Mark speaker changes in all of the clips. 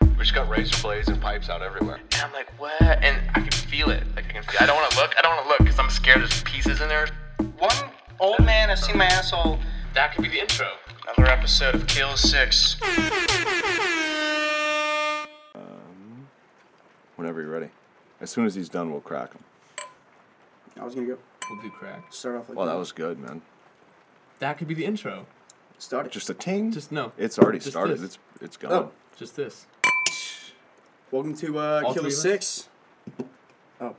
Speaker 1: We just got razor blades and pipes out everywhere.
Speaker 2: And I'm like, what? And I can feel it. Like I can feel. I don't want to look. I don't want to look because I'm scared. There's pieces in there.
Speaker 3: One old man has seen my asshole.
Speaker 2: That could be the intro.
Speaker 3: Another episode of Kill Six.
Speaker 1: Whenever you're ready. As soon as he's done, we'll crack him.
Speaker 4: I was gonna go
Speaker 2: We'll do cracks.
Speaker 4: start off like
Speaker 1: Well, Oh, that was good, man.
Speaker 2: That could be the intro.
Speaker 4: start it.
Speaker 1: Just a ting.
Speaker 2: Just no.
Speaker 1: It's already
Speaker 2: Just
Speaker 1: started.
Speaker 2: this.
Speaker 1: It's it's gone.
Speaker 4: Oh.
Speaker 2: Just this.
Speaker 4: Welcome to uh,
Speaker 2: All
Speaker 4: Killer
Speaker 2: three of us?
Speaker 4: Six. Oh, oh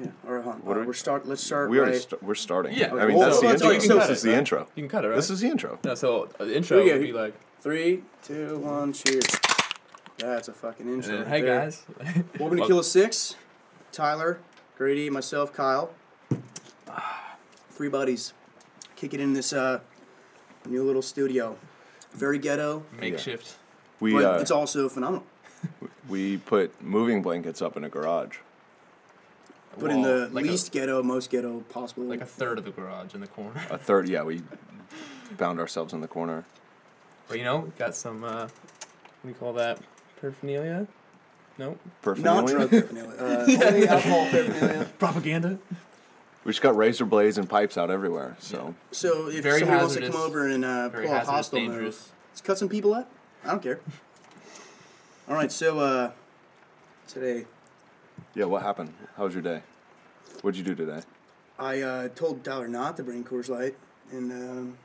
Speaker 4: yeah. All right, hold on.
Speaker 1: What
Speaker 4: Uh,
Speaker 1: are we-
Speaker 4: we're start. Let's start.
Speaker 1: We already
Speaker 4: right-
Speaker 1: st- we're starting.
Speaker 2: Yeah.
Speaker 1: I mean
Speaker 4: Well,
Speaker 1: that's the intro.
Speaker 4: well, it's already
Speaker 1: This is the
Speaker 4: started.
Speaker 1: intro.
Speaker 2: You can cut it, right?
Speaker 1: This is the intro.
Speaker 2: No, so uh, the intro
Speaker 4: Oh, Yeah,
Speaker 2: would be
Speaker 4: he-
Speaker 2: like,
Speaker 4: Three, two, one, cheers. That's a fucking
Speaker 2: and
Speaker 4: intro.
Speaker 2: then,
Speaker 4: right
Speaker 2: hey
Speaker 4: there.
Speaker 2: guys.
Speaker 4: Welcome to Killer Six. Tyler, Grady, myself, Kyle. Three buddies. Kicking in this uh, new little studio. Very ghetto,
Speaker 2: Makeshift.
Speaker 1: We
Speaker 4: but
Speaker 1: uh,
Speaker 4: it's also phenomenal.
Speaker 1: we put moving blankets up in a garage.
Speaker 4: But in
Speaker 2: wall,
Speaker 4: the
Speaker 2: like a-
Speaker 4: least ghetto, most ghetto possible.
Speaker 2: like a third of the garage in the corner.
Speaker 1: A third. Yeah, we bound ourselves in the corner.
Speaker 2: But you know, got some. Uh, what do you call that? Paraphernalia. Nope.
Speaker 4: non
Speaker 1: Paraphernalia.
Speaker 4: drug paraphernalia. Uh, only alcohol paraphernalia.
Speaker 2: Propaganda.
Speaker 1: We just got razor blades and pipes out everywhere. So
Speaker 4: So if
Speaker 2: Very
Speaker 4: somebody wants
Speaker 2: hazardous.
Speaker 4: to come over and uh,
Speaker 2: Very
Speaker 4: pull a
Speaker 2: hazardous,
Speaker 4: hostile
Speaker 2: dangerous.
Speaker 4: move, let's cut some people up. I don't care. All right, so uh, today
Speaker 1: yeah, what happened? How was your day? What'd you do today?
Speaker 4: I uh, told Tyler not to bring Coors Light, and um,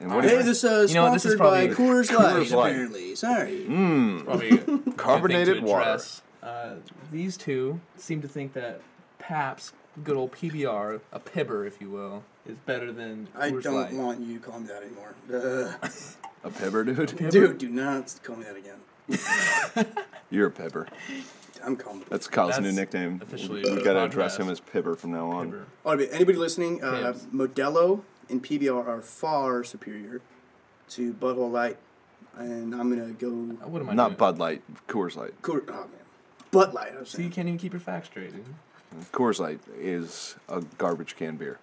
Speaker 1: And what?
Speaker 4: hey,
Speaker 1: did-
Speaker 4: this uh,
Speaker 2: You know, this is
Speaker 4: sponsored by
Speaker 2: probably- Mm-hmm.
Speaker 4: Coors Light,
Speaker 1: Coors Light.
Speaker 4: apparently. Sorry.
Speaker 2: Probably a good thing to
Speaker 1: Carbonated water.
Speaker 2: address. Uh, these two seem to think that Paps, good old PBR, a pibber, if you will, is better than
Speaker 4: I
Speaker 2: Coors
Speaker 4: don't
Speaker 2: Light.
Speaker 4: want you calling me that anymore. Ugh.
Speaker 1: a pepper, dude.
Speaker 4: Dude, do not call me that again.
Speaker 1: You're a pepper.
Speaker 4: I'm calling. It.
Speaker 1: That's Kyle's new
Speaker 2: That's
Speaker 1: nickname.
Speaker 2: officially
Speaker 1: we
Speaker 2: the
Speaker 1: gotta address
Speaker 2: podcast.
Speaker 1: him as Pibber from now on.
Speaker 2: Pibber.
Speaker 4: All right, but anybody listening, uh,
Speaker 2: Pibs.
Speaker 4: Modelo and PBR are far superior to Butthole Light, and I'm gonna go
Speaker 2: What am I
Speaker 1: Not
Speaker 2: doing?
Speaker 1: Bud Light, Coors Light.
Speaker 4: Coor- oh man, Bud Light. I was
Speaker 2: See, you
Speaker 4: saying.
Speaker 2: can't even keep your facts straight, dude.
Speaker 1: Coors Light is a garbage can beer.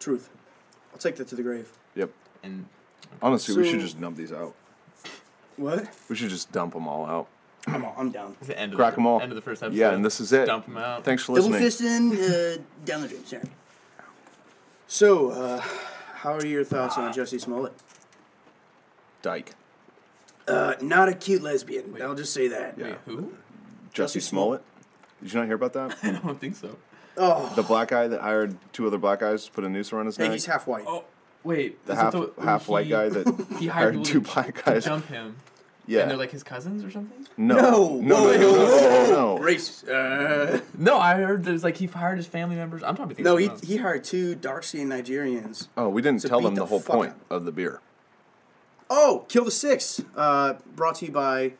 Speaker 4: Truth. I'll take that to the grave.
Speaker 1: Yep.
Speaker 2: And
Speaker 1: Honestly, we should
Speaker 4: So-
Speaker 1: just dump these out.
Speaker 4: What?
Speaker 1: We should just dump them all out.
Speaker 4: I'm, all, I'm down.
Speaker 2: it's the end of
Speaker 1: Crack
Speaker 2: the,
Speaker 1: them all.
Speaker 2: End of the first episode.
Speaker 1: Yeah, and this is it.
Speaker 2: Dump them out.
Speaker 1: Thanks for
Speaker 4: Double
Speaker 1: listening.
Speaker 4: fisting, uh, down the drain. Sorry. So, uh, how are your thoughts on Jesse Smollett?
Speaker 1: Dyke.
Speaker 4: Uh, not a cute lesbian. I'll just say that.
Speaker 1: Yeah.
Speaker 2: Wait, who?
Speaker 1: Jesse Smollett. Did you not hear about
Speaker 2: I
Speaker 1: that?
Speaker 2: don't think so.
Speaker 4: Oh,
Speaker 1: the black guy that hired two other black guys to put a noose around his
Speaker 4: hey,
Speaker 1: neck.
Speaker 4: he's half white.
Speaker 2: Oh, wait.
Speaker 1: the
Speaker 2: is it
Speaker 1: half half white
Speaker 2: he-
Speaker 1: guy that
Speaker 2: he hired
Speaker 1: hired
Speaker 2: people
Speaker 1: two
Speaker 2: to-
Speaker 1: black
Speaker 2: to
Speaker 1: guys.
Speaker 2: jump him.
Speaker 1: Yeah.
Speaker 2: And they're like his cousins or something?
Speaker 1: no.
Speaker 4: No.
Speaker 1: No. No.
Speaker 4: Whoa,
Speaker 1: No. no, no, no, no.
Speaker 4: Racist. Uh,
Speaker 2: No, I heard there's like he hired his family members. I'm probably thinking
Speaker 4: no, he,
Speaker 2: someone else.
Speaker 4: he hired two dark skinned Nigerians.
Speaker 1: Oh, we didn't
Speaker 4: So
Speaker 1: tell
Speaker 4: beat
Speaker 1: them
Speaker 4: the
Speaker 1: the whole
Speaker 4: fuck
Speaker 1: point
Speaker 4: out of
Speaker 1: of the beer.
Speaker 4: Oh, Kill the Six. Uh, brought to you by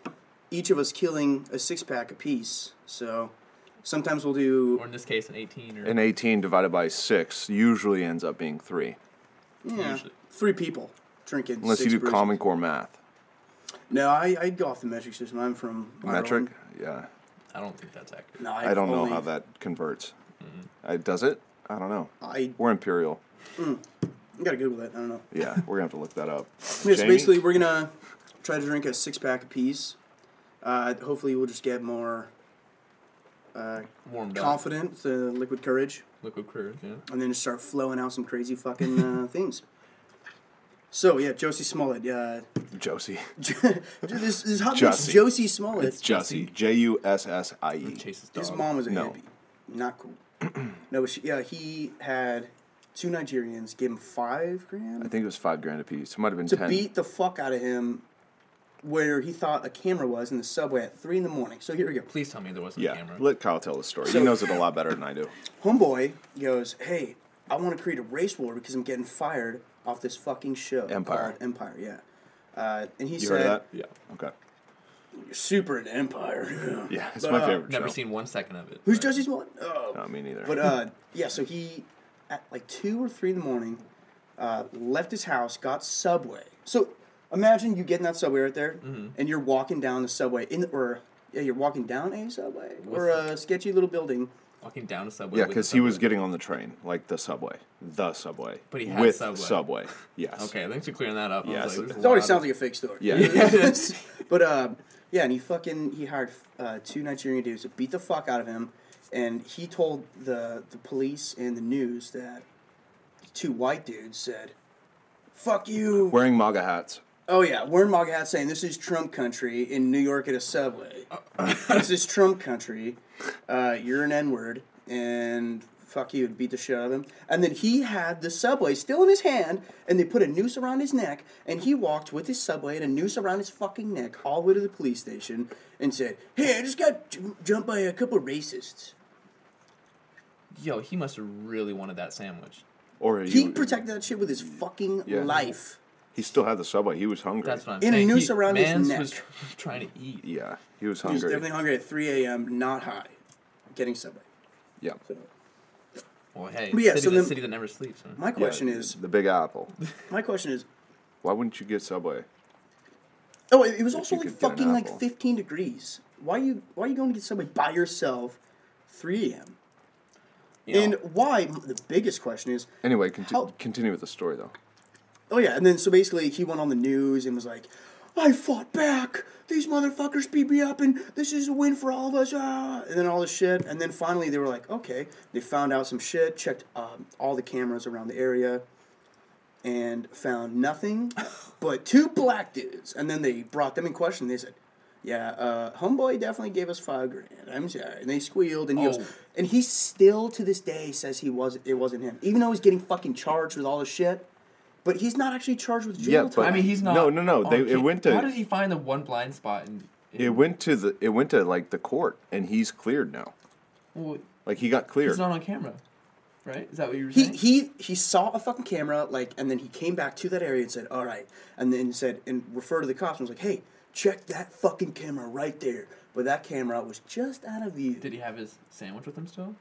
Speaker 4: each of us killing a six pack apiece. So, sometimes we'll do
Speaker 2: or in this case, an 18 or
Speaker 1: An 18 divided by 6 usually ends up being 3.
Speaker 4: Yeah,
Speaker 2: Usually.
Speaker 4: three people drinking.
Speaker 1: Unless
Speaker 4: six
Speaker 1: you do
Speaker 4: brews.
Speaker 1: Common Core math.
Speaker 4: No, I I go off the metric system. I'm from
Speaker 1: Metric?
Speaker 4: Ireland.
Speaker 1: Yeah.
Speaker 2: I don't think that's accurate.
Speaker 4: No, I've
Speaker 1: I don't know
Speaker 4: only-
Speaker 1: how that converts.
Speaker 4: Mm-hmm.
Speaker 1: Uh, does it? I don't know.
Speaker 4: I
Speaker 1: We're imperial.
Speaker 4: you gotta Google that. I don't know.
Speaker 1: Yeah, we're gonna have to look that up.
Speaker 4: Yeah, so
Speaker 1: Jamie?
Speaker 4: basically, we're gonna try to drink a six pack apiece. Uh, hopefully, we'll just get more
Speaker 2: Warmed up.
Speaker 4: confident, the liquid courage,
Speaker 2: Liquid courage, yeah.
Speaker 4: and then just start flowing out some crazy fucking uh, things. So yeah, Josie Smollett. Yeah,
Speaker 1: Josie.
Speaker 4: this this hot mix,
Speaker 1: Jussie.
Speaker 4: Josie Smollett.
Speaker 1: Jussie. J U S S I E.
Speaker 2: Chase's dog.
Speaker 4: His mom was a
Speaker 1: No.
Speaker 4: hippie. Not cool. no, but she, yeah, he had two Nigerians give him five grand
Speaker 1: I think it was five grand apiece. It might have been
Speaker 4: to
Speaker 1: ten.
Speaker 4: beat the fuck out of him where he thought a camera was in the subway at three in the morning. So here we go.
Speaker 2: Please tell me there wasn't
Speaker 1: yeah,
Speaker 2: a camera.
Speaker 1: let Kyle tell the story. he knows it a lot better than I do.
Speaker 4: Homeboy goes, hey, I want to create a race war because I'm getting fired off this fucking show.
Speaker 1: Empire.
Speaker 4: called Empire, yeah. Uh, and he
Speaker 1: You
Speaker 4: said,
Speaker 1: heard of that?
Speaker 2: yeah.
Speaker 1: Okay.
Speaker 4: "You're super into Empire.
Speaker 1: Yeah, it's
Speaker 4: But,
Speaker 1: my
Speaker 4: uh,
Speaker 1: favorite.
Speaker 2: Never
Speaker 1: show.
Speaker 2: seen one second of it.
Speaker 4: Who's
Speaker 2: but-
Speaker 4: Jesse's one? Oh,
Speaker 1: Not me neither.
Speaker 4: But uh, yeah, so he at like two or three in the morning, uh, left his house, got subway. So imagine you getting that subway right there,
Speaker 2: Mm-hmm.
Speaker 4: and you're walking down the subway in the, or yeah, you're walking down a subway or a sketchy little building.
Speaker 2: walking down a subway.
Speaker 1: yeah,
Speaker 4: uh,
Speaker 2: with a
Speaker 1: because he was
Speaker 2: subway.
Speaker 1: getting on the train, like the subway, the subway,
Speaker 2: But he had
Speaker 1: with
Speaker 2: Subway.
Speaker 1: Yes.
Speaker 2: Okay, thanks for clearing that up. I was
Speaker 1: Yes.
Speaker 2: like, there's a
Speaker 4: It already
Speaker 2: lot
Speaker 4: sounds
Speaker 2: of-
Speaker 4: like a fake story.
Speaker 1: Yeah.
Speaker 4: but uh, Yeah, and he fucking he hired uh, two Nigerian dudes to beat the fuck out of him, and he told the the police and the news that two white dudes said, "Fuck you."
Speaker 1: Wearing MAGA hats.
Speaker 4: Oh yeah, we're in MAGA hat saying this is Trump country in New York at a subway. this is Trump country. Uh, you're an N word and fuck you and beat the shit out of him. And then he had the subway still in his hand and they put a noose around his neck and he walked with his subway and a noose around his fucking neck all the way to the police station and said, "Hey, I just got j- jumped by a couple racists."
Speaker 2: Yo, he must have really wanted that sandwich.
Speaker 1: Or
Speaker 4: He protected that shit with his fucking
Speaker 1: Yeah.
Speaker 4: life.
Speaker 1: He still had the subway. He was hungry.
Speaker 2: That's what I'm
Speaker 4: In a
Speaker 2: saying.
Speaker 4: noose
Speaker 2: He-
Speaker 4: around his
Speaker 2: Mans
Speaker 4: neck.
Speaker 2: was tr- trying to eat.
Speaker 1: Yeah, he was
Speaker 4: He was
Speaker 1: hungry.
Speaker 4: definitely hungry at 3 a.m. Not high, getting subway.
Speaker 1: yeah.
Speaker 2: Well, hey,
Speaker 4: But yeah,
Speaker 2: city,
Speaker 4: so
Speaker 2: the
Speaker 4: then-
Speaker 2: city that never sleeps. Huh?
Speaker 4: My question
Speaker 1: Yeah,
Speaker 4: is,
Speaker 1: the Big Apple.
Speaker 4: my question is,
Speaker 1: Why wouldn't you get Subway?
Speaker 4: Oh, it it was also
Speaker 1: you
Speaker 4: like
Speaker 1: could get an
Speaker 4: fucking like
Speaker 1: apple.
Speaker 4: 15 degrees. Why you why you going to get somebody by yourself, 3 a.m.
Speaker 2: You know,
Speaker 4: And why the biggest question is,
Speaker 1: Anyway, conti-
Speaker 4: How-
Speaker 1: continue with the story though.
Speaker 4: oh yeah, and then so basically he went on the news and was like, I fought back. These motherfuckers beat me up, and this is a win for all of us. Ah! And then all this shit, and then finally they were like, okay, they found out some shit, checked um, all the cameras around the area, and found nothing but two black dudes. And then they brought them in question. They said, "Yeah, uh, homeboy definitely gave us five grand. I'm sorry." And they squealed, and he
Speaker 2: Oh.
Speaker 4: was, and he still to this day says he was it wasn't him, even though he's getting fucking charged with all this shit. But he's not actually charged with jail
Speaker 1: Yeah,
Speaker 4: time.
Speaker 1: but-
Speaker 2: I mean, he's not.
Speaker 1: No, no, no,
Speaker 2: on
Speaker 1: they- it
Speaker 2: cam-
Speaker 1: went to-
Speaker 2: How did he find the one blind spot? And
Speaker 1: It went to the it went to like the court, and he's cleared now.
Speaker 2: well,
Speaker 1: Like he got cleared.
Speaker 2: he's not on camera, right? Is that what you were
Speaker 4: he
Speaker 2: saying?
Speaker 4: he he saw a fucking camera like and then he came back to that area and said all right and then said and referred to the cops and was like hey check that fucking camera right there but that camera was just out of view
Speaker 2: did he have his sandwich with him still?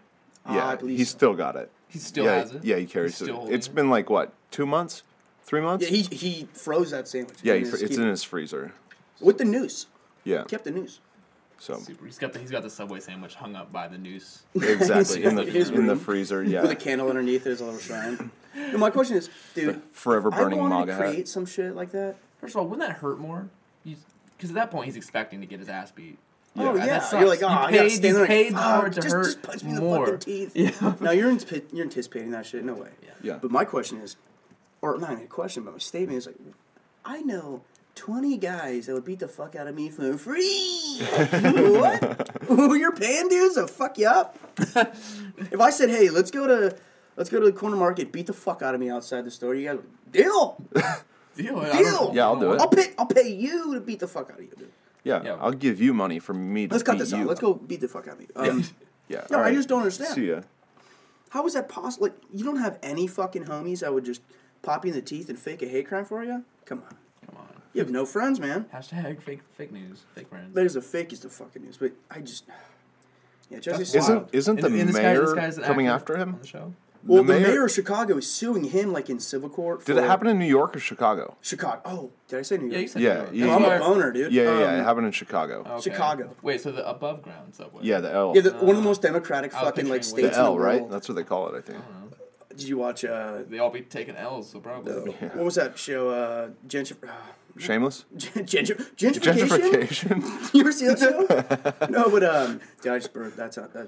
Speaker 1: yeah,
Speaker 4: I believe
Speaker 1: he's
Speaker 4: so.
Speaker 1: still got it.
Speaker 2: He still
Speaker 1: yeah,
Speaker 2: has it.
Speaker 1: Yeah, he carries
Speaker 2: He's still
Speaker 1: it.
Speaker 2: holding
Speaker 1: It's been like what two months, three months.
Speaker 4: yeah he he froze that sandwich
Speaker 1: Yeah,
Speaker 4: in
Speaker 1: he,
Speaker 4: his
Speaker 1: fr- it's
Speaker 4: keep-
Speaker 1: in his freezer.
Speaker 4: with the noose
Speaker 1: Yeah.
Speaker 4: kept the noose
Speaker 1: So
Speaker 2: Super. He's got the he's got the subway sandwich hung up by the noose.
Speaker 1: exactly in the
Speaker 4: His
Speaker 1: in the
Speaker 4: room.
Speaker 1: freezer. Yeah.
Speaker 4: with a candle underneath it as a little shrine and my question is dude
Speaker 1: Forever
Speaker 4: if I
Speaker 1: burning
Speaker 4: wanted
Speaker 1: MAGA
Speaker 4: to
Speaker 1: hat.
Speaker 4: create some shit like that
Speaker 2: First of all, wouldn't that hurt more? Because at that point, he's expecting to get his ass beat.
Speaker 4: Oh
Speaker 2: that
Speaker 4: yeah,
Speaker 2: sucks.
Speaker 4: you're like, oh,
Speaker 2: You
Speaker 4: I gotta
Speaker 2: paid-
Speaker 4: stand
Speaker 2: you
Speaker 4: there.
Speaker 2: paid
Speaker 4: like,
Speaker 2: for
Speaker 4: "Fuck,
Speaker 2: it to
Speaker 4: Oh, just, just
Speaker 2: hurt
Speaker 4: punch me in the
Speaker 2: more."
Speaker 4: fucking teeth.
Speaker 2: Yeah.
Speaker 4: Now you're antici- you're anticipating that shit. No way.
Speaker 1: Yeah.
Speaker 4: But my question is, or not even a question, but my statement is like, I know twenty guys that would beat the fuck out of me for free. what? Ooh, you're paying dudes to fuck you up? if I said, hey, let's go to. Let's go to the corner market, beat the fuck out of me outside the store. You guys, deal,
Speaker 2: Deal.
Speaker 4: deal.
Speaker 1: Yeah, I'll do it.
Speaker 4: I'll pay, I'll pay you to beat the fuck out of you. Dude.
Speaker 1: yeah,
Speaker 2: Yeah.
Speaker 1: I'll give you money for me to
Speaker 4: Let's cut
Speaker 1: beat
Speaker 4: this
Speaker 1: you
Speaker 4: out. Let's
Speaker 1: up.
Speaker 4: go beat the fuck out of you. Um,
Speaker 1: Yeah.
Speaker 4: No, I
Speaker 1: alright.
Speaker 4: just don't understand.
Speaker 1: See ya.
Speaker 4: How is that possible? Like, you don't have any fucking homies that would just pop you in the teeth and fake a hate crime for you? Come on.
Speaker 2: Come on.
Speaker 4: You have no friends, man.
Speaker 2: Hashtag fake fake news. Fake friends.
Speaker 4: That is the fakest of fucking news, but I just. Yeah, Jesse's.
Speaker 2: That's
Speaker 1: Isn't
Speaker 2: wild.
Speaker 1: isn't the
Speaker 2: And- and this guy-
Speaker 1: mayor
Speaker 2: this guy's an
Speaker 1: coming
Speaker 2: actor
Speaker 1: after him?
Speaker 2: on the show?
Speaker 4: Well,
Speaker 1: the
Speaker 4: the mayor,
Speaker 1: mayor-
Speaker 4: of Chicago is suing him, like, in civil court.
Speaker 1: Did it
Speaker 4: for-
Speaker 1: happen in New York or Chicago?
Speaker 4: Chicago. Oh, did I say New York?
Speaker 2: Yeah, you said
Speaker 1: Yeah,
Speaker 2: New York.
Speaker 1: yeah,
Speaker 4: Oh, I'm
Speaker 1: yeah.
Speaker 4: a boner, dude.
Speaker 1: Yeah, yeah,
Speaker 4: Um,
Speaker 1: yeah. It happened in Chicago.
Speaker 2: Okay.
Speaker 4: Chicago.
Speaker 2: Wait, so the above ground subway.
Speaker 1: Yeah, the L.
Speaker 4: Yeah,
Speaker 1: the,
Speaker 4: the, one of the most democratic
Speaker 2: I was
Speaker 4: fucking, like,
Speaker 2: picturing
Speaker 4: states.
Speaker 2: it's
Speaker 1: L,
Speaker 4: in the
Speaker 1: right?
Speaker 4: world.
Speaker 1: That's what they call it, I think.
Speaker 4: Did you watch, uh.
Speaker 2: They all be taking L's, so probably.
Speaker 4: What was that show? Uh, Gentr- uh,
Speaker 1: Shameless
Speaker 4: gentr- gentrification?
Speaker 1: gentrification.
Speaker 4: You ever see that show? no, but um, dude, I just burped. That's not that.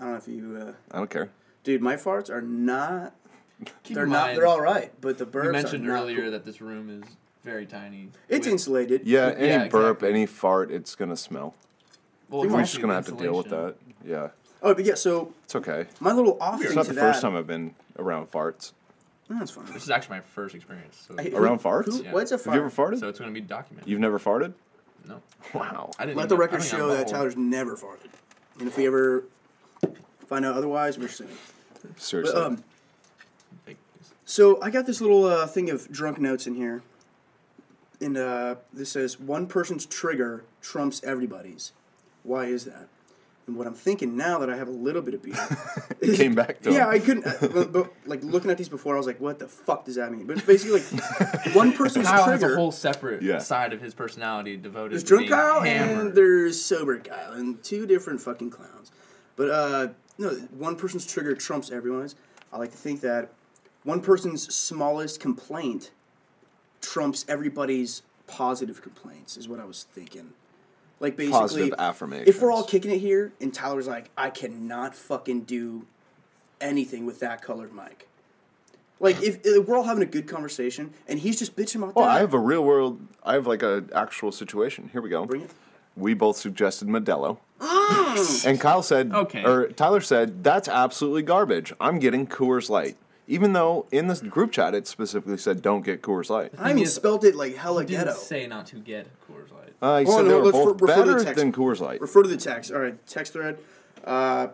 Speaker 4: I don't know if you, uh,
Speaker 1: I don't care.
Speaker 4: dude. My farts are not.
Speaker 2: Keep
Speaker 4: They're
Speaker 2: in
Speaker 4: not.
Speaker 2: mind,
Speaker 4: They're all right, but the burps.
Speaker 2: We mentioned
Speaker 4: are not
Speaker 2: earlier
Speaker 4: cool.
Speaker 2: that this room is very tiny.
Speaker 4: it's
Speaker 2: with-
Speaker 4: insulated.
Speaker 1: Yeah,
Speaker 2: Yeah,
Speaker 1: any burp,
Speaker 2: exactly.
Speaker 1: any fart, it's gonna smell.
Speaker 2: well,
Speaker 1: We're
Speaker 2: exactly,
Speaker 1: just gonna have to deal with that.
Speaker 2: insulation.
Speaker 1: Yeah,
Speaker 4: Oh, but yeah. So
Speaker 1: it's okay.
Speaker 4: my little off
Speaker 1: It's
Speaker 4: thing
Speaker 1: not
Speaker 4: to
Speaker 1: the
Speaker 4: that.
Speaker 1: first time I've been around farts.
Speaker 4: No, that's fine.
Speaker 2: This is actually my first experience. So,
Speaker 4: Hey,
Speaker 1: Around
Speaker 4: who-
Speaker 1: farts?
Speaker 4: who-
Speaker 2: Yeah.
Speaker 4: What's a
Speaker 1: Have you ever
Speaker 4: fart?
Speaker 1: farted?
Speaker 2: so it's going to be documented.
Speaker 1: You've never farted?
Speaker 2: no.
Speaker 1: Wow.
Speaker 2: I didn't
Speaker 4: Let
Speaker 2: even-
Speaker 4: the
Speaker 2: I
Speaker 4: record
Speaker 2: don't even
Speaker 4: show
Speaker 2: have
Speaker 4: that
Speaker 2: butthole.
Speaker 4: Tyler's never farted, and if we ever find out otherwise, we're suing.
Speaker 1: Seriously.
Speaker 4: But um,
Speaker 2: Fake news.
Speaker 4: So I got this little uh, thing of drunk notes in here, and uh, this says one person's trigger trumps everybody's. Why is that? And what I'm thinking now that I have a little bit of beer,
Speaker 1: it came back to
Speaker 4: yeah,
Speaker 1: him.
Speaker 4: I couldn't. uh, But, but like looking at these before, I was like, what the fuck does that mean? But it's basically like one person's
Speaker 2: Kyle has
Speaker 4: trigger.
Speaker 2: a whole separate
Speaker 1: Yeah.
Speaker 2: side of his personality devoted
Speaker 4: There's
Speaker 2: to
Speaker 4: drunk
Speaker 2: being
Speaker 4: Kyle and
Speaker 2: hammered.
Speaker 4: there's sober Kyle, and two different fucking clowns. But uh, no, one person's trigger trumps everyone's. I like to think that one person's smallest complaint trumps everybody's positive complaints. Is what I was thinking. Like basically,
Speaker 1: Positive affirmations.
Speaker 4: If we're all kicking it here, and Tyler's like, I cannot fucking do anything with that colored mic. Like if, if we're all having a good conversation, and he's just bitching about.
Speaker 1: Oh,
Speaker 4: that.
Speaker 1: I have a real world. I have like an actual situation. Here we go.
Speaker 4: Bring it.
Speaker 1: We both suggested Modelo. and Kyle said,
Speaker 2: Okay.
Speaker 1: or Tyler said, that's absolutely garbage. I'm getting Coors Light. Even though in this group chat it specifically said, don't get Coors Light.
Speaker 4: I mean, spelt it like hella
Speaker 2: Didn't
Speaker 4: ghetto.
Speaker 2: say not to get Coors Light.
Speaker 1: Uh, he
Speaker 4: Oh,
Speaker 1: said
Speaker 4: no,
Speaker 1: they were
Speaker 4: let's re-
Speaker 1: both
Speaker 4: refer to the
Speaker 1: better
Speaker 4: text.
Speaker 1: than Coors Light.
Speaker 4: Refer to the text. All right, text thread. Uh,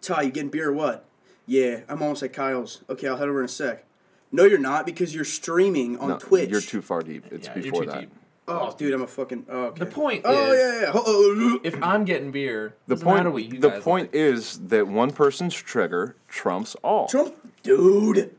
Speaker 4: Ty, you getting beer or what? Yeah, I'm almost at Kyle's. Okay, I'll head over in a sec. No, you're not because you're streaming on
Speaker 1: No,
Speaker 4: Twitch.
Speaker 1: You're too far deep. It's
Speaker 2: Yeah, you're
Speaker 1: before
Speaker 2: too
Speaker 1: that.
Speaker 2: deep.
Speaker 4: Oh, dude, I'm a fucking. Oh, okay.
Speaker 2: The point
Speaker 4: Oh
Speaker 2: is-
Speaker 4: yeah, yeah. yeah. Oh,
Speaker 2: If I'm getting beer,
Speaker 1: The
Speaker 2: doesn't matter what you
Speaker 1: point. The
Speaker 2: guys
Speaker 1: point is that one person's trigger trumps all.
Speaker 4: Trump, dude.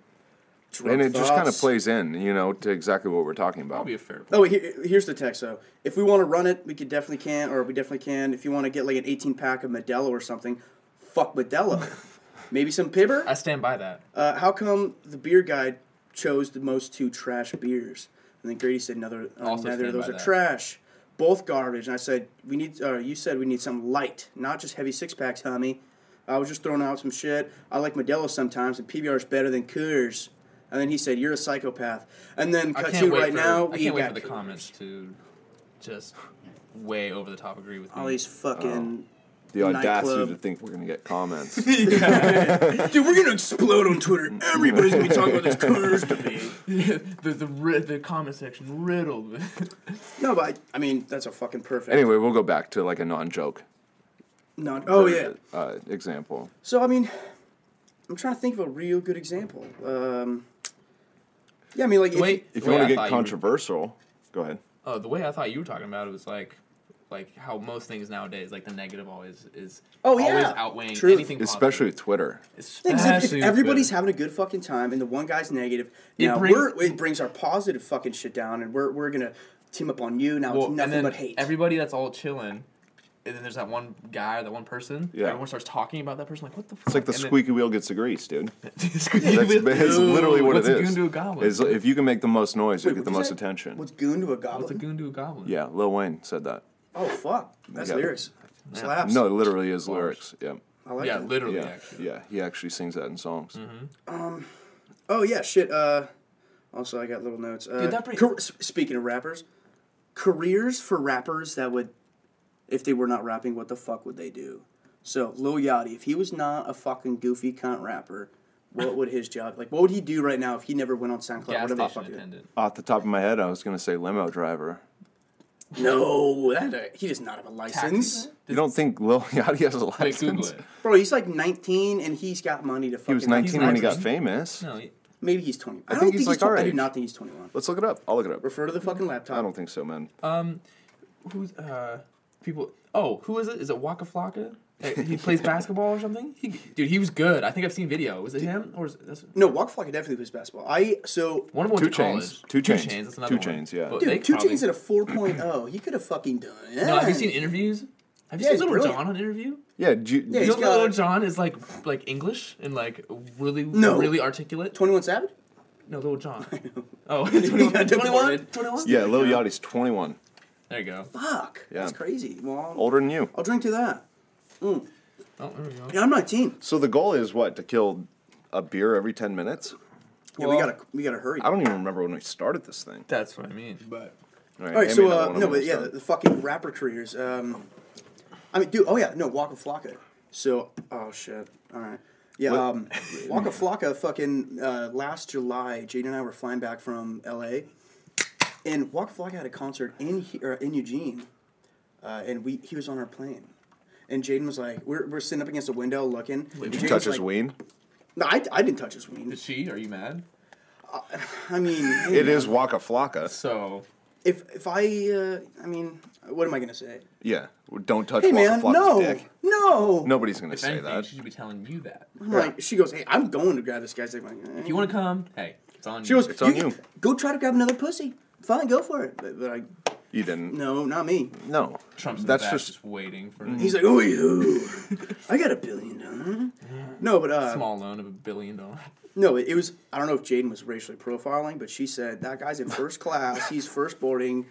Speaker 4: Trump
Speaker 1: and it just kind of
Speaker 4: thoughts.
Speaker 1: plays in, you know, to exactly what we're talking about.
Speaker 2: Probably a fair point.
Speaker 4: Oh, wait, here, here's the text though. If we want to run it, we could definitely can, or we definitely can. If you want to get like an 18 pack of Modelo or something, fuck Modelo. Maybe some Pibber.
Speaker 2: I stand by that.
Speaker 4: Uh, how come the beer guide chose the most two trash beers? And then Grady said, "Another, uh,
Speaker 2: Also
Speaker 4: neither of
Speaker 2: stand
Speaker 4: those
Speaker 2: by
Speaker 4: are
Speaker 2: that.
Speaker 4: trash. Both garbage." And I said, "We need." Uh, you said we need some light, not just heavy six packs, homie. I was just throwing out some shit. I like Modelo sometimes, and PBR is better than Coors. And then he said, "You're a psychopath." And then
Speaker 2: I
Speaker 4: cut
Speaker 2: can't
Speaker 4: to
Speaker 2: wait
Speaker 4: right
Speaker 2: for,
Speaker 4: now.
Speaker 2: I
Speaker 4: we
Speaker 2: can't wait for
Speaker 4: got
Speaker 2: the comments to just way over the top agree with me.
Speaker 4: all these fucking.
Speaker 1: the audacity
Speaker 4: nightclub.
Speaker 1: to think we're gonna get comments.
Speaker 4: Dude, we're gonna explode on Twitter. Everybody's gonna be talking about this Coors debate.
Speaker 2: the the ri- the comment section riddled. with-
Speaker 4: No, but I, I mean that's a fucking perfect.
Speaker 1: anyway, we'll go back to like a non-joke.
Speaker 4: Not, oh yeah.
Speaker 1: Uh, example.
Speaker 4: So I mean, I'm trying to think of a real good example. Um, yeah, I mean, like if-
Speaker 2: Wait,
Speaker 1: If
Speaker 2: the
Speaker 1: you
Speaker 2: way
Speaker 1: want
Speaker 2: I
Speaker 1: to
Speaker 2: thought
Speaker 1: get
Speaker 2: you were-
Speaker 1: controversial, go ahead.
Speaker 2: Oh, the way I thought you were talking about it was like, like how most things nowadays, like the negative always is.
Speaker 4: Oh, yeah.
Speaker 2: Always outweighing
Speaker 4: True.
Speaker 2: anything.
Speaker 1: Especially with Twitter.
Speaker 4: Yeah,
Speaker 2: Positive.
Speaker 4: 'cause if- if
Speaker 2: Especially with
Speaker 4: everybody's
Speaker 2: Twitter.
Speaker 4: having a good fucking time and the one guy's negative,
Speaker 2: uh, It
Speaker 4: now
Speaker 2: brings-
Speaker 4: we're, it brings our positive fucking shit down, and we're, we're gonna team up on you. Now
Speaker 2: Well,
Speaker 4: it's
Speaker 2: and
Speaker 4: nothing
Speaker 2: then
Speaker 4: but hate.
Speaker 2: Everybody that's all chilling. And then there's that one guy or that one person.
Speaker 1: Yeah.
Speaker 2: Everyone starts talking about that person. Like, what the fuck?
Speaker 1: It's like the
Speaker 2: and
Speaker 1: squeaky wheel gets the grease, dude.
Speaker 2: Then, squeaky
Speaker 1: That's,
Speaker 2: wheel.
Speaker 1: that's literally what
Speaker 2: What's
Speaker 1: it
Speaker 2: a goon
Speaker 1: is.
Speaker 2: to a goblin?
Speaker 1: Is if you can make the most noise, you
Speaker 4: Wait,
Speaker 1: get the
Speaker 4: what'd you
Speaker 1: most
Speaker 4: say?
Speaker 1: attention.
Speaker 4: What's goon to a goblin?
Speaker 2: What's a goon to a goblin?
Speaker 1: yeah, Lil Wayne said that.
Speaker 4: Oh fuck, that's
Speaker 1: Yeah.
Speaker 4: lyrics. Slaps.
Speaker 1: No, it literally is lyrics. Yeah,
Speaker 4: I like
Speaker 2: Yeah,
Speaker 4: that.
Speaker 2: literally.
Speaker 1: yeah,
Speaker 2: Actually. Mm-hmm.
Speaker 1: yeah. He actually sings that in songs.
Speaker 4: Oh yeah, shit. Uh, also I got little notes. Uh,
Speaker 2: Dude, that brings-
Speaker 4: car- s- speaking of rappers, careers for rappers that would, if they were not rapping, what the fuck would they do? So Lil Yachty, if he was not a fucking goofy cunt rapper, what would his job like? What would he do right now if he never went on SoundCloud?
Speaker 2: Gas
Speaker 4: Whatever the
Speaker 2: station
Speaker 4: fuck he did.
Speaker 2: attendant.
Speaker 1: Off the top of my head, I was gonna say limo driver.
Speaker 4: No, that uh, he does not have a license,
Speaker 2: Taxi?
Speaker 1: You don't think Lil Yachty has a
Speaker 2: Wait,
Speaker 1: license?
Speaker 2: Google it.
Speaker 4: bro. He's like 19 and he's got money to
Speaker 1: He
Speaker 4: fucking.
Speaker 1: was 19 when he got
Speaker 2: 19.
Speaker 1: famous.
Speaker 2: No, y-
Speaker 4: Maybe he's 20. I,
Speaker 1: think
Speaker 4: don't
Speaker 1: he's,
Speaker 4: think he's,
Speaker 1: like,
Speaker 4: 20.
Speaker 1: our
Speaker 4: I do
Speaker 1: age.
Speaker 4: not think he's 21.
Speaker 1: Let's look it up. I'll look it up.
Speaker 4: Refer to the fucking laptop.
Speaker 1: I don't think so, man.
Speaker 2: Uh, who's uh people? Oh, who is it? Is it Waka Flocka? Hey, He plays basketball or something. He, dude, he was good. I think I've seen video. Was it him or is it, that's,
Speaker 4: No, Walk Flocka definitely plays basketball. I so
Speaker 2: one of them
Speaker 1: Two
Speaker 2: went to college.
Speaker 1: Chainz. Two Chainz.
Speaker 2: That's another
Speaker 1: Two
Speaker 2: one.
Speaker 1: Chainz, yeah.
Speaker 2: But
Speaker 4: Dude,
Speaker 2: they
Speaker 4: two
Speaker 2: probably-
Speaker 4: chains at a 4.0. He could have fucking done it.
Speaker 2: No, have you seen interviews? Have you
Speaker 4: Yeah,
Speaker 2: seen
Speaker 4: he's
Speaker 2: Little
Speaker 4: brilliant.
Speaker 2: John on interview?
Speaker 1: Yeah, do you-
Speaker 4: Yeah,
Speaker 2: You
Speaker 4: he's
Speaker 2: know Little
Speaker 4: got-
Speaker 2: John is like like English and like really
Speaker 4: No.
Speaker 2: really articulate.
Speaker 4: 21 Savage?
Speaker 2: no, Little John. Oh, 21, 21,
Speaker 4: deported.
Speaker 2: 21?
Speaker 1: yeah, Lil Yachty's 21,
Speaker 2: There you go.
Speaker 4: Fuck. That's
Speaker 1: Yeah.
Speaker 4: crazy. Well, I'll,
Speaker 1: older than you.
Speaker 4: I'll drink to that.
Speaker 2: Oh, there we go.
Speaker 4: Yeah, I'm 19.
Speaker 1: So the goal is what to kill a beer every 10 minutes.
Speaker 4: Yeah, we
Speaker 2: Well-
Speaker 4: gotta we gotta hurry.
Speaker 1: I don't even remember when we started this thing.
Speaker 2: That's what I mean.
Speaker 4: But
Speaker 1: All right,
Speaker 4: all right,
Speaker 1: hand
Speaker 4: so
Speaker 1: me another
Speaker 4: uh,
Speaker 1: one, I'm
Speaker 4: no,
Speaker 1: gonna
Speaker 4: but yeah,
Speaker 1: start.
Speaker 4: the, the fucking rapper careers. Um, I mean, dude. Oh yeah, no Waka Flocka. So oh shit. All right. Yeah, um, Waka Flocka. Fucking uh, last July, Jaden and I were flying back from L.A. and Waka Flocka had a concert in he- or in Eugene, uh, and we he was on our plane. And Jaden was like, we're, we're sitting up against a window looking. and
Speaker 1: Did you
Speaker 4: Jaden's
Speaker 1: touch his
Speaker 4: like-
Speaker 1: ween?
Speaker 4: No, I, I didn't touch his ween.
Speaker 2: Is she? Are you mad?
Speaker 4: I mean,
Speaker 1: It is Waka Flocka.
Speaker 2: So
Speaker 4: if if I, uh, I mean, what am I gonna say?
Speaker 1: Yeah, don't touch
Speaker 4: Hey
Speaker 1: Waka
Speaker 4: man,
Speaker 1: Flocka's
Speaker 4: no,
Speaker 1: dick.
Speaker 4: no,
Speaker 1: Nobody's gonna
Speaker 2: if
Speaker 1: say
Speaker 2: anything,
Speaker 1: that.
Speaker 2: she should be telling you that.
Speaker 4: I'm like, she goes, hey, I'm going to grab this guy's dick. I'm like, eh.
Speaker 2: If you want to come, hey, it's on
Speaker 4: she goes,
Speaker 1: It's on you.
Speaker 4: Go try to grab another pussy. Fine, go for it. But, but I,
Speaker 1: You didn't.
Speaker 4: no, not me.
Speaker 1: No,
Speaker 2: Trump's in the
Speaker 1: that's
Speaker 2: back
Speaker 1: just.
Speaker 2: just waiting for
Speaker 4: He's like, oh, you. I got a billion dollars. No, but
Speaker 2: a
Speaker 4: uh,
Speaker 2: small loan of a billion dollars.
Speaker 4: no, it, it was. I don't know if Jaden was racially profiling, but she said that guy's in first class. He's first boarding.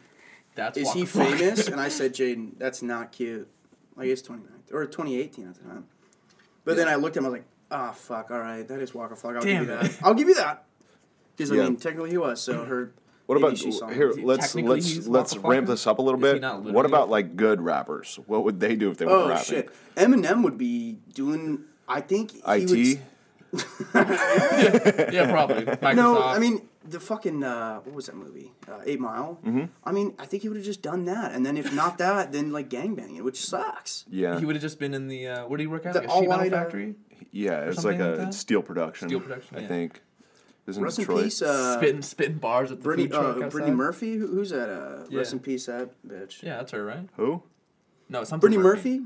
Speaker 2: That's
Speaker 4: is
Speaker 2: Waka
Speaker 4: he
Speaker 2: Flocka.
Speaker 4: famous? and I said, Jaden, that's not cute. Like it's 2019 or 2018 at the time. But then I looked at him. I was like, ah, fuck. All right, that is Waka Flocka. I'll
Speaker 2: Damn
Speaker 4: give you
Speaker 2: it.
Speaker 4: that. I'll give you that. Because
Speaker 1: Yeah.
Speaker 4: I mean, technically he was. So her.
Speaker 1: What
Speaker 4: maybe
Speaker 1: about
Speaker 4: she saw him.
Speaker 1: here? Let's
Speaker 2: Technically,
Speaker 1: let's
Speaker 2: he's
Speaker 1: let's
Speaker 2: Waka
Speaker 1: ramp
Speaker 2: Flocka?
Speaker 1: this up a little
Speaker 2: Is he
Speaker 1: bit.
Speaker 2: not
Speaker 1: What
Speaker 2: literally
Speaker 1: about
Speaker 2: Waka-
Speaker 1: like good rappers? What would they do if they were
Speaker 4: Oh
Speaker 1: rapping?
Speaker 4: shit! Eminem would be doing. I think he
Speaker 1: It.
Speaker 4: would. s-
Speaker 2: yeah, probably. Microsoft.
Speaker 4: No, I mean the fucking uh, what was that movie? Uh, Eight Mile. Mm-hmm. I mean, I think he would have just done that, and then if not that, then like gangbang it, which sucks.
Speaker 1: Yeah.
Speaker 2: he would have just been in the. Uh, where did he work at?
Speaker 4: The
Speaker 2: Like a sheet metal
Speaker 4: all-white, uh,
Speaker 2: factory.
Speaker 1: yeah. It's like
Speaker 2: something
Speaker 1: a
Speaker 2: like that?
Speaker 1: it's steel production.
Speaker 2: Steel production,
Speaker 1: I
Speaker 2: yeah.
Speaker 1: think. Isn't
Speaker 4: Rest in
Speaker 1: Detroit?
Speaker 4: peace, uh,
Speaker 2: spitting spitting bars at the
Speaker 4: Brittany,
Speaker 2: food truck
Speaker 4: uh, Brittany
Speaker 2: outside.
Speaker 4: Murphy. Who, who's that? Uh, Rest
Speaker 2: Yeah.
Speaker 4: in peace, that bitch.
Speaker 2: Yeah, that's her, right?
Speaker 1: Who?
Speaker 2: No, something.
Speaker 4: Brittany Murphy.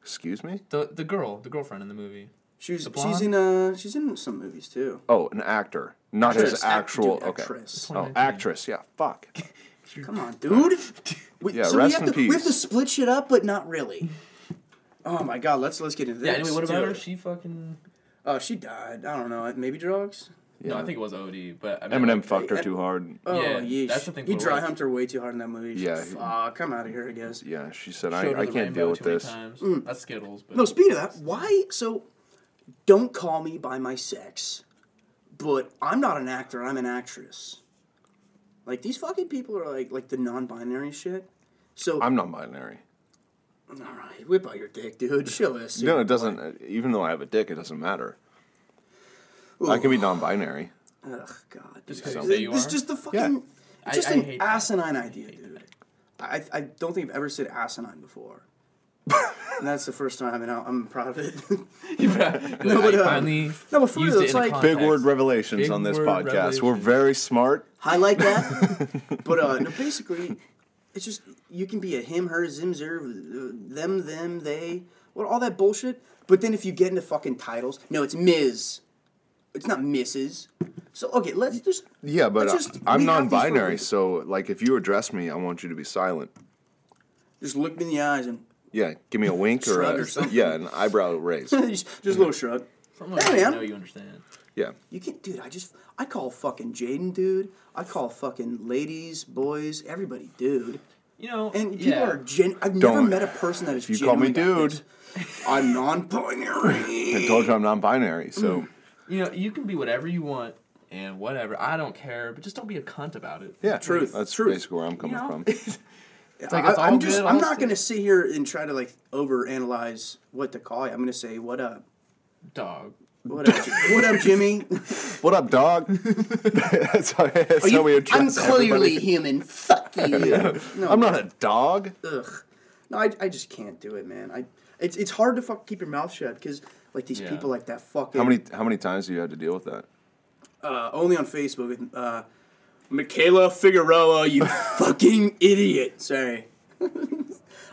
Speaker 1: Excuse me.
Speaker 2: The the girl, the girlfriend in the movie.
Speaker 4: She was.
Speaker 2: The blonde?
Speaker 4: She's in. Uh, she's in some movies too.
Speaker 1: Oh, an actor, not his
Speaker 4: Actress, act-
Speaker 1: actual.
Speaker 4: dude,
Speaker 1: okay.
Speaker 4: actress.
Speaker 1: Oh, actress. Yeah. Fuck.
Speaker 4: Come on, dude. We,
Speaker 1: Yeah,
Speaker 4: so
Speaker 1: rest
Speaker 4: we have
Speaker 1: in
Speaker 4: to we have
Speaker 1: peace.
Speaker 4: to split shit up, but not really. Oh my god, let's let's get into this.
Speaker 2: Yeah. Anyway, what about
Speaker 4: dude.
Speaker 2: her? She fucking.
Speaker 4: Oh, she died. I don't know. Maybe drugs.
Speaker 2: No, I think it was OD, but I mean,
Speaker 1: Eminem
Speaker 2: like,
Speaker 1: fucked her too hard.
Speaker 4: Oh,
Speaker 2: Yeah,
Speaker 4: yeesh.
Speaker 2: that's the thing
Speaker 4: He
Speaker 2: for
Speaker 4: dry
Speaker 2: Rose.
Speaker 4: humped her way too hard in that movie. She's
Speaker 1: Yeah,
Speaker 4: like,
Speaker 1: he-
Speaker 4: Fuck, I'm out of here, I guess.
Speaker 1: Yeah, she said,
Speaker 2: showed her
Speaker 1: "I, I
Speaker 2: the
Speaker 1: can't deal
Speaker 2: rainbow
Speaker 1: with
Speaker 2: too many
Speaker 1: this."
Speaker 2: times. That's Skittles, but
Speaker 4: Mm. No, speaking of that, why? So, don't call me by my sex, but I'm not an actor. I'm an actress. Like these fucking people are like like the non-binary shit. So,
Speaker 1: I'm not binary.
Speaker 4: all right, whip out your dick, dude. Show us.
Speaker 1: No, it doesn't. uh, Even though I have a dick, it doesn't matter. I can be non-binary.
Speaker 4: Ugh, God. Just
Speaker 2: 'cause
Speaker 4: this,
Speaker 2: you say you
Speaker 4: this
Speaker 2: are?
Speaker 4: just the fucking. It's just
Speaker 2: I
Speaker 4: an
Speaker 2: hate that.
Speaker 4: asinine idea, dude. I, I don't think I've ever said asinine before. and that's the first time, and I- I'm proud of it.
Speaker 2: no,
Speaker 4: but, uh,
Speaker 2: finally
Speaker 4: no, but for
Speaker 2: used
Speaker 4: real,
Speaker 2: it
Speaker 4: it's
Speaker 2: in a
Speaker 4: like-
Speaker 1: Big
Speaker 2: context.
Speaker 1: word revelations
Speaker 2: Big
Speaker 1: on this
Speaker 2: word
Speaker 1: podcast. We're
Speaker 2: revelations.
Speaker 1: very smart.
Speaker 4: highlight that. but uh, no, basically, it's just you can be a him, her, zim, zer, them, them, they, what all that bullshit. But then if you get into fucking titles, no, it's Ms. It's not Mrs. So okay, let's just
Speaker 1: Yeah, but
Speaker 4: let's just-
Speaker 1: I, am
Speaker 4: we have these
Speaker 1: non-binary,
Speaker 4: fucking-
Speaker 1: so like if you address me, I want you to be silent.
Speaker 4: Just look me in the eyes and
Speaker 1: Yeah, give me a wink or,
Speaker 4: Shrug
Speaker 1: a,
Speaker 4: or something.
Speaker 1: yeah, an eyebrow raise.
Speaker 4: just, just a little shrug.
Speaker 2: Something like
Speaker 4: Hey,
Speaker 2: that, you
Speaker 4: man.
Speaker 2: know you understand.
Speaker 1: Yeah,
Speaker 4: You can, dude. I just, I call fucking Jaden, dude. I call fucking ladies, boys, everybody, dude.
Speaker 2: You know,
Speaker 4: And people
Speaker 2: yeah.
Speaker 4: are gen. I've never
Speaker 1: Don't-
Speaker 4: met a person that is.
Speaker 1: you call me
Speaker 4: genuinely
Speaker 1: dude.
Speaker 4: like this. I'm
Speaker 1: I
Speaker 4: non-binary.
Speaker 1: told you I'm non-binary,
Speaker 4: Mm.
Speaker 1: so
Speaker 2: You know, you can be whatever you want and whatever. I don't care, but just don't be a cunt about it.
Speaker 1: yeah,
Speaker 4: Truth,
Speaker 1: That's
Speaker 4: truth.
Speaker 1: basically where I'm coming
Speaker 2: You know?
Speaker 1: from.
Speaker 2: it's like it's all
Speaker 4: I, am
Speaker 2: good,
Speaker 4: just.
Speaker 2: all
Speaker 4: I'm not
Speaker 2: st-
Speaker 4: gonna sit here and try to like overanalyze what to call you. I'm gonna say what up.
Speaker 2: dog.
Speaker 4: What up, Jim- what up Jimmy?
Speaker 1: What up, dog? that's how, that's how we address.
Speaker 4: I'm
Speaker 1: everybody.
Speaker 4: clearly human. Fuck you. No,
Speaker 1: I'm not a dog.
Speaker 4: ugh. No, I, I just can't do it, man. I it's it's hard to fuck keep your mouth shut because like these
Speaker 2: Yeah.
Speaker 4: people like that fucking
Speaker 1: How many how many times have you had to deal with that?
Speaker 4: uh, only on Facebook with uh, Michaela Figueroa. You fucking idiot. Sorry.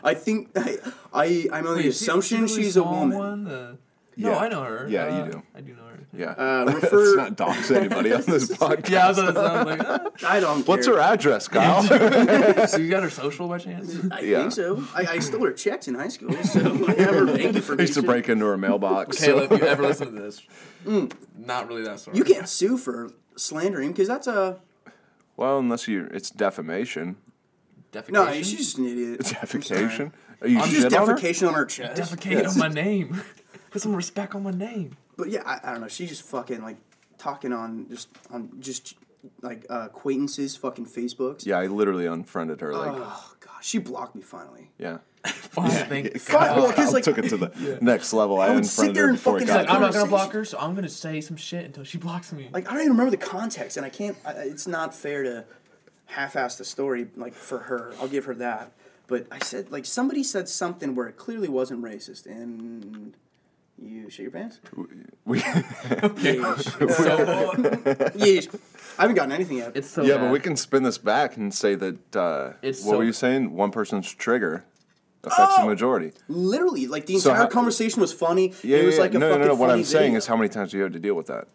Speaker 4: I think I, I I'm on the
Speaker 2: Is she-
Speaker 4: assumption
Speaker 2: is she the
Speaker 4: she's a
Speaker 2: small
Speaker 4: woman.
Speaker 2: one, the- No,
Speaker 1: Yeah.
Speaker 2: I know her.
Speaker 1: Yeah, you
Speaker 2: Uh,
Speaker 1: do.
Speaker 2: I do know her.
Speaker 1: Yeah,
Speaker 4: Uh,
Speaker 1: let's
Speaker 4: refer.
Speaker 1: not dox anybody on this podcast.
Speaker 2: Yeah, I was, I was like, ah.
Speaker 4: I don't.
Speaker 1: What's
Speaker 4: care.
Speaker 1: her address, Kyle?
Speaker 2: so you got her social by chance?
Speaker 4: I
Speaker 1: Yeah.
Speaker 4: think so. I, I stole her checks in high school, so I have her bank
Speaker 1: I used to
Speaker 4: information.
Speaker 1: break into her mailbox. so-
Speaker 2: Kayla, if you ever listen to this, not really that sorry.
Speaker 4: Mm. You can't sue for slandering because that's a
Speaker 1: Well, unless you, it's defamation.
Speaker 2: defecation.
Speaker 4: no. She's just an idiot. I'm sorry.
Speaker 1: Defecation. Are you
Speaker 2: I'm
Speaker 4: Uh, Just
Speaker 1: shit on her?
Speaker 4: defecation on her chest.
Speaker 2: defecate on my name. Put some respect on my name.
Speaker 4: But yeah, I, I don't know. She's just fucking like talking on just on just like uh, acquaintances, fucking Facebooks.
Speaker 1: Yeah, I literally unfriended her. Like,
Speaker 4: Oh god, she blocked me finally.
Speaker 1: yeah.
Speaker 2: Fine, thank
Speaker 4: Fine,
Speaker 2: God.
Speaker 4: well,
Speaker 1: I
Speaker 4: 'cause, like,
Speaker 1: took it to the next level. I,
Speaker 4: I would sit
Speaker 1: unfriended
Speaker 4: there
Speaker 1: her
Speaker 4: and
Speaker 1: before it
Speaker 4: fucking
Speaker 1: got.
Speaker 4: like,
Speaker 2: I'm not gonna block her, so I'm gonna say some shit until she blocks me.
Speaker 4: like I don't even remember the context, and I can't. I, I- it's not fair to half-ass the story like for her. I'll give her that. But I said like somebody said something where it clearly wasn't racist, and you shit your pants.
Speaker 1: We-
Speaker 4: Yeesh.
Speaker 2: so,
Speaker 4: Yeesh. I haven't gotten anything yet.
Speaker 2: it's so
Speaker 1: yeah, but we can spin this back and say that. Uh,
Speaker 2: It's
Speaker 1: what
Speaker 2: so
Speaker 1: were you
Speaker 2: bad.
Speaker 1: saying? One person's trigger affects
Speaker 4: Oh!
Speaker 1: the majority.
Speaker 4: Literally, like the
Speaker 1: So
Speaker 4: entire
Speaker 1: how-
Speaker 4: conversation was funny.
Speaker 1: Yeah,
Speaker 4: it was
Speaker 1: yeah,
Speaker 4: like
Speaker 1: yeah.
Speaker 4: a
Speaker 1: no, no,
Speaker 4: fucking
Speaker 1: no, What I'm
Speaker 4: funny
Speaker 1: saying
Speaker 4: video.
Speaker 1: is, how many times do you have to deal with that?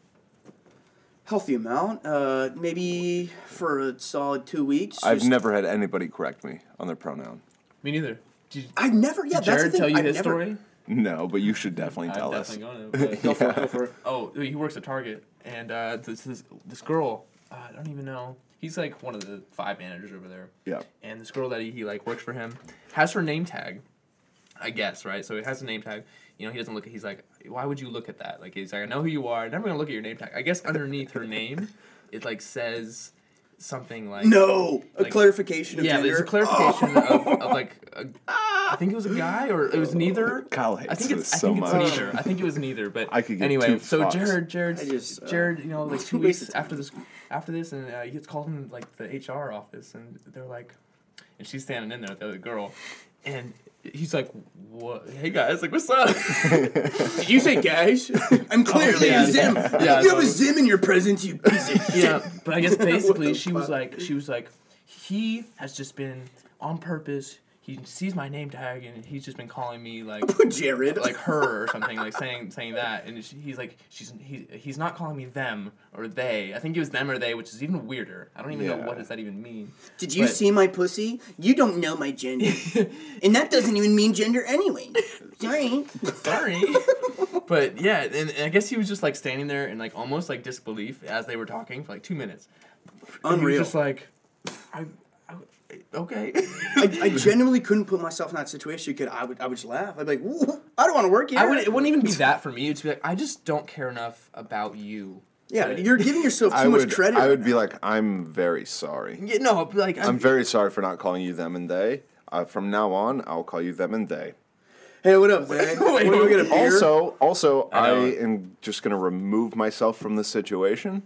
Speaker 4: healthy amount, uh, maybe for a solid two weeks.
Speaker 1: I've
Speaker 4: just-
Speaker 1: never had anybody correct me on their pronoun.
Speaker 2: Me neither. Did
Speaker 4: I've never. Yeah, that's the
Speaker 2: Jared
Speaker 4: thing.
Speaker 2: tell you
Speaker 4: I've
Speaker 2: his
Speaker 4: never,
Speaker 2: story?
Speaker 1: No, but you should definitely
Speaker 2: I'm
Speaker 1: tell us.
Speaker 2: definitely going to. but-
Speaker 4: Go for it. Go for it.
Speaker 2: Oh, he works at Target, and uh, this this, this girl, uh, I don't even know. He He's like one of the five managers over there.
Speaker 1: Yeah.
Speaker 2: And this girl that he, he like works for him has her name tag, I guess, right? So it has a name tag. You know, he doesn't look. at He's like, why would you look at that? Like he's like, I know who you are. Never gonna look at your name tag. I guess underneath her name, it like says something like
Speaker 4: No, a
Speaker 2: Like-
Speaker 4: clarification of
Speaker 2: Yeah,
Speaker 4: gender.
Speaker 2: there's a clarification of, of like a,
Speaker 1: Ah.
Speaker 2: I think it was a guy or it was neither.
Speaker 1: Kyle
Speaker 2: I
Speaker 1: hates
Speaker 2: think it's,
Speaker 1: this
Speaker 2: I
Speaker 1: so
Speaker 2: think it's
Speaker 1: much.
Speaker 2: neither. I think it was neither. But
Speaker 1: I could get
Speaker 2: anyway.
Speaker 1: two
Speaker 2: so
Speaker 1: fucks.
Speaker 2: Jared, Jared,
Speaker 4: I just, uh,
Speaker 2: Jared, you know, like two
Speaker 4: waste
Speaker 2: weeks
Speaker 4: of time.
Speaker 2: after this, after this, and uh, he gets called in like the HR office, and they're like, and she's standing in there with the other girl, and he's like, "What? Hey guys, like, what's up?"
Speaker 4: Did you say guys? I'm clearly
Speaker 2: Oh, yeah.
Speaker 4: a Zim.
Speaker 2: Yeah,
Speaker 4: you have a
Speaker 2: so-
Speaker 4: Zim in your presence, you piece of shit.
Speaker 2: yeah, but I guess basically
Speaker 4: the
Speaker 2: she was like, she was like, he has just been on purpose. He sees my name tag and he's just been calling me like,
Speaker 4: Jared.
Speaker 2: like her or something, like saying saying that. And she, he's like, she's he, he's not calling me them or they. I think it was them or they, which is even weirder. I don't even know
Speaker 1: Yeah.
Speaker 2: what does that even mean.
Speaker 4: Did you
Speaker 2: But-
Speaker 4: see my pussy? You don't know my gender. and that doesn't even mean gender anyway. Sorry.
Speaker 2: Sorry. but yeah, and, and I guess he was just like standing there in like almost like disbelief as they were talking for like two minutes. And he was
Speaker 4: Unreal.
Speaker 2: just like, I, I okay.
Speaker 4: I, I genuinely couldn't put myself in that situation because I would I would just laugh. I'd be like, "Ooh, I don't want to work here.
Speaker 2: I would, it wouldn't even be that for me. It'd be like, I just don't care enough about you.
Speaker 4: yeah,
Speaker 2: to-
Speaker 4: you're giving yourself too
Speaker 1: I
Speaker 4: much
Speaker 1: would,
Speaker 4: credit.
Speaker 1: I
Speaker 4: right
Speaker 1: would
Speaker 4: now.
Speaker 1: be like, I'm very sorry.
Speaker 2: Yeah, no, like I'm,
Speaker 1: I'm very sorry for not calling you them and they. Uh, from now on, I'll call you them and they.
Speaker 4: hey, what up, Zay?
Speaker 2: Wait,
Speaker 4: Wanna go get a beer?
Speaker 1: Also, also, I,
Speaker 2: know.
Speaker 1: am just gonna remove myself from the situation,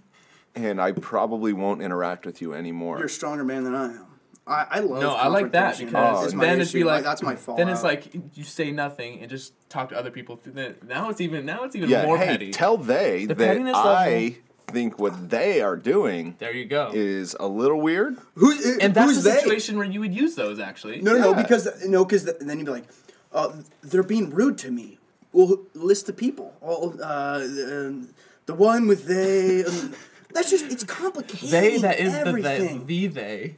Speaker 1: and I probably won't interact with you anymore.
Speaker 4: you're a stronger man than I am. I, I love
Speaker 2: no, I like that
Speaker 4: confrontation. Oh,
Speaker 2: because
Speaker 4: It's my
Speaker 2: then it'd be
Speaker 4: issue.
Speaker 2: like
Speaker 4: that's my fault.
Speaker 2: Then it's like you say nothing and just talk to other people. through the- Now it's even now it's even
Speaker 1: yeah,
Speaker 2: more
Speaker 1: hey,
Speaker 2: petty.
Speaker 1: tell they that
Speaker 2: pettiness level-
Speaker 1: I think what they are doing
Speaker 2: there you go.
Speaker 1: is a little weird.
Speaker 4: who,
Speaker 2: and that's
Speaker 4: who's
Speaker 2: the
Speaker 4: they?
Speaker 2: situation where you would use those actually.
Speaker 4: No, no, no,
Speaker 1: Yeah.
Speaker 4: because no, because then you'd be like, uh, they're being rude to me. Well, list the people. All uh, the, the one with they. um, that's just it's complicated.
Speaker 2: They that is the
Speaker 4: everything.
Speaker 2: they, the they.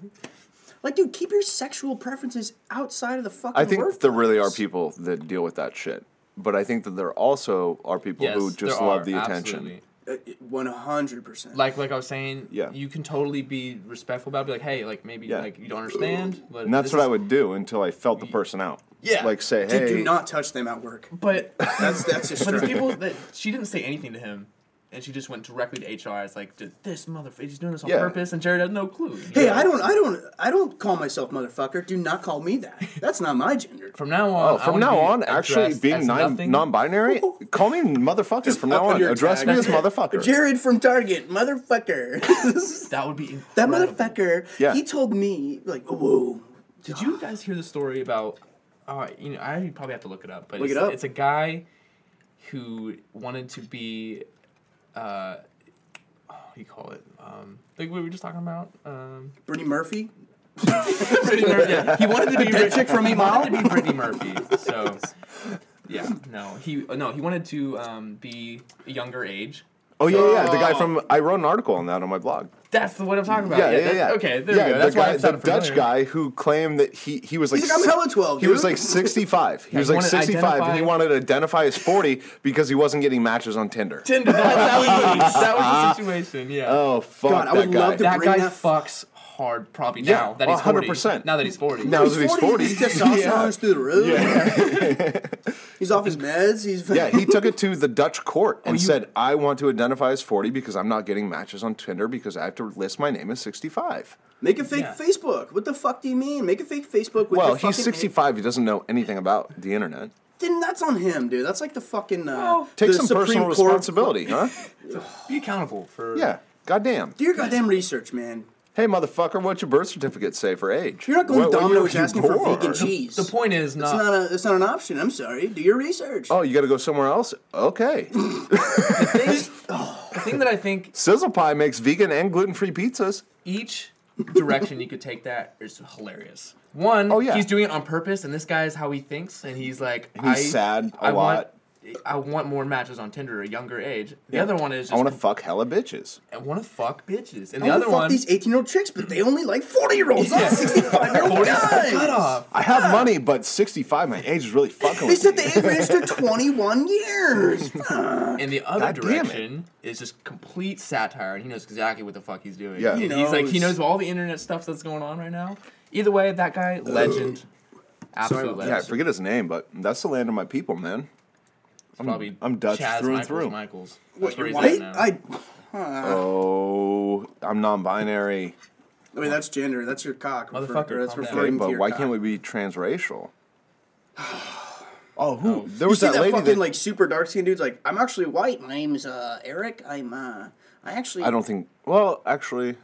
Speaker 4: like, dude, keep your sexual preferences outside of the fucking.
Speaker 1: I think there
Speaker 4: workplace.
Speaker 1: really are people that deal with that shit, but I think that there also are people
Speaker 2: Yes,
Speaker 1: who just
Speaker 2: there
Speaker 1: love
Speaker 2: are,
Speaker 1: the attention.
Speaker 2: absolutely.
Speaker 4: One hundred percent.
Speaker 2: Like like I was saying,
Speaker 1: Yeah.
Speaker 2: you can totally be respectful about. It. Be like, hey, like maybe
Speaker 1: Yeah.
Speaker 2: like you don't understand. But
Speaker 1: And that's
Speaker 2: this
Speaker 1: what
Speaker 2: is-
Speaker 1: I would do until I felt the person out.
Speaker 2: Yeah.
Speaker 1: Like say,
Speaker 4: Dude,
Speaker 1: hey,
Speaker 4: do not touch them at work.
Speaker 2: But
Speaker 4: That's that's just.
Speaker 2: But
Speaker 4: straight.
Speaker 2: there's people that she didn't say anything to him, and she just went directly to HR. It's like "Dude, this motherfucker, he's doing this on
Speaker 1: Yeah.
Speaker 2: purpose, and Jared has no clue.
Speaker 4: Hey, I don't, I don't, I don't call myself motherfucker. Do not call me that. That's not my gender.
Speaker 2: From now on,
Speaker 1: Oh,
Speaker 2: I
Speaker 1: from
Speaker 2: wanna
Speaker 1: now
Speaker 2: be
Speaker 1: on, actually
Speaker 2: addressed
Speaker 1: being
Speaker 2: as
Speaker 1: non-
Speaker 2: nothing.
Speaker 1: non-binary, call me motherfucker. from now
Speaker 4: up
Speaker 1: on,
Speaker 4: under your
Speaker 1: address
Speaker 4: tag.
Speaker 1: me as motherfucker.
Speaker 4: Jared from Target, motherfucker.
Speaker 2: That would be
Speaker 4: That
Speaker 2: incredible.
Speaker 4: motherfucker,
Speaker 1: Yeah.
Speaker 4: he told me, like, whoa.
Speaker 2: Did you guys hear the story about? Uh, you know, I probably have to look it up, but
Speaker 4: Look
Speaker 2: it's,
Speaker 4: it up.
Speaker 2: it's a guy who wanted to be. Uh, oh, what do you call it? Um, like we were just talking about. Um,
Speaker 4: Brittany Murphy?
Speaker 2: Brittany Murphy. Yeah, he wanted to be
Speaker 4: That chick from
Speaker 2: he wanted to
Speaker 4: Email?
Speaker 2: be Brittany Murphy. So, yeah, no, he uh, no, he wanted to um, be a younger age.
Speaker 1: Oh yeah, yeah. The guy from I wrote an article on that on my blog.
Speaker 2: Oh, That's the what I'm talking about.
Speaker 1: Yeah, yeah,
Speaker 2: that-
Speaker 1: yeah.
Speaker 2: Okay, there
Speaker 1: yeah,
Speaker 2: we go. That's
Speaker 1: the
Speaker 2: why
Speaker 1: guy,
Speaker 2: it
Speaker 1: the
Speaker 2: sounded
Speaker 1: Dutch
Speaker 2: familiar.
Speaker 1: guy who claimed that he he was like
Speaker 4: He's like, I'm
Speaker 1: si-
Speaker 4: hella 12,
Speaker 1: He was
Speaker 4: dude.
Speaker 1: like 65. He was
Speaker 2: he
Speaker 1: like
Speaker 2: wanted to
Speaker 1: 65, and he
Speaker 2: identify-
Speaker 1: wanted to identify as 40 because he wasn't getting matches on Tinder.
Speaker 2: Tinder. That, that was,
Speaker 1: Uh,
Speaker 2: that was the situation. Yeah.
Speaker 1: Oh fuck,
Speaker 4: God, I
Speaker 1: that
Speaker 4: would
Speaker 1: guy.
Speaker 4: love to-
Speaker 2: that
Speaker 4: bring
Speaker 2: guy
Speaker 4: that-
Speaker 2: fucks hard. Probably
Speaker 1: Yeah,
Speaker 2: now that he's
Speaker 1: 100%.
Speaker 2: forty. Now that he's forty.
Speaker 1: Now that he's 40.
Speaker 4: His testosterone's
Speaker 1: Yeah.
Speaker 4: through the roof.
Speaker 1: yeah.
Speaker 4: He's off his meds. He's
Speaker 1: yeah, he took it to the Dutch court
Speaker 4: Oh,
Speaker 1: and
Speaker 2: you-
Speaker 1: said, "I want to identify as 40 because I'm not getting matches on Tinder because I have to list my name as 65."
Speaker 4: Make a fake
Speaker 2: Yeah.
Speaker 4: Facebook. What the fuck do you mean? Make a fake Facebook with
Speaker 1: Well,
Speaker 4: your
Speaker 1: he's
Speaker 4: fucking-
Speaker 1: 65. He doesn't know anything about the internet.
Speaker 4: Then that's on him, dude. That's like the fucking. Uh,
Speaker 1: Take
Speaker 4: the
Speaker 1: some
Speaker 4: Supreme
Speaker 1: personal
Speaker 4: Court-
Speaker 1: responsibility, huh?
Speaker 2: be accountable for.
Speaker 1: Yeah. Goddamn.
Speaker 4: Do your goddamn research, man.
Speaker 1: Hey, motherfucker, what's your birth certificate say for age?
Speaker 4: You're not going
Speaker 1: What-
Speaker 4: to
Speaker 1: what year
Speaker 4: Domino's
Speaker 1: were you
Speaker 4: asking for
Speaker 1: born?
Speaker 4: vegan cheese.
Speaker 2: The point
Speaker 4: It's
Speaker 2: is not.
Speaker 4: not a. It's not an option. I'm sorry. Do your research.
Speaker 1: Oh, you got to go somewhere else? Okay.
Speaker 2: the thing that I think
Speaker 1: Sizzle Pie makes vegan and gluten free pizzas.
Speaker 2: each direction you could take that is hilarious. One,
Speaker 1: Oh, yeah.
Speaker 2: he's doing it on purpose, and this guy is how he thinks, and he's like,
Speaker 1: He's
Speaker 2: I,
Speaker 1: sad a
Speaker 2: I
Speaker 1: lot.
Speaker 2: Want, I want more matches on Tinder at a younger age. The other one is just
Speaker 1: I want to fuck hella bitches.
Speaker 2: I want to fuck bitches, and
Speaker 4: I
Speaker 2: the
Speaker 4: want
Speaker 2: other
Speaker 4: to fuck
Speaker 2: one
Speaker 4: these 18 year old chicks, but they only like 40 year olds, not 65 year old
Speaker 2: 40 is the
Speaker 4: guys.
Speaker 2: cutoff.
Speaker 1: I have money, but 65, my age is really fucking
Speaker 4: They
Speaker 1: with
Speaker 4: said
Speaker 1: me.
Speaker 4: they aged to 21 years.
Speaker 2: And the other
Speaker 1: God damn it.
Speaker 2: direction is just complete satire, and he knows exactly what the fuck he's doing.
Speaker 1: Yeah.
Speaker 2: And
Speaker 1: He
Speaker 2: he's like he
Speaker 4: knows.
Speaker 2: knows all the internet stuff that's going on right now. Either way, that guy legend, absolute
Speaker 4: about
Speaker 2: legend.
Speaker 1: Yeah, I forget his name, but that's the land of my people, man.
Speaker 2: I'm, probably
Speaker 1: I'm Dutch
Speaker 2: Chaz
Speaker 1: through and through.
Speaker 2: Michaels, Michaels.
Speaker 4: Wait,
Speaker 2: That's where he's at
Speaker 4: what?
Speaker 2: now.
Speaker 4: I.
Speaker 1: Oh, I'm non-binary,
Speaker 4: Wait, that's gender. That's your cock. refer-
Speaker 2: Motherfucker,
Speaker 4: that's
Speaker 2: calm down.
Speaker 1: okay,
Speaker 4: referring to
Speaker 1: but
Speaker 4: your
Speaker 1: why
Speaker 4: cock.
Speaker 1: can't we be transracial? Oh, who? There
Speaker 4: You
Speaker 1: was
Speaker 4: see
Speaker 1: that,
Speaker 4: that,
Speaker 1: lady
Speaker 4: fucking
Speaker 1: that
Speaker 4: like super dark skinned dude's like, I'm actually white. My name's uh, Eric. I'm uh, I actually.
Speaker 1: I don't think. Well, actually,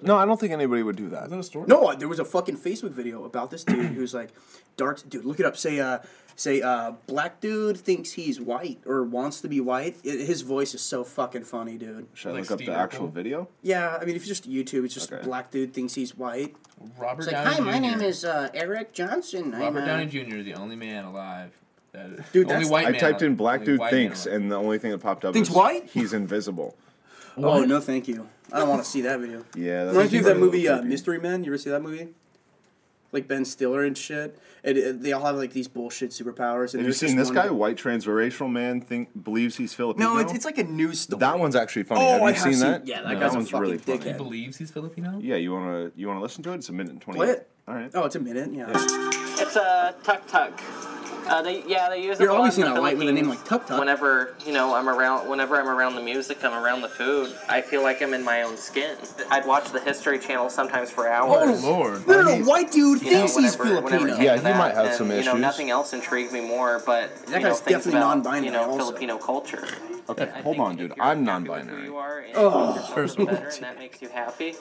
Speaker 1: no, I don't think anybody would do that.
Speaker 2: Is that a story?
Speaker 4: No, there was a fucking Facebook video about this dude who's like, dark dude. Look it up. Say uh, say uh, black dude thinks he's white or wants to be white. I his voice is so fucking funny, dude.
Speaker 1: Should I
Speaker 2: Like
Speaker 1: look up the
Speaker 2: Steve
Speaker 1: actual
Speaker 2: Urkel?
Speaker 1: video?
Speaker 4: Yeah, I mean, if you just YouTube, it's just
Speaker 1: Okay.
Speaker 4: black dude thinks he's white.
Speaker 2: Robert
Speaker 4: It's like,
Speaker 2: Downey
Speaker 4: hi, my
Speaker 2: Jr.
Speaker 4: name is uh, Eric Johnson.
Speaker 2: Robert
Speaker 4: I'm, uh,
Speaker 2: Downey Jr. is the only man alive. That,
Speaker 4: Dude,
Speaker 2: the only
Speaker 4: that's-
Speaker 2: white
Speaker 1: I
Speaker 2: man
Speaker 1: typed in
Speaker 2: alive-
Speaker 1: black
Speaker 2: only
Speaker 1: dude
Speaker 2: white man
Speaker 1: thinks,
Speaker 2: alive.
Speaker 1: and the only thing that popped up
Speaker 4: Thinks
Speaker 1: is
Speaker 4: white?
Speaker 1: he's invisible.
Speaker 4: Oh no, thank you. I don't want to see that video.
Speaker 1: Yeah, that
Speaker 4: reminds me of
Speaker 1: was
Speaker 4: that movie
Speaker 1: really
Speaker 4: uh,
Speaker 1: creepy.
Speaker 4: Mystery Men. You ever see that movie? Like Ben Stiller and shit. And uh, they all have like these bullshit superpowers.
Speaker 1: Have
Speaker 4: And
Speaker 1: you
Speaker 4: there's
Speaker 1: seen
Speaker 4: just
Speaker 1: this
Speaker 4: one
Speaker 1: guy?
Speaker 4: guy-
Speaker 1: White transracial man think believes he's Filipino.
Speaker 4: No, it's, it's like a news story.
Speaker 1: that one's actually funny.
Speaker 4: Oh,
Speaker 1: have you
Speaker 4: I have
Speaker 1: seen
Speaker 4: seen-
Speaker 1: that?
Speaker 4: yeah, that guy's a fucking
Speaker 2: He
Speaker 4: dickhead.
Speaker 2: believes he's Filipino.
Speaker 1: Yeah, you wanna you wanna listen to it? It's a minute and twenty.
Speaker 4: Play it.
Speaker 1: All right.
Speaker 4: Oh, it's a minute. Yeah.
Speaker 5: It's a tuk tuk. Uh, they, yeah, they use
Speaker 4: You're
Speaker 5: it a lot
Speaker 4: always
Speaker 5: in the
Speaker 4: gonna like with a name
Speaker 5: Philippines.
Speaker 4: like Tuk Tuk.
Speaker 5: Whenever you know I'm around, whenever I'm around the music, I'm around the food. I feel like I'm in my own skin. I'd watch the History Channel sometimes for
Speaker 1: Oh,
Speaker 5: hours.
Speaker 2: Lord.
Speaker 4: No, no, no. White dude
Speaker 5: You know,
Speaker 4: Oh, thinks he's
Speaker 5: whenever- whenever
Speaker 4: Filipino.
Speaker 5: taking
Speaker 1: Yeah, he
Speaker 5: that,
Speaker 1: might have
Speaker 5: and,
Speaker 1: some
Speaker 5: you know,
Speaker 1: issues.
Speaker 5: nothing else intrigued me more, but
Speaker 4: That
Speaker 5: you know,
Speaker 4: guy's
Speaker 5: things
Speaker 4: definitely
Speaker 5: about,
Speaker 4: non-binary
Speaker 5: You know,
Speaker 4: also.
Speaker 5: Filipino culture.
Speaker 1: Okay,
Speaker 5: I
Speaker 1: hold
Speaker 5: think
Speaker 1: on,
Speaker 5: if
Speaker 1: dude.
Speaker 5: you're
Speaker 1: I'm
Speaker 5: happy with who
Speaker 1: non-binary.
Speaker 5: you are and you
Speaker 4: Oh,
Speaker 5: love yourself
Speaker 2: first
Speaker 5: better
Speaker 2: of all,
Speaker 5: and that makes you happy.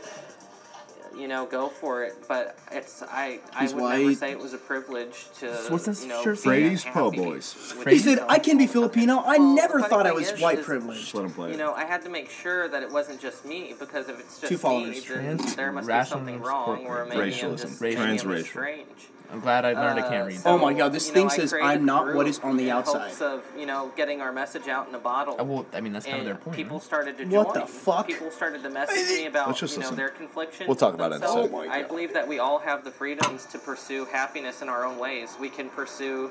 Speaker 5: You know, go for it. But it's I. I
Speaker 4: He's
Speaker 5: would never
Speaker 4: white.
Speaker 5: say it was a privilege to.
Speaker 2: What's this
Speaker 5: You know,
Speaker 2: shirt
Speaker 5: be
Speaker 2: say?
Speaker 1: Brady's
Speaker 5: unhappy
Speaker 1: Po' Boys.
Speaker 5: with
Speaker 4: He said,
Speaker 5: yourself
Speaker 4: "I can be
Speaker 5: all the time."
Speaker 4: Filipino. I
Speaker 5: Well,
Speaker 4: never
Speaker 5: the
Speaker 4: thought I
Speaker 5: funny
Speaker 4: was
Speaker 5: thing is,
Speaker 4: white
Speaker 5: is,
Speaker 4: privileged."
Speaker 1: Just let him play.
Speaker 5: You know, I had to make sure that it wasn't just me because if it's just
Speaker 4: Two followers.
Speaker 5: me, then
Speaker 2: Trans-
Speaker 5: there must be
Speaker 2: rational
Speaker 5: something wrong, or
Speaker 2: support.
Speaker 5: maybe
Speaker 1: Racialism.
Speaker 5: I'm just
Speaker 1: Racial.
Speaker 5: maybe I'm
Speaker 1: Transracial.
Speaker 5: just strange.
Speaker 2: I'm glad I learned I can't read.
Speaker 5: So,
Speaker 4: Oh my God, this
Speaker 5: you
Speaker 4: thing
Speaker 5: know, I
Speaker 4: says,
Speaker 5: created
Speaker 4: "I'm
Speaker 5: the
Speaker 4: not
Speaker 5: group
Speaker 4: what is on the
Speaker 5: in
Speaker 4: outside."
Speaker 5: hopes of, you know, getting our message out in a bottle.
Speaker 2: I will. I mean, that's kind of
Speaker 5: and
Speaker 2: their point.
Speaker 5: people
Speaker 2: right?
Speaker 5: started to
Speaker 4: What
Speaker 5: join.
Speaker 4: the fuck?
Speaker 5: People started to message me about
Speaker 1: Let's just
Speaker 5: you know
Speaker 1: listen.
Speaker 5: their confliction.
Speaker 1: We'll talk about it in a
Speaker 5: themselves.
Speaker 1: second.
Speaker 4: Oh my
Speaker 5: I
Speaker 4: God.
Speaker 5: believe that we all have the freedoms to pursue happiness in our own ways. We can pursue.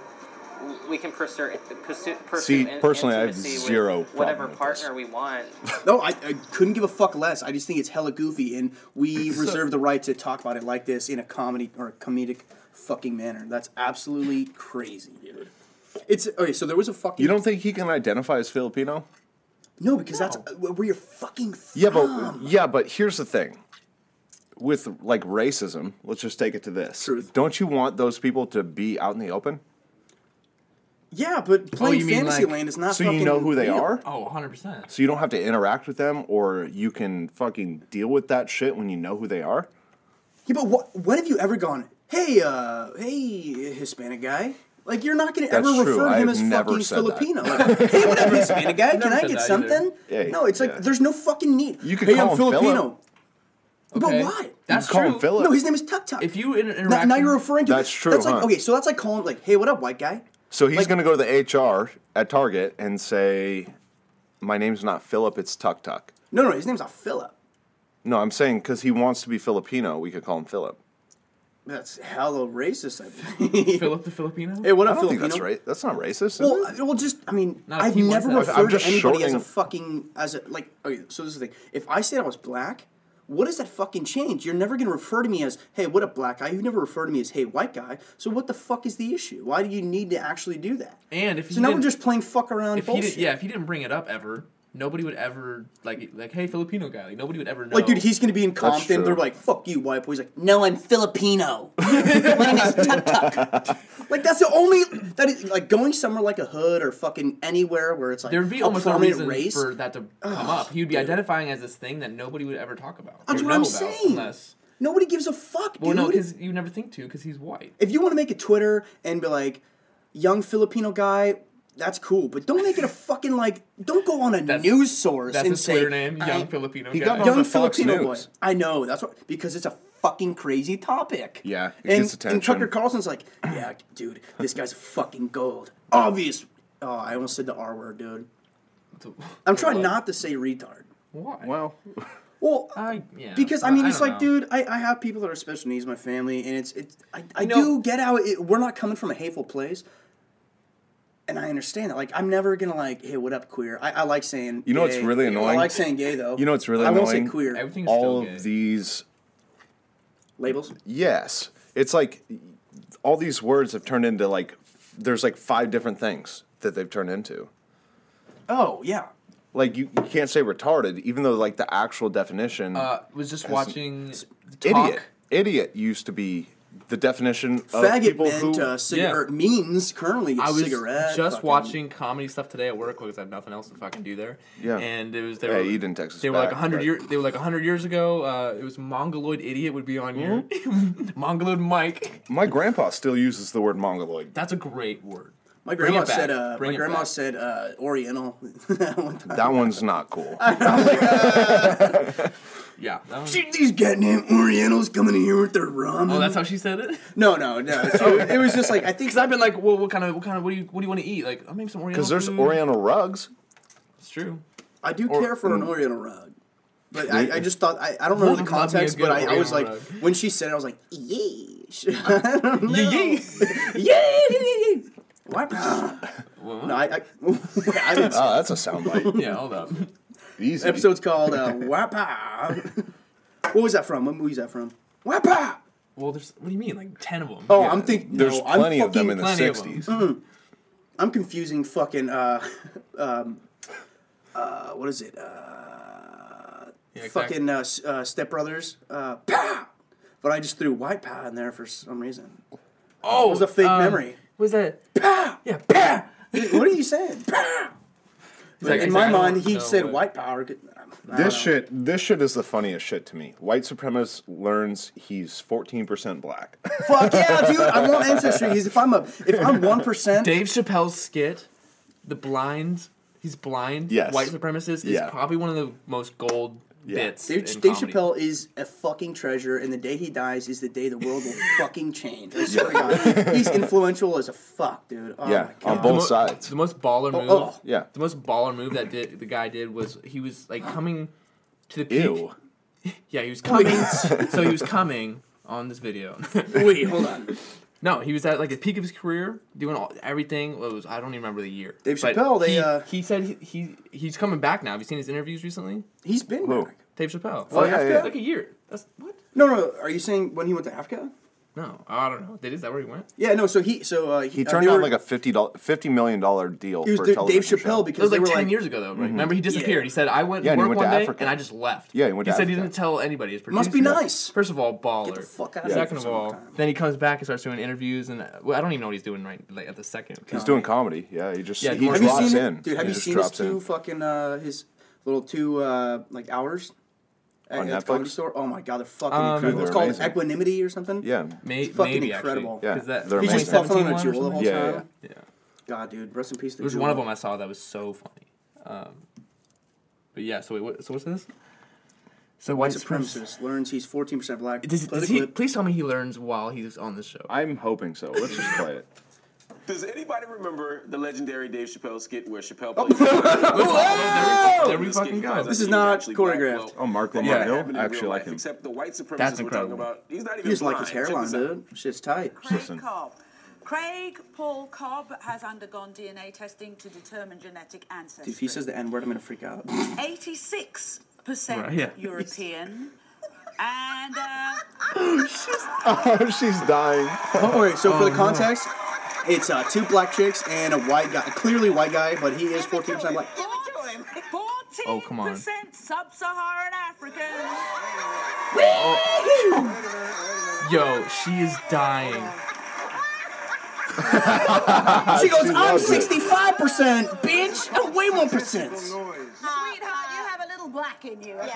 Speaker 5: We can pursue. pursue, pursue
Speaker 1: See,
Speaker 5: in-
Speaker 1: personally, I have
Speaker 5: intimacy with
Speaker 1: zero problem
Speaker 5: Whatever
Speaker 1: with
Speaker 5: partner
Speaker 1: this.
Speaker 5: we want.
Speaker 4: No, I, I couldn't give a fuck less. I just think it's hella goofy, and we reserve the right to talk about it like this in a comedy or a comedic fucking manner. That's absolutely crazy, dude. It's okay. So there was a fucking.
Speaker 1: You don't think he can identify as Filipino?
Speaker 4: No, because that's uh, where you're fucking. From.
Speaker 1: Yeah, but yeah, but here's the thing. With like racism, let's just take it to this.
Speaker 4: Truth.
Speaker 1: Don't you want those people to be out in the open?
Speaker 4: Yeah, but
Speaker 1: Oh,
Speaker 4: playing
Speaker 2: you mean
Speaker 4: fantasy
Speaker 2: like-
Speaker 4: land is not.
Speaker 1: So
Speaker 4: fucking
Speaker 1: you know who they
Speaker 4: real.
Speaker 1: are?
Speaker 2: Oh, 100 percent.
Speaker 1: So you don't have to interact with them or you can fucking deal with that shit when you know who they are?
Speaker 4: Yeah, but what? When have you ever gone? Hey, uh, hey, Hispanic guy. Like you're not gonna
Speaker 1: That's
Speaker 4: ever
Speaker 1: true.
Speaker 4: refer to
Speaker 1: I
Speaker 4: him
Speaker 1: have
Speaker 4: as
Speaker 1: never
Speaker 4: fucking
Speaker 1: said that.
Speaker 4: Filipino. Like, hey, what up, Hispanic guy? Can
Speaker 2: never
Speaker 4: I
Speaker 2: said
Speaker 4: get
Speaker 2: that
Speaker 4: something?
Speaker 1: either. Yeah,
Speaker 4: no, it's like
Speaker 1: yeah.
Speaker 4: there's no fucking need.
Speaker 1: You could
Speaker 4: hey,
Speaker 1: call
Speaker 4: I'm
Speaker 1: him Philip.
Speaker 4: Filipino.
Speaker 2: Okay.
Speaker 4: But why?
Speaker 2: That's
Speaker 1: call him
Speaker 2: true.
Speaker 1: Philip.
Speaker 4: No, his name is Tuk Tuk.
Speaker 2: If you inter-
Speaker 4: now,
Speaker 2: interact,
Speaker 4: now you're referring to
Speaker 1: That's true,
Speaker 4: That's like
Speaker 1: huh?
Speaker 4: okay, so that's like calling like, hey, what up, white guy?
Speaker 1: So he's
Speaker 4: Like-
Speaker 1: going to go to the HR at Target and say, "My name's not Philip, it's Tuk Tuk."
Speaker 4: No, no, his name's not Philip.
Speaker 1: No, I'm saying because he wants to be Filipino, we could call him Philip.
Speaker 4: That's hella racist. I think.
Speaker 2: Philip the Filipino.
Speaker 4: hey, what
Speaker 1: I
Speaker 4: up,
Speaker 1: don't
Speaker 4: Filipino?
Speaker 1: think that's right. That's not racist. is
Speaker 4: Well,
Speaker 1: it?
Speaker 4: I- well, just I mean,
Speaker 2: Not if
Speaker 4: I've
Speaker 2: he wants
Speaker 4: never
Speaker 2: that.
Speaker 4: referred
Speaker 1: I'm just
Speaker 4: to anybody as
Speaker 1: shortening-
Speaker 4: a fucking as a like. Okay, so this is the thing. If I said I was black, what does that fucking change? You're never gonna refer to me as hey, what up, black guy? You never refer to me as hey, white guy. So what the fuck is the issue? Why do you need to actually do that?
Speaker 2: And if
Speaker 4: so
Speaker 2: he
Speaker 4: now we're
Speaker 2: didn't-
Speaker 4: just playing fuck around
Speaker 2: if he
Speaker 4: bullshit.
Speaker 2: did, yeah, if he didn't bring it up ever, nobody would ever like like hey Filipino guy. Like nobody would ever know.
Speaker 4: Like, dude, he's gonna be in Compton.
Speaker 1: true.
Speaker 4: They're like, "Fuck you, white boy." He's like, "No, I'm Filipino. My name is Tuk Tuk." Like, that's the only that is like going somewhere like a hood or fucking anywhere where it's like
Speaker 2: there would be
Speaker 4: a
Speaker 2: almost no
Speaker 4: prominent
Speaker 2: reason
Speaker 4: race.
Speaker 2: for that to come up. He would be identifying as this thing that nobody would ever talk about.
Speaker 4: That's
Speaker 2: or
Speaker 4: what I'm
Speaker 2: know about
Speaker 4: saying.
Speaker 2: Unless,
Speaker 4: Nobody gives a fuck,
Speaker 2: well,
Speaker 4: dude.
Speaker 2: no, because you never think to, because he's white.
Speaker 4: if you want to make a Twitter and be like, "Young Filipino guy." That's cool, but don't make it a fucking like. Don't go on a news source
Speaker 2: That's
Speaker 4: and
Speaker 2: his
Speaker 4: say
Speaker 2: Twitter name,
Speaker 4: I-
Speaker 2: young Filipino
Speaker 1: He
Speaker 2: guy.
Speaker 1: got on
Speaker 4: young
Speaker 1: the Fox
Speaker 4: Filipino boy.
Speaker 1: News.
Speaker 4: I know that's what because it's a fucking crazy topic.
Speaker 1: Yeah, it
Speaker 4: and,
Speaker 1: gets
Speaker 4: and
Speaker 1: attention.
Speaker 4: Tucker Carlson's like, yeah, dude, this guy's fucking gold. Obvious, Oh, I almost said the R word, dude.
Speaker 2: The-
Speaker 4: I'm trying
Speaker 2: What?
Speaker 4: not to say retard.
Speaker 2: Why?
Speaker 1: Well,
Speaker 4: Well,
Speaker 2: I yeah.
Speaker 4: because I mean, it's
Speaker 2: don't
Speaker 4: like,
Speaker 2: know.
Speaker 4: dude, I, I have people that are special needs in my family, and it's it. I, I
Speaker 2: know-
Speaker 4: do get how it, we're not coming from a hateful place, and I understand that. Like, I'm never gonna like, hey, what up, queer? I, I like saying.
Speaker 1: You know what's
Speaker 4: gay.
Speaker 1: really
Speaker 4: I
Speaker 1: annoying?
Speaker 4: like saying gay though.
Speaker 1: You know what's really
Speaker 4: I I
Speaker 1: annoying?
Speaker 4: won't say queer
Speaker 2: Everything's
Speaker 1: all
Speaker 2: still
Speaker 1: of
Speaker 2: gay.
Speaker 1: these
Speaker 4: labels.
Speaker 1: Yes. It's like all these words have turned into like there's like five different things that they've turned into.
Speaker 4: Oh yeah,
Speaker 1: Like you, you can't say retarded, even though like the actual definition
Speaker 2: uh, was just watching talk.
Speaker 1: idiot. Idiot used to be the definition of
Speaker 4: faggot
Speaker 1: people
Speaker 4: meant
Speaker 1: who
Speaker 4: uh, cigarette means currently
Speaker 2: I was
Speaker 4: cigarette.
Speaker 2: just
Speaker 4: fucking-
Speaker 2: watching comedy stuff today at work because I had nothing else to fucking do there.
Speaker 1: Yeah.
Speaker 2: And it was they
Speaker 1: Yeah,
Speaker 2: were,
Speaker 1: you didn't text us
Speaker 2: They were like
Speaker 1: back,
Speaker 2: hundred
Speaker 1: but-
Speaker 2: year. They were like hundred years ago. Uh, it was mongoloid idiot would be on your
Speaker 1: Mm-hmm.
Speaker 2: mongoloid Mike.
Speaker 1: my grandpa still uses the word mongoloid.
Speaker 2: That's a great word.
Speaker 4: My
Speaker 2: Bring it
Speaker 4: grandma
Speaker 2: back.
Speaker 4: said. Uh,
Speaker 2: Bring
Speaker 4: my
Speaker 2: it
Speaker 4: grandma
Speaker 2: back.
Speaker 4: said uh, Oriental. One time.
Speaker 1: That one's not cool.
Speaker 2: Yeah. that was-
Speaker 4: Dude, These goddamn Orientals coming in here with their rum.
Speaker 2: oh, that's how she said it.
Speaker 4: no, no, no. It, it was just like I think
Speaker 2: Because I've been like, well, what kind of, what kind of, what do you, what do you want to eat? Like, oh, maybe some Oriental.
Speaker 1: Because there's
Speaker 2: food.
Speaker 1: Oriental rugs.
Speaker 2: It's true.
Speaker 4: I do
Speaker 1: Or- mm.
Speaker 4: care for an Oriental rug. But I, I just thought I, I don't
Speaker 2: Ooh,
Speaker 4: know the
Speaker 2: love me a
Speaker 4: context,
Speaker 2: good
Speaker 4: but I, I was like
Speaker 2: Oriental rug.
Speaker 4: when she said it, I was like, yeesh. I don't know.
Speaker 2: Yee.
Speaker 4: Yeesh. What? no,
Speaker 2: Well,
Speaker 4: I, I, I didn't
Speaker 1: Oh, that's a soundbite.
Speaker 2: yeah. Hold up.
Speaker 1: Easy.
Speaker 4: episode's called uh, Wapa. what was that from? What movie is that from? Wapa.
Speaker 2: Well, there's. What do you mean? Like ten of them.
Speaker 4: Oh, I'm thinking.
Speaker 1: There's
Speaker 4: no, I'm
Speaker 1: plenty of them
Speaker 4: fucking-
Speaker 1: in the
Speaker 2: plenty of
Speaker 1: 60s.
Speaker 4: I'm confusing fucking uh, um, uh, what is it? Uh,
Speaker 2: Yeah, exactly.
Speaker 4: fucking uh, S- uh, Step Brothers. Uh, pow! But I just threw white pow in there for some reason.
Speaker 2: Oh, it
Speaker 4: was a fake memory.
Speaker 2: Was that? Yeah.
Speaker 4: what are you saying? Pow! But
Speaker 2: like,
Speaker 4: in
Speaker 2: it's
Speaker 4: my
Speaker 2: like, I don't
Speaker 4: mind, he
Speaker 2: know
Speaker 4: said
Speaker 2: what-
Speaker 4: white power. I don't
Speaker 1: This
Speaker 4: know.
Speaker 1: shit, this shit is the funniest shit to me. White supremacist learns he's 14% black.
Speaker 4: Fuck yeah, dude! I want ancestry. 'cause If I'm a, if I'm one percent,
Speaker 2: Dave Chappelle's skit, the blind, he's blind,
Speaker 1: Yes.
Speaker 2: white supremacist,
Speaker 1: Yeah.
Speaker 2: is probably one of the most gold
Speaker 1: Yeah.
Speaker 2: bits.
Speaker 4: Dave,
Speaker 2: in
Speaker 4: Dave
Speaker 2: comedy.
Speaker 4: Chappelle is a fucking treasure, and the day he dies is the day the world will fucking change. I swear to God. He's influential as a fuck, dude. Oh
Speaker 1: yeah,
Speaker 4: my
Speaker 1: on
Speaker 4: God.
Speaker 1: both
Speaker 2: mo-
Speaker 1: sides.
Speaker 2: The most baller move.
Speaker 4: oh.
Speaker 1: Yeah.
Speaker 2: The most baller move that did, the guy did was he was like coming to the peak.
Speaker 1: Ew.
Speaker 2: Yeah, he was coming. so he was coming on this video.
Speaker 4: Wait, hold on.
Speaker 2: no, he was at like the peak of his career, doing all, everything. Well, it was I don't even remember the year.
Speaker 4: Dave
Speaker 2: But
Speaker 4: Chappelle, they,
Speaker 2: he,
Speaker 4: uh,
Speaker 2: he said he, he he's coming back now. Have you seen his interviews recently?
Speaker 4: He's been
Speaker 1: Who?
Speaker 4: back.
Speaker 2: Dave Chappelle.
Speaker 1: Oh,
Speaker 2: Like,
Speaker 1: yeah,
Speaker 2: after,
Speaker 1: yeah.
Speaker 2: Like a year. That's what?
Speaker 4: No, no. Are you saying when he went to Africa?
Speaker 2: No, I don't know. Did is that where he went?
Speaker 4: Yeah, no. So he, so uh,
Speaker 1: He turned down like a fifty dollar, fifty million dollar deal
Speaker 4: It was
Speaker 1: for a
Speaker 4: Dave- Dave
Speaker 1: television
Speaker 4: Chappelle
Speaker 1: show.
Speaker 2: It was
Speaker 4: because
Speaker 2: like
Speaker 4: they were
Speaker 2: ten
Speaker 4: like, mm-hmm.
Speaker 2: years ago, though. Right? Remember, he disappeared. He said, "I went
Speaker 1: Yeah,
Speaker 2: to
Speaker 1: and he
Speaker 2: work
Speaker 1: went
Speaker 2: one
Speaker 1: to
Speaker 2: day,
Speaker 1: Africa.
Speaker 2: and I just left."
Speaker 1: Yeah, he went
Speaker 2: He
Speaker 1: to
Speaker 2: said he
Speaker 1: Africa.
Speaker 2: didn't tell anybody. His
Speaker 4: Must be
Speaker 2: producer.
Speaker 4: nice.
Speaker 2: First of all, baller.
Speaker 4: Get the fuck out of here
Speaker 2: Second of
Speaker 4: for
Speaker 2: all,
Speaker 4: sometime.
Speaker 2: then he comes back and starts doing interviews, and uh, well, I don't even know what he's doing right like, at the second.
Speaker 1: He's doing comedy. Yeah, he just
Speaker 2: Yeah,
Speaker 1: he
Speaker 2: have you
Speaker 1: drops
Speaker 4: seen
Speaker 1: in.
Speaker 4: it? dude? Have
Speaker 1: he
Speaker 4: you
Speaker 1: just
Speaker 4: seen his
Speaker 1: drops
Speaker 4: two
Speaker 1: in.
Speaker 4: fucking uh, his little two uh, like hours at,
Speaker 1: On
Speaker 4: at the comedy
Speaker 1: Netflix?
Speaker 4: store? Oh my god, they're fucking
Speaker 2: Um,
Speaker 4: incredible. It's
Speaker 1: They're
Speaker 4: called
Speaker 1: amazing.
Speaker 4: equanimity or something.
Speaker 1: Yeah,
Speaker 2: May,
Speaker 4: fucking
Speaker 2: maybe
Speaker 4: incredible.
Speaker 2: Actually, 'cause
Speaker 1: Yeah,
Speaker 2: that,
Speaker 1: they're
Speaker 4: He just
Speaker 1: amazing.
Speaker 4: fucked on
Speaker 2: 2017
Speaker 4: a
Speaker 2: one or
Speaker 4: jewel the whole
Speaker 2: something?
Speaker 1: Yeah, yeah,
Speaker 4: time.
Speaker 1: yeah.
Speaker 2: Yeah,
Speaker 4: God, dude, rest in peace.
Speaker 2: there was one of them I saw that was so funny. Um, but yeah, so wait, what, so what's this? So white
Speaker 4: White
Speaker 2: supremacy.
Speaker 4: supremacist learns he's 14% black.
Speaker 2: Does, does
Speaker 4: Politically-
Speaker 2: he, please tell me he learns while he's on this show.
Speaker 1: I'm hoping so. Let's just play it.
Speaker 6: Does anybody remember the legendary Dave Chappelle skit where Chappelle
Speaker 4: Oh.
Speaker 6: played?
Speaker 2: There we fucking go.
Speaker 4: This is not choreographed.
Speaker 1: Oh, Mark
Speaker 2: Yeah.
Speaker 1: Lamont Hill.
Speaker 6: I
Speaker 1: I actually like him.
Speaker 6: Except the white supremacists
Speaker 2: That's
Speaker 6: we're talking
Speaker 2: incredible.
Speaker 6: about. He's not even
Speaker 4: You just like
Speaker 6: blind.
Speaker 4: his hairline,
Speaker 6: Check this out.
Speaker 4: dude. Shit's tight.
Speaker 7: Craig
Speaker 1: Listen.
Speaker 7: Cobb. Craig Paul Cobb has undergone DNA testing to determine genetic ancestry.
Speaker 4: If he says the N word, I'm gonna freak out.
Speaker 7: 86%
Speaker 2: Right, yeah.
Speaker 7: European. And uh,
Speaker 1: Oh, she's dying.
Speaker 4: Oh, wait, so for the context, it's uh, two black chicks and a white guy. Clearly white guy, but he is 14% black.
Speaker 7: Give it to him. 14%
Speaker 2: Oh, come on.
Speaker 7: sub-Saharan African.
Speaker 2: Yo, she is dying.
Speaker 4: She goes,
Speaker 1: She
Speaker 4: I'm
Speaker 1: loves it."
Speaker 4: 65%, bitch. I'm way
Speaker 1: Oh,
Speaker 4: 1%.
Speaker 7: Sweetheart, you have a little black in you. Uh,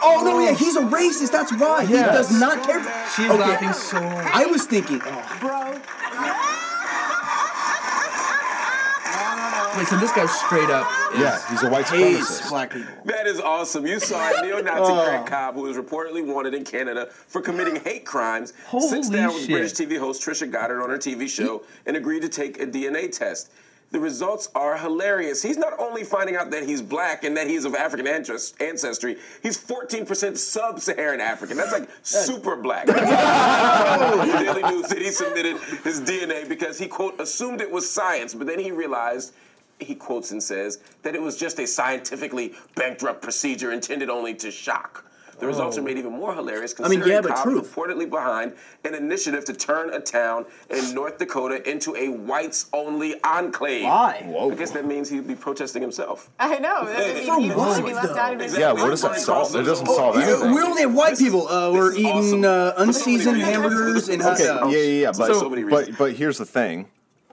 Speaker 4: Oh, no, yeah, he's a racist. That's why. He
Speaker 1: Yes.
Speaker 4: does not care. for-
Speaker 2: She is
Speaker 4: Okay.
Speaker 2: laughing so hard.
Speaker 4: I was thinking, oh,
Speaker 2: Wait, so this guy's straight up. Is,
Speaker 1: Yeah, he's a white
Speaker 4: hates
Speaker 1: supremacist.
Speaker 4: black people.
Speaker 6: That is awesome. You saw a neo-Nazi
Speaker 4: Oh.
Speaker 6: Greg Cobb who is reportedly wanted in Canada for committing hate crimes.
Speaker 2: Holy
Speaker 6: sits down with
Speaker 2: shit.
Speaker 6: British TV host Trisha Goddard on her TV show and agreed to take a DNA test. The results are hilarious. He's not only finding out that he's black and that he's of African ancest- ancestry, he's 14% sub Saharan African. That's like super black. The Daily News said he submitted his DNA because he, quote, assumed it was science, but then he realized. He quotes and says that it was just a scientifically bankrupt procedure intended only to shock. The results are made even more hilarious
Speaker 4: Oh. mean,
Speaker 6: considering
Speaker 4: yeah, but
Speaker 6: Cobb
Speaker 4: truth.
Speaker 6: reportedly behind an initiative to turn a town in North Dakota into a whites-only enclave.
Speaker 4: Why?
Speaker 6: I guess that means he'd be protesting himself.
Speaker 8: I know. That would
Speaker 4: For
Speaker 8: mean he wants to be
Speaker 4: what,
Speaker 8: left out of his.
Speaker 6: Yeah,
Speaker 1: Yeah, what does that
Speaker 6: Across
Speaker 1: solve?
Speaker 6: the
Speaker 1: It doesn't
Speaker 6: zone.
Speaker 1: solve
Speaker 6: You-
Speaker 1: anything.
Speaker 4: We're only white people. Uh, we're
Speaker 6: is
Speaker 4: eating
Speaker 6: awesome.
Speaker 4: uh,
Speaker 6: But so many
Speaker 4: unseasoned
Speaker 6: reasons.
Speaker 4: hamburgers and hot
Speaker 6: Okay,
Speaker 4: dogs.
Speaker 1: Yeah, yeah, yeah. But,
Speaker 6: So many reasons.
Speaker 1: but, but here's the thing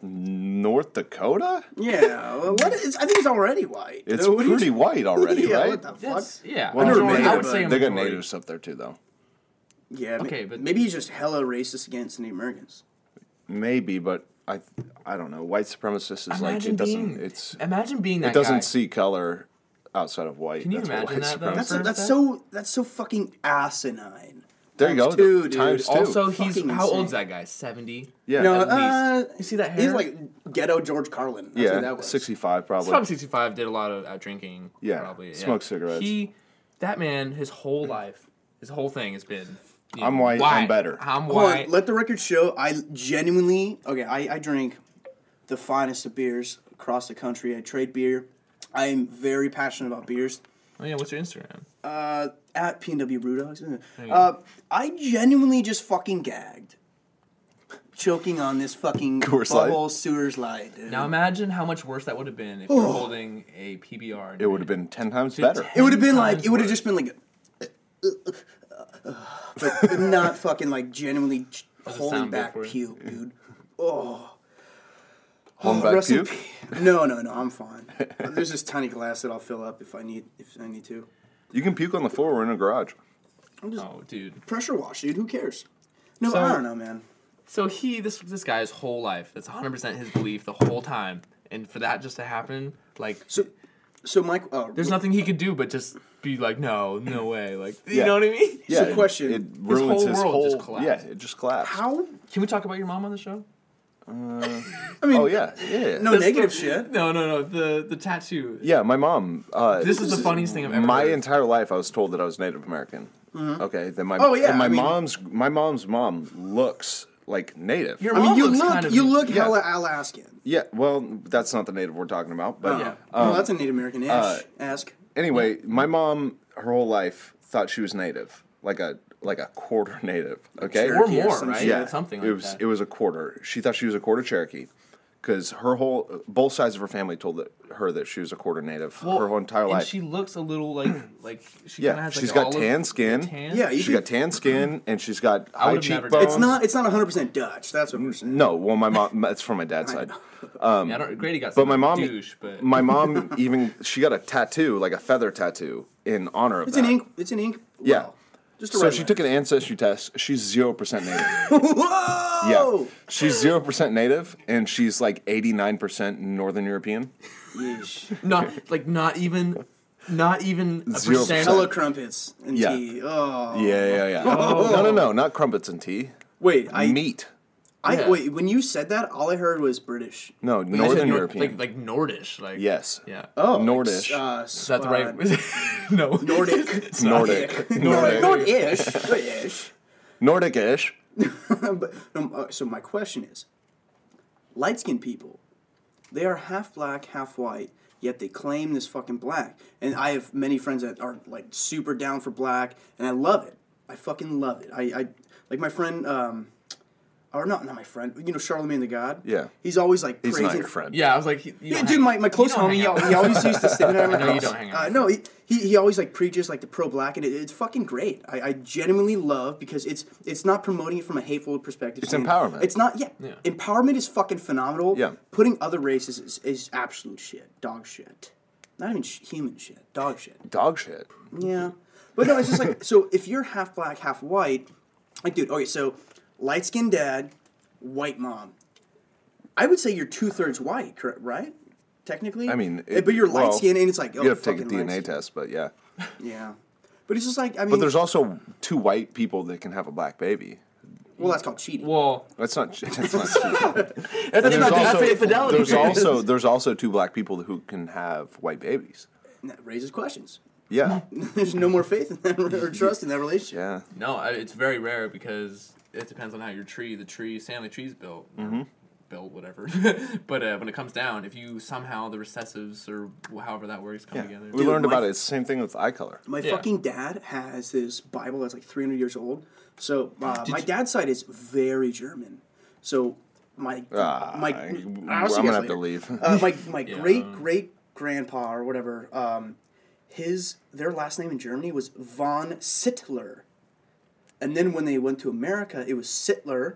Speaker 1: North Dakota?
Speaker 4: Yeah, well, what is, I think it's already white.
Speaker 1: It's
Speaker 4: Uh, what do you-
Speaker 1: pretty white already,
Speaker 4: yeah,
Speaker 1: right?
Speaker 4: What the fuck?
Speaker 2: That's- yeah.
Speaker 1: Well,
Speaker 2: I
Speaker 1: they're
Speaker 2: would-
Speaker 4: majority,
Speaker 2: I
Speaker 1: native.
Speaker 2: would say a
Speaker 1: they got
Speaker 2: majority.
Speaker 1: natives up there too, though.
Speaker 4: Yeah.
Speaker 2: Okay,
Speaker 4: ma-
Speaker 2: but-
Speaker 4: maybe he's just hella racist against Native Americans.
Speaker 1: Maybe, but I, I don't know. White supremacist is like
Speaker 2: Imagine
Speaker 1: it doesn't.
Speaker 2: being.
Speaker 1: It's
Speaker 2: imagine being that
Speaker 1: it doesn't
Speaker 2: guy.
Speaker 1: see color outside of white.
Speaker 2: Can you
Speaker 1: that's what
Speaker 2: imagine
Speaker 1: white
Speaker 2: that, though?
Speaker 1: supremacists-
Speaker 4: That's
Speaker 2: Sure,
Speaker 4: that's
Speaker 2: that-
Speaker 4: so that's so fucking asinine.
Speaker 1: There you go.
Speaker 4: Times Two, dude.
Speaker 1: Times two.
Speaker 2: Also, he's
Speaker 4: Fucking
Speaker 2: how old's
Speaker 4: insane.
Speaker 2: that guy? Seventy.
Speaker 1: yeah,
Speaker 4: no,
Speaker 2: at
Speaker 4: uh,
Speaker 2: least. You see that hair?
Speaker 4: he's like ghetto George Carlin. That's who
Speaker 1: yeah,
Speaker 4: that was.
Speaker 1: sixty-five
Speaker 2: He's
Speaker 1: probably.
Speaker 2: probably 65, did a lot of uh, drinking.
Speaker 1: Yeah,
Speaker 2: Probably.
Speaker 1: smoked cigarettes.
Speaker 2: He, that man, his whole life, his whole thing has been. you
Speaker 1: I'm white, I'm
Speaker 2: why?
Speaker 1: better.
Speaker 2: I'm
Speaker 4: Hold on,
Speaker 2: white.
Speaker 4: let the record show. I genuinely okay. I, I drink the finest of beers across the country. I trade beer. I am very passionate about beers.
Speaker 2: oh, yeah, what's your Instagram?
Speaker 4: At PNW Brewdogs, uh, I genuinely just fucking gagged, choking on this fucking
Speaker 1: Coors Light.
Speaker 4: bubble sewers light. Dude.
Speaker 2: Now imagine how much worse that would have been if you were holding a PBR.
Speaker 1: it would have been ten times better.
Speaker 4: It would have been like
Speaker 2: times
Speaker 4: it would have
Speaker 2: worse.
Speaker 4: just been like, but not fucking like genuinely ch-
Speaker 2: a
Speaker 4: holding
Speaker 2: sound bit
Speaker 4: back
Speaker 2: for you.
Speaker 4: puke, dude. Oh.
Speaker 1: Home back
Speaker 4: Rest in
Speaker 1: puke.
Speaker 4: pe- No, no, no. I'm fine. There's this tiny glass that I'll fill up if I need if I need to.
Speaker 1: You can puke on the floor or in a garage.
Speaker 2: Oh, dude.
Speaker 4: Pressure wash, dude. Who cares? No,
Speaker 2: So-
Speaker 4: I don't know, man.
Speaker 2: So he, this this guy's whole life, that's 100 percent his belief the whole time, and for that just to happen, like,
Speaker 4: So, so Mike. Uh,
Speaker 2: there's nothing he could do but just be like, no, no way, like, you
Speaker 1: Yeah.
Speaker 2: know what I mean?
Speaker 1: Yeah,
Speaker 4: So question,
Speaker 1: It, it
Speaker 4: his
Speaker 1: ruins
Speaker 2: whole
Speaker 1: his
Speaker 2: world just
Speaker 1: whole.
Speaker 2: collapsed.
Speaker 1: yeah, it just collapsed.
Speaker 4: How?
Speaker 2: Can we talk about your mom on the show?
Speaker 4: I mean,
Speaker 1: Oh yeah, yeah. yeah.
Speaker 4: no negative
Speaker 2: the-
Speaker 4: shit.
Speaker 2: No, no, no. The the tattoo.
Speaker 1: Yeah, my mom. Uh,
Speaker 2: This is the funniest thing I've ever.
Speaker 1: my
Speaker 2: heard.
Speaker 1: entire life I was told that I was Native American.
Speaker 2: Mm-hmm.
Speaker 1: Okay, then my
Speaker 4: Oh, yeah,
Speaker 1: and my
Speaker 4: I mean-
Speaker 1: mom's my mom's mom looks like Native.
Speaker 2: Your
Speaker 4: I mean,
Speaker 2: mom
Speaker 4: you
Speaker 2: looks
Speaker 4: look
Speaker 2: kind of-
Speaker 4: you look
Speaker 1: Yeah.
Speaker 4: hella Alaskan.
Speaker 1: yeah, well, that's not the Native we're talking about, but
Speaker 4: Yeah. well,
Speaker 1: Um,
Speaker 4: that's a Native American ish.
Speaker 1: uh,
Speaker 4: ask.
Speaker 1: anyway, my mom her whole life thought she was Native, like a like a quarter Native. Okay,
Speaker 2: or
Speaker 4: Cherokee or
Speaker 2: more,
Speaker 4: some
Speaker 2: right?
Speaker 4: shit.
Speaker 1: yeah,
Speaker 2: something like
Speaker 1: it was
Speaker 2: that.
Speaker 1: it was a quarter. She thought she was a quarter Cherokee. Because her whole, both sides of her family told that, her that she was a quarter native
Speaker 2: Well,
Speaker 1: her whole entire
Speaker 2: and
Speaker 1: life.
Speaker 2: she looks a little like like she
Speaker 1: Yeah,
Speaker 2: kind of has
Speaker 1: she's
Speaker 2: like
Speaker 1: got
Speaker 2: olive-
Speaker 1: tan skin.
Speaker 2: Tan?
Speaker 4: Yeah, you
Speaker 1: she
Speaker 4: can,
Speaker 1: got tan skin and she's got high
Speaker 2: would've never
Speaker 1: cheekbones.
Speaker 2: guessed.
Speaker 4: it's not it's not 100 percent Dutch. That's what we're saying.
Speaker 1: No, well, my mom. It's from my dad's side.
Speaker 2: Yeah, I don't, Grady got.
Speaker 1: But
Speaker 2: some
Speaker 1: my mom,
Speaker 2: Douche, but
Speaker 1: my mom even she got a tattoo, like a feather tattoo, in honor of
Speaker 4: It's
Speaker 1: that.
Speaker 4: an ink. It's an ink.
Speaker 1: Yeah.
Speaker 4: well, just a
Speaker 1: So she took an ancestry test. She's zero percent native. yeah,
Speaker 4: Whoa!
Speaker 1: she's zero percent native, and she's like eighty nine percent Northern European.
Speaker 4: Yeesh.
Speaker 2: not like not even, not even a
Speaker 1: Zero
Speaker 2: percent.
Speaker 1: percent.
Speaker 4: Hella crumpets and
Speaker 1: Yeah.
Speaker 4: tea. Oh.
Speaker 1: Yeah, yeah, yeah. No, no, no, not crumpets and tea.
Speaker 4: Wait, I
Speaker 1: Meat.
Speaker 4: I
Speaker 2: Yeah.
Speaker 4: wait. When you said that, all I heard was British.
Speaker 1: No,
Speaker 2: I said
Speaker 1: Northern
Speaker 2: Nor-
Speaker 1: European.
Speaker 2: like like Nordish, like
Speaker 1: yes.
Speaker 2: yeah.
Speaker 4: Oh,
Speaker 1: Nordish.
Speaker 4: Uh,
Speaker 2: is that the right? no,
Speaker 1: Nordic.
Speaker 4: Nordic.
Speaker 1: Nordic.
Speaker 4: Nordish. Nordish.
Speaker 1: Nordic-ish.
Speaker 4: but no, uh, so my question is, light skinned people, they are half black, half white, yet they claim this fucking black. And I have many friends that are like super down for black, and I love it. I fucking love it. I, I like my friend, um, or not, not my friend. You know, Charlemagne the God.
Speaker 1: Yeah.
Speaker 4: He's always like
Speaker 1: He's
Speaker 4: praising.
Speaker 1: not your friend.
Speaker 2: Yeah, I was like, he- you
Speaker 4: Yeah,
Speaker 2: don't
Speaker 4: dude,
Speaker 2: hang-
Speaker 4: my, my
Speaker 2: you
Speaker 4: close
Speaker 2: don't
Speaker 4: homie,
Speaker 2: hang out.
Speaker 4: he, he always used to sit there at my
Speaker 2: know you
Speaker 4: house.
Speaker 2: don't hang out
Speaker 4: Uh,
Speaker 2: with
Speaker 4: no, he, he, he always like preaches like the pro black, and it, it's fucking great. I, I genuinely love because it's it's not promoting it from a hateful perspective. It's
Speaker 1: empowerment.
Speaker 4: It's not yeah. Empowerment is fucking phenomenal.
Speaker 1: Yeah.
Speaker 4: Putting other races is, is absolute shit, dog shit. Not even sh- human shit, dog shit.
Speaker 1: Dog shit.
Speaker 4: Yeah. But no, it's just like so if you're half black, half white, like dude, okay, so light skinned dad, white mom. I would say you're two thirds white, correct right? Technically?
Speaker 1: I mean,
Speaker 4: but you're
Speaker 1: well,
Speaker 4: light skinned and it's like oh,
Speaker 1: you have to take a
Speaker 4: fucking
Speaker 1: DNA
Speaker 4: light-skinned.
Speaker 1: test, but yeah.
Speaker 4: Yeah. But it's just like I mean
Speaker 1: But there's also two white people that can have a black baby.
Speaker 4: Well, that's called cheating.
Speaker 2: Well,
Speaker 1: That's not. That's not cheating.
Speaker 4: that's
Speaker 1: there's
Speaker 4: not
Speaker 1: also-
Speaker 4: that's infidelity.
Speaker 1: There's also there's also two black people who can have white babies.
Speaker 4: And that raises questions.
Speaker 1: Yeah.
Speaker 4: There's no more faith in that or trust in that relationship.
Speaker 1: Yeah.
Speaker 2: no, I- it's very rare because it depends on how your tree, the tree, family tree's built. or
Speaker 1: Mm-hmm.
Speaker 2: Built whatever, but uh, when it comes down, if you somehow the recessives or however that works come
Speaker 1: Yeah.
Speaker 2: together,
Speaker 1: We learned
Speaker 4: my-
Speaker 1: about it. It's the same thing with eye color.
Speaker 4: My
Speaker 2: Yeah.
Speaker 4: fucking dad has this Bible that's like 300 years old. So uh, my dad's side is very German. So my
Speaker 1: Ah,
Speaker 4: my
Speaker 1: I-
Speaker 4: I'll see
Speaker 1: I'm
Speaker 4: you
Speaker 1: gonna
Speaker 4: guys
Speaker 1: have to
Speaker 4: later.
Speaker 1: leave.
Speaker 4: Uh, my my great great grandpa or whatever. Um, his their last name in Germany was von Sittler, and then when they went to America, it was Sittler,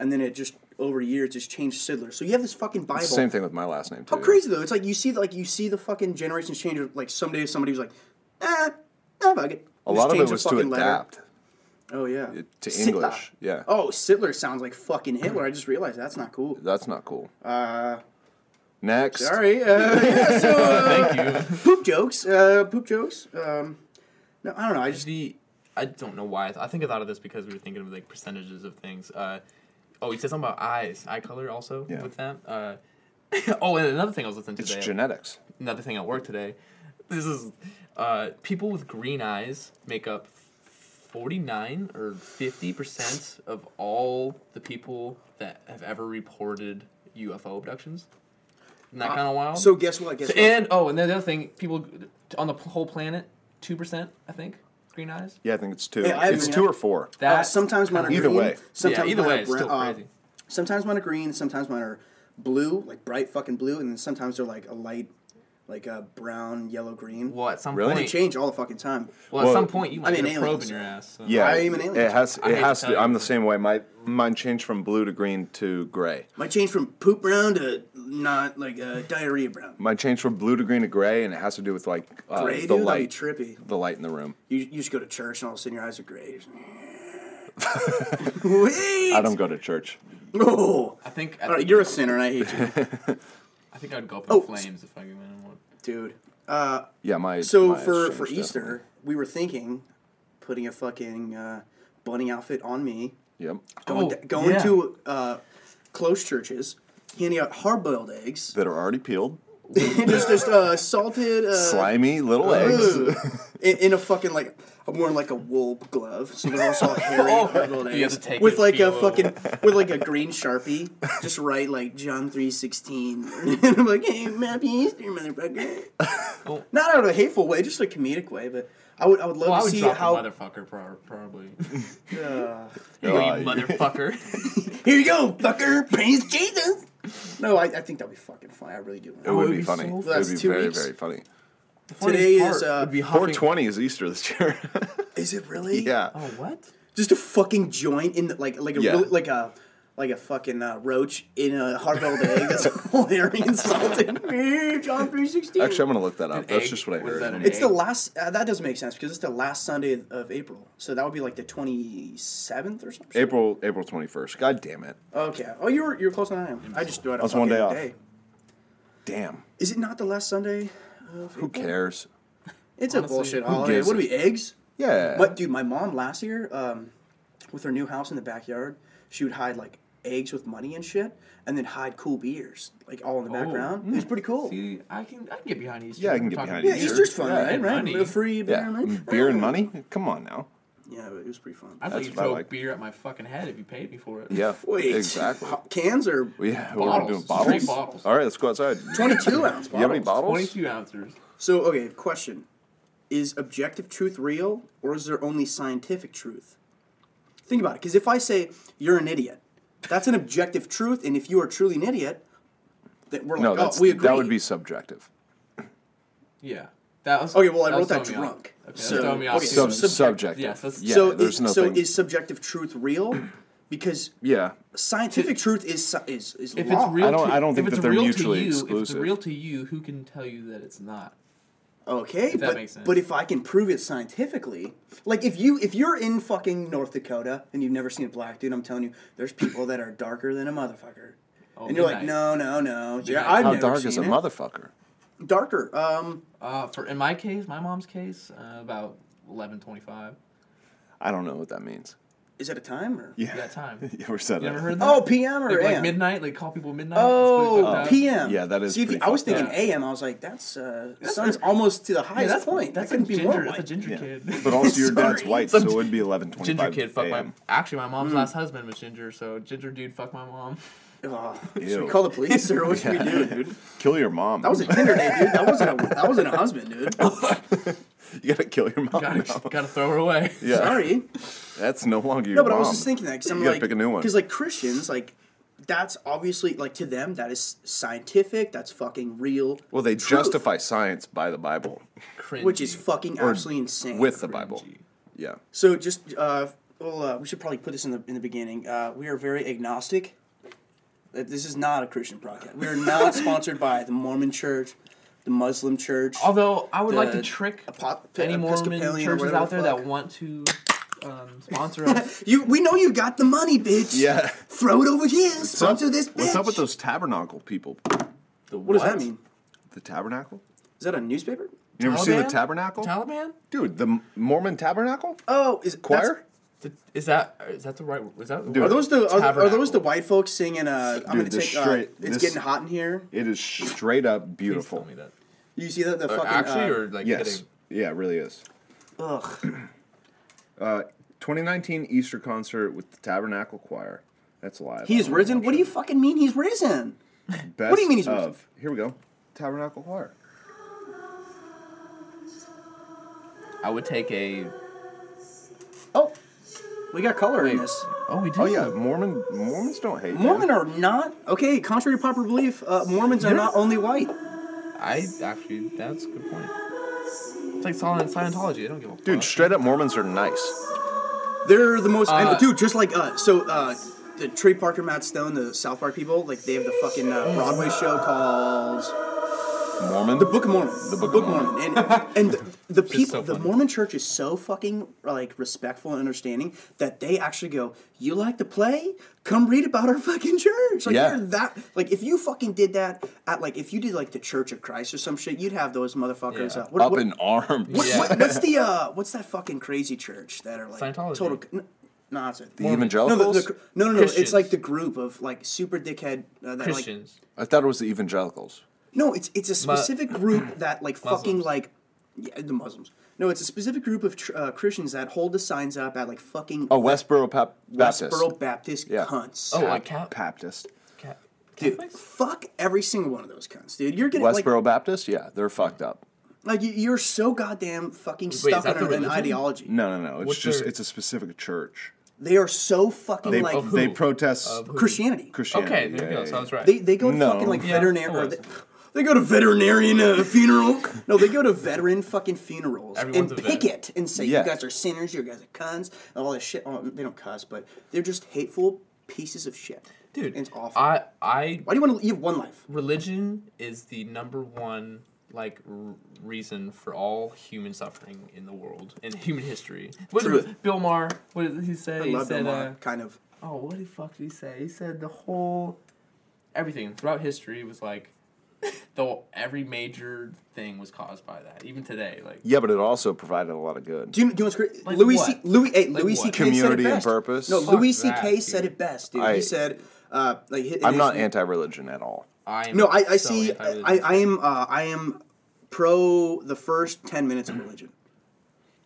Speaker 4: and then it just over years just changed Sittler. So you have this fucking Bible.
Speaker 1: Same thing with my last name too.
Speaker 4: How crazy though! It's like you see, like you see the fucking generations change. of, Like someday somebody was like, ah, ah, fuck it.
Speaker 1: A
Speaker 4: Just
Speaker 1: lot of
Speaker 4: change
Speaker 1: it
Speaker 4: the
Speaker 1: was to
Speaker 4: fucking letter.
Speaker 1: adapt
Speaker 4: Oh yeah.
Speaker 1: to
Speaker 4: Sittler.
Speaker 1: English. Yeah.
Speaker 4: Oh, Sittler sounds like fucking Hitler. I just realized that's not cool.
Speaker 1: That's not cool. Uh, Next.
Speaker 4: Sorry. Uh, yeah, so uh,
Speaker 2: thank you.
Speaker 4: poop jokes. Uh, poop jokes. Um, no, I don't know. I just
Speaker 2: the I don't know why I, th- I think I thought of this because we were thinking of like percentages of things. Uh, oh, he said something about eyes, eye color also
Speaker 1: Yeah.
Speaker 2: with that. Uh, oh, and another thing I was listening to
Speaker 1: It's
Speaker 2: today.
Speaker 1: genetics.
Speaker 2: another thing at work today. This is uh, people with green eyes make up forty nine or fifty percent of all the people that have ever reported UFO abductions. Isn't that kind of wild?
Speaker 4: Uh, so guess what? Guess
Speaker 2: So-
Speaker 4: what? Uh,
Speaker 2: and oh, and then the other thing, people on the whole planet, two percent, I think, green eyes.
Speaker 1: Yeah, I think it's two.
Speaker 4: Hey, I
Speaker 1: it's
Speaker 4: haven't-
Speaker 1: two or four.
Speaker 2: That
Speaker 4: Uh, sometimes mine are
Speaker 1: Either
Speaker 4: green.
Speaker 1: way.
Speaker 4: Sometimes
Speaker 2: yeah, either
Speaker 4: mine
Speaker 2: way,
Speaker 4: are
Speaker 2: it's
Speaker 4: bra-
Speaker 2: still
Speaker 4: uh,
Speaker 2: crazy.
Speaker 4: sometimes mine are green. Sometimes mine are blue, like bright fucking blue, and then sometimes they're like a light, like a brown, yellow, green.
Speaker 2: Well, at some
Speaker 1: Really?
Speaker 4: They
Speaker 2: point,
Speaker 4: change all the fucking time.
Speaker 2: well, at
Speaker 1: Well,
Speaker 2: some point, you might
Speaker 4: I mean,
Speaker 2: get a probe
Speaker 4: aliens.
Speaker 2: in your ass. so-
Speaker 1: Yeah,
Speaker 4: I am an alien.
Speaker 1: It has.
Speaker 2: I hate
Speaker 1: It
Speaker 2: to
Speaker 1: has
Speaker 2: tell
Speaker 1: to.
Speaker 2: you.
Speaker 1: I'm the same way. My mine changed from blue to green to gray.
Speaker 4: Might change from poop brown to not like uh, diarrhea brown.
Speaker 1: Mine changed from blue to green to gray, and it has to do with like uh,
Speaker 4: Gray,
Speaker 1: the
Speaker 4: dude, that'd
Speaker 1: light,
Speaker 4: be trippy.
Speaker 1: the light in the room.
Speaker 4: You, you just go to church and all of a sudden your eyes are gray. Just- Wait.
Speaker 1: I don't go to church.
Speaker 4: Oh.
Speaker 2: I think I
Speaker 4: All right,
Speaker 2: think,
Speaker 4: you're a sinner, and I hate you,
Speaker 2: I think I'd go up in
Speaker 4: Oh,
Speaker 2: flames if I could win one.
Speaker 4: dude.
Speaker 1: Yeah, my.
Speaker 4: So
Speaker 1: my
Speaker 4: for
Speaker 1: changed
Speaker 4: for
Speaker 1: definitely.
Speaker 4: Easter, we were thinking putting a fucking uh, bunny outfit on me,
Speaker 1: Yep.
Speaker 4: going,
Speaker 2: Oh,
Speaker 4: to, going
Speaker 2: yeah.
Speaker 4: to uh, closed churches, handing out hard-boiled eggs,
Speaker 1: That are already peeled,
Speaker 4: just just uh, salted uh,
Speaker 1: slimy little eggs.
Speaker 4: Ugh. in, in a fucking like I'm wearing like a wool glove, so they're also hairy
Speaker 2: Oh,
Speaker 4: hard-boiled
Speaker 2: you have
Speaker 4: eggs
Speaker 2: to take
Speaker 4: with
Speaker 2: it,
Speaker 4: like a
Speaker 2: peel.
Speaker 4: fucking with like a green sharpie, just write like John three sixteen, and I'm like, hey, happy Easter, motherfucker.
Speaker 2: Oh.
Speaker 4: Not out of a hateful way, just a comedic way, but. I would, I would love
Speaker 2: Well, I
Speaker 4: to
Speaker 2: would
Speaker 4: see
Speaker 2: drop
Speaker 4: how.
Speaker 2: a motherfucker pro- probably.
Speaker 4: Uh,
Speaker 2: you go,
Speaker 1: Uh,
Speaker 2: you motherfucker.
Speaker 4: Here you go, fucker. Praise Jesus. No, I, I think that'd be fucking funny. I really do.
Speaker 1: It would
Speaker 2: would
Speaker 1: be
Speaker 2: be
Speaker 1: funny.
Speaker 2: so
Speaker 1: it
Speaker 4: That's
Speaker 1: would be
Speaker 4: two
Speaker 1: very
Speaker 4: weeks.
Speaker 1: very funny.
Speaker 4: Today
Speaker 2: Funniest
Speaker 4: is,
Speaker 2: part
Speaker 4: uh,
Speaker 2: would be hopping-
Speaker 1: 420 is Easter this year.
Speaker 4: Is it really?
Speaker 1: yeah.
Speaker 2: Oh what?
Speaker 4: Just a fucking joint in the, like like a
Speaker 1: Yeah.
Speaker 4: really, like a like a fucking uh, roach in a hard-boiled egg that's all hairy and salted. Eh, John three sixteen.
Speaker 1: Actually, I'm gonna look that up. That's
Speaker 2: egg?
Speaker 1: just what I
Speaker 2: What is
Speaker 1: heard.
Speaker 2: that, an
Speaker 4: it's the
Speaker 2: egg?
Speaker 4: last. Uh, that doesn't make sense because it's the last Sunday of April, so that would be like the twenty seventh or something.
Speaker 1: April April 21st. God damn it.
Speaker 4: Okay. Oh, you were you're close than I am. I just threw out a
Speaker 1: That's
Speaker 4: fucking
Speaker 1: one day off. Damn.
Speaker 4: Is it not the last Sunday?
Speaker 1: Who cares?
Speaker 4: It's
Speaker 2: Honestly,
Speaker 4: a bullshit
Speaker 2: who
Speaker 4: holiday.
Speaker 1: gives
Speaker 4: What do
Speaker 1: a-
Speaker 4: we eggs?
Speaker 1: Yeah.
Speaker 4: But dude, my mom last year, um, with her new house in the backyard, she would hide like eggs with money and shit, and then hide cool beers like all in the
Speaker 1: Oh,
Speaker 4: background.
Speaker 1: hmm.
Speaker 4: It was pretty cool.
Speaker 2: See, I can I can get behind Easter.
Speaker 1: Yeah, I can
Speaker 2: We're
Speaker 1: get
Speaker 2: talking
Speaker 1: behind
Speaker 4: yeah,
Speaker 2: about
Speaker 1: Easter.
Speaker 4: Easter's fun,
Speaker 1: Yeah,
Speaker 4: right?
Speaker 2: and
Speaker 4: Right?
Speaker 2: money.
Speaker 4: A free beer
Speaker 1: Yeah.
Speaker 4: and money.
Speaker 1: Beer and money? Come on now.
Speaker 4: Yeah, it was pretty fun.
Speaker 2: I'd
Speaker 1: That's
Speaker 2: let you
Speaker 1: what I
Speaker 2: throw
Speaker 1: like.
Speaker 2: beer at my fucking head if you paid me for it.
Speaker 1: Yeah.
Speaker 4: Wait,
Speaker 1: Exactly.
Speaker 4: ho- Cans are
Speaker 1: Yeah,
Speaker 2: Bottles.
Speaker 1: we're doing
Speaker 2: Straight
Speaker 1: bottles.
Speaker 2: bottles.
Speaker 1: All right, let's go outside.
Speaker 4: twenty-two ounce.
Speaker 1: You have any
Speaker 2: Twenty
Speaker 1: bottles?
Speaker 2: two ounces.
Speaker 4: So okay, question: Is objective truth real, or is there only scientific truth? Think about it, because if I say you're an idiot, that's an objective truth, and if you are truly an idiot, that we're like,
Speaker 1: No,
Speaker 4: oh,
Speaker 1: that's,
Speaker 4: we agree.
Speaker 1: that would be subjective.
Speaker 2: Yeah. That was
Speaker 4: Okay, well, I
Speaker 2: that
Speaker 4: wrote
Speaker 2: was
Speaker 4: that
Speaker 2: throwing me off.
Speaker 4: drunk.
Speaker 2: Okay, that's
Speaker 4: So-
Speaker 2: throwing me off
Speaker 4: okay,
Speaker 2: too.
Speaker 4: so-
Speaker 1: Sub-
Speaker 4: subjective.
Speaker 1: subjective.
Speaker 2: Yes, that's-
Speaker 1: yeah,
Speaker 4: so
Speaker 1: there's
Speaker 4: is, so
Speaker 1: nothing.
Speaker 4: is subjective truth real? Because
Speaker 1: yeah.
Speaker 4: scientific truth is si- is is
Speaker 2: if
Speaker 4: law.
Speaker 2: it's real,
Speaker 1: I don't-
Speaker 2: to,
Speaker 1: I don't
Speaker 2: if
Speaker 1: think
Speaker 2: it's
Speaker 1: that they're
Speaker 2: real to
Speaker 1: mutually
Speaker 2: you, If it's
Speaker 1: exclusive.
Speaker 2: real to you, who can tell you that it's not?
Speaker 4: Okay,
Speaker 2: that
Speaker 4: but,
Speaker 2: makes sense.
Speaker 4: but if I can prove it scientifically, like if you if you're in fucking North Dakota and you've never seen a black dude, I'm telling you, there's people that are darker than a motherfucker.
Speaker 2: Oh,
Speaker 4: and you're like,
Speaker 2: midnight.
Speaker 4: no, no, no. Yeah,
Speaker 2: Midnight.
Speaker 4: I've
Speaker 1: How
Speaker 4: never
Speaker 1: dark
Speaker 4: seen
Speaker 1: is a
Speaker 4: it.
Speaker 1: motherfucker?
Speaker 4: Darker. Um,
Speaker 2: Uh, for in my case, my mom's case, uh, about eleven twenty five.
Speaker 1: I don't know what that means.
Speaker 4: Is that a time or?
Speaker 1: Yeah.
Speaker 2: that time.
Speaker 1: You ever said
Speaker 2: You
Speaker 1: that?
Speaker 2: ever heard that?
Speaker 4: Oh, PM or
Speaker 2: like, like
Speaker 4: AM?
Speaker 2: midnight, like call people midnight. It's pretty fucked
Speaker 4: Oh,
Speaker 2: up.
Speaker 4: PM.
Speaker 1: Yeah, that is
Speaker 4: See, if you-
Speaker 1: pretty
Speaker 4: I was
Speaker 1: fucked
Speaker 4: thinking
Speaker 2: up.
Speaker 4: AM. I was like, that's uh, sun's almost to the
Speaker 2: Yeah,
Speaker 4: highest
Speaker 2: that's
Speaker 4: point.
Speaker 2: That's
Speaker 4: that
Speaker 2: a
Speaker 4: couldn't be
Speaker 2: ginger.
Speaker 4: more
Speaker 2: that's a
Speaker 4: white.
Speaker 2: ginger
Speaker 1: Yeah.
Speaker 2: kid.
Speaker 1: But also, your dad's
Speaker 4: Sorry.
Speaker 1: white, so it would be eleven
Speaker 2: Ginger
Speaker 1: twenty-five.
Speaker 2: kid, fuck my.
Speaker 1: a.m.
Speaker 2: Actually, my
Speaker 4: Hmm.
Speaker 2: mom's last husband was ginger, so ginger dude, fuck my mom.
Speaker 4: Ugh. should
Speaker 1: Ew.
Speaker 4: we call the police or what should we do, dude?
Speaker 1: Kill your mom.
Speaker 4: That was a Tinder date, dude. That wasn't a that wasn't a husband, dude.
Speaker 1: Oh. you gotta kill your mom.
Speaker 2: Gotta,
Speaker 1: now.
Speaker 2: gotta throw her away.
Speaker 1: Yeah,
Speaker 4: Sorry.
Speaker 1: that's no longer your
Speaker 4: No, but
Speaker 1: mom.
Speaker 4: I was just thinking that because I'm
Speaker 1: You gotta
Speaker 4: like,
Speaker 1: pick a new one.
Speaker 4: Because like Christians, like that's obviously like to them that is scientific. That's fucking real.
Speaker 1: Well, they
Speaker 4: truth,
Speaker 1: justify science by the Bible,
Speaker 2: Cringy.
Speaker 4: which is fucking absolutely insane.
Speaker 1: with the Bible. Yeah.
Speaker 4: so just uh, well, uh, we should probably put this in the in the beginning. Uh, we are very agnostic. That This is not a Christian podcast. We are not sponsored by the Mormon Church, the Muslim Church.
Speaker 2: Although I would like to
Speaker 4: The
Speaker 2: trick
Speaker 4: Apo-
Speaker 2: any Mormon
Speaker 4: Episcopalian or
Speaker 2: churches
Speaker 4: whatever
Speaker 2: out there
Speaker 4: the
Speaker 2: that
Speaker 4: fuck.
Speaker 2: want to um, sponsor us.
Speaker 4: you, we know you got the money, bitch.
Speaker 1: Yeah.
Speaker 4: Throw it over here. Sponsor this bitch.
Speaker 1: What's up with those tabernacle people?
Speaker 2: The
Speaker 4: What does that mean?
Speaker 1: The tabernacle?
Speaker 4: Is that a newspaper?
Speaker 1: You never seen the
Speaker 2: Taliban?
Speaker 1: tabernacle?
Speaker 2: Taliban?
Speaker 1: Dude, the Mormon tabernacle?
Speaker 4: Oh, is it
Speaker 1: Choir?
Speaker 2: Th- Is that is that the right? Is that
Speaker 1: Dude.
Speaker 4: Are those the are, are
Speaker 2: Tabernacle.
Speaker 4: those the white folks singing? Uh,
Speaker 1: Dude,
Speaker 4: I'm gonna
Speaker 1: this
Speaker 4: take. Uh,
Speaker 1: straight-
Speaker 4: it's
Speaker 1: this-
Speaker 4: getting hot in here.
Speaker 1: It is straight up
Speaker 2: Please
Speaker 1: beautiful.
Speaker 2: tell me that.
Speaker 4: You see that the
Speaker 2: Or
Speaker 4: fucking
Speaker 2: actually,
Speaker 4: uh,
Speaker 2: or like
Speaker 1: Yes.
Speaker 2: kidding?
Speaker 1: Yeah, it really is.
Speaker 4: ugh.
Speaker 1: 2019 Easter concert with the Tabernacle Choir. That's live.
Speaker 4: He's risen. What do you fucking mean he's risen?
Speaker 1: Best
Speaker 4: what do you mean he's risen?
Speaker 1: of, Here we go. Tabernacle Choir.
Speaker 2: I would take a.
Speaker 4: Oh, we got color in
Speaker 2: Wait.
Speaker 4: this.
Speaker 2: Oh, we do.
Speaker 1: Oh yeah, Mormon Mormons don't hate. man.
Speaker 4: Mormon are not okay. Contrary to popular belief, uh, Mormons are
Speaker 2: They're-
Speaker 4: not only white.
Speaker 2: I actually, that's a good point. It's like Solid Scientology. They don't give a fuck.
Speaker 1: Dude, straight up Mormons are nice.
Speaker 4: They're the most. I know,
Speaker 2: Uh,
Speaker 4: dude, just like uh, so uh, the Trey Parker, Matt Stone, the South Park people, like they have the fucking uh, Broadway show called
Speaker 1: Mormon.
Speaker 4: The Book of Mormon.
Speaker 1: The Book of
Speaker 4: Mormon. And, and the, the people,
Speaker 2: so
Speaker 4: the
Speaker 2: funny.
Speaker 4: Mormon Church is so fucking like respectful and understanding that they actually go, "You like to play? Come read about our fucking church." Like
Speaker 1: Yeah.
Speaker 4: they're that. Like if you fucking did that at like if you did like the Church of Christ or some shit, you'd have those motherfuckers
Speaker 2: Yeah.
Speaker 4: uh, what,
Speaker 1: up
Speaker 4: what-
Speaker 1: in arms.
Speaker 4: what-
Speaker 2: Yeah.
Speaker 4: what- what's the uh? What's that fucking crazy church that are like
Speaker 2: Scientology.
Speaker 4: total? n- No, it's a,
Speaker 1: The evangelicals?
Speaker 4: No, the, the, no, no, no. It's
Speaker 2: Christians.
Speaker 4: like the group of like super dickhead uh, that like
Speaker 2: Christians.
Speaker 1: I thought it was the evangelicals.
Speaker 4: no, it's it's a
Speaker 2: Mu-
Speaker 4: specific group that like fucking
Speaker 2: Muslims.
Speaker 4: like yeah, the Muslims. No, it's a specific group of tr- uh, Christians that hold the signs up at like fucking
Speaker 1: Oh, Westboro Pap- Baptist.
Speaker 4: Westboro Baptist
Speaker 1: Yeah.
Speaker 4: cunts.
Speaker 2: oh, like
Speaker 1: Cap-
Speaker 2: Cap.
Speaker 1: Baptist.
Speaker 2: Cap-
Speaker 4: dude,
Speaker 2: Catholics?
Speaker 4: fuck every single one of those cunts, dude. You're getting
Speaker 1: Westboro Baptist? Yeah, they're fucked up.
Speaker 4: like like you- you're so goddamn fucking
Speaker 2: is
Speaker 4: stuck
Speaker 2: that
Speaker 4: under
Speaker 2: the
Speaker 4: an
Speaker 2: religion?
Speaker 4: ideology.
Speaker 1: No, no, no. It's
Speaker 2: What's
Speaker 1: just
Speaker 2: their-
Speaker 1: it's a specific church.
Speaker 4: They are so fucking
Speaker 1: They
Speaker 4: like
Speaker 2: of who?
Speaker 1: they protest
Speaker 2: Of who?
Speaker 4: Christianity.
Speaker 1: Christianity.
Speaker 2: Okay, there you
Speaker 1: Yeah,
Speaker 2: go.
Speaker 1: yeah,
Speaker 2: So I was right.
Speaker 4: They they go to
Speaker 1: No.
Speaker 4: fucking like
Speaker 2: Yeah,
Speaker 4: veterinarian.
Speaker 2: I
Speaker 4: Or
Speaker 2: was.
Speaker 4: they, they go to veterinarian uh, funeral. No, they go to veteran fucking funerals
Speaker 2: Everyone's
Speaker 4: and
Speaker 2: a vet.
Speaker 4: picket and say
Speaker 1: Yeah.
Speaker 4: you guys are sinners, you guys are cunts, and all this shit. Oh, they don't cuss, but they're just hateful pieces of shit.
Speaker 2: Dude,
Speaker 4: and it's awful.
Speaker 2: I, I,
Speaker 4: Why do you want to? You have one life.
Speaker 2: religion is the number one like r- reason for all human suffering in the world in human history. What
Speaker 4: Truth.
Speaker 2: did Bill Maher? What did he say?
Speaker 4: I
Speaker 2: he
Speaker 4: love
Speaker 2: said,
Speaker 4: them.
Speaker 2: uh,
Speaker 4: uh, kind of.
Speaker 2: oh, what the fuck did he say? He said the whole everything throughout history was like the every major thing was caused by that. Even today, like
Speaker 1: Yeah, but it also provided a lot of good.
Speaker 4: Do you, do you know what's great?
Speaker 2: Like
Speaker 4: Louis C.
Speaker 2: what?
Speaker 4: Louis hey,
Speaker 2: Like
Speaker 4: Louis
Speaker 2: what?
Speaker 4: C. K. said it
Speaker 1: Community and
Speaker 4: best.
Speaker 1: purpose?
Speaker 4: No,
Speaker 1: Fuck
Speaker 4: Louis C.
Speaker 2: that,
Speaker 4: K. said
Speaker 2: dude.
Speaker 4: it best, dude.
Speaker 1: I-
Speaker 4: he said, uh, like, hi-
Speaker 1: I'm
Speaker 4: his-
Speaker 1: not anti-religion at all.
Speaker 2: I am
Speaker 4: No, I, I
Speaker 2: so
Speaker 4: see.
Speaker 2: anti-religion.
Speaker 4: I, I am. Uh, I am pro the first ten minutes of religion.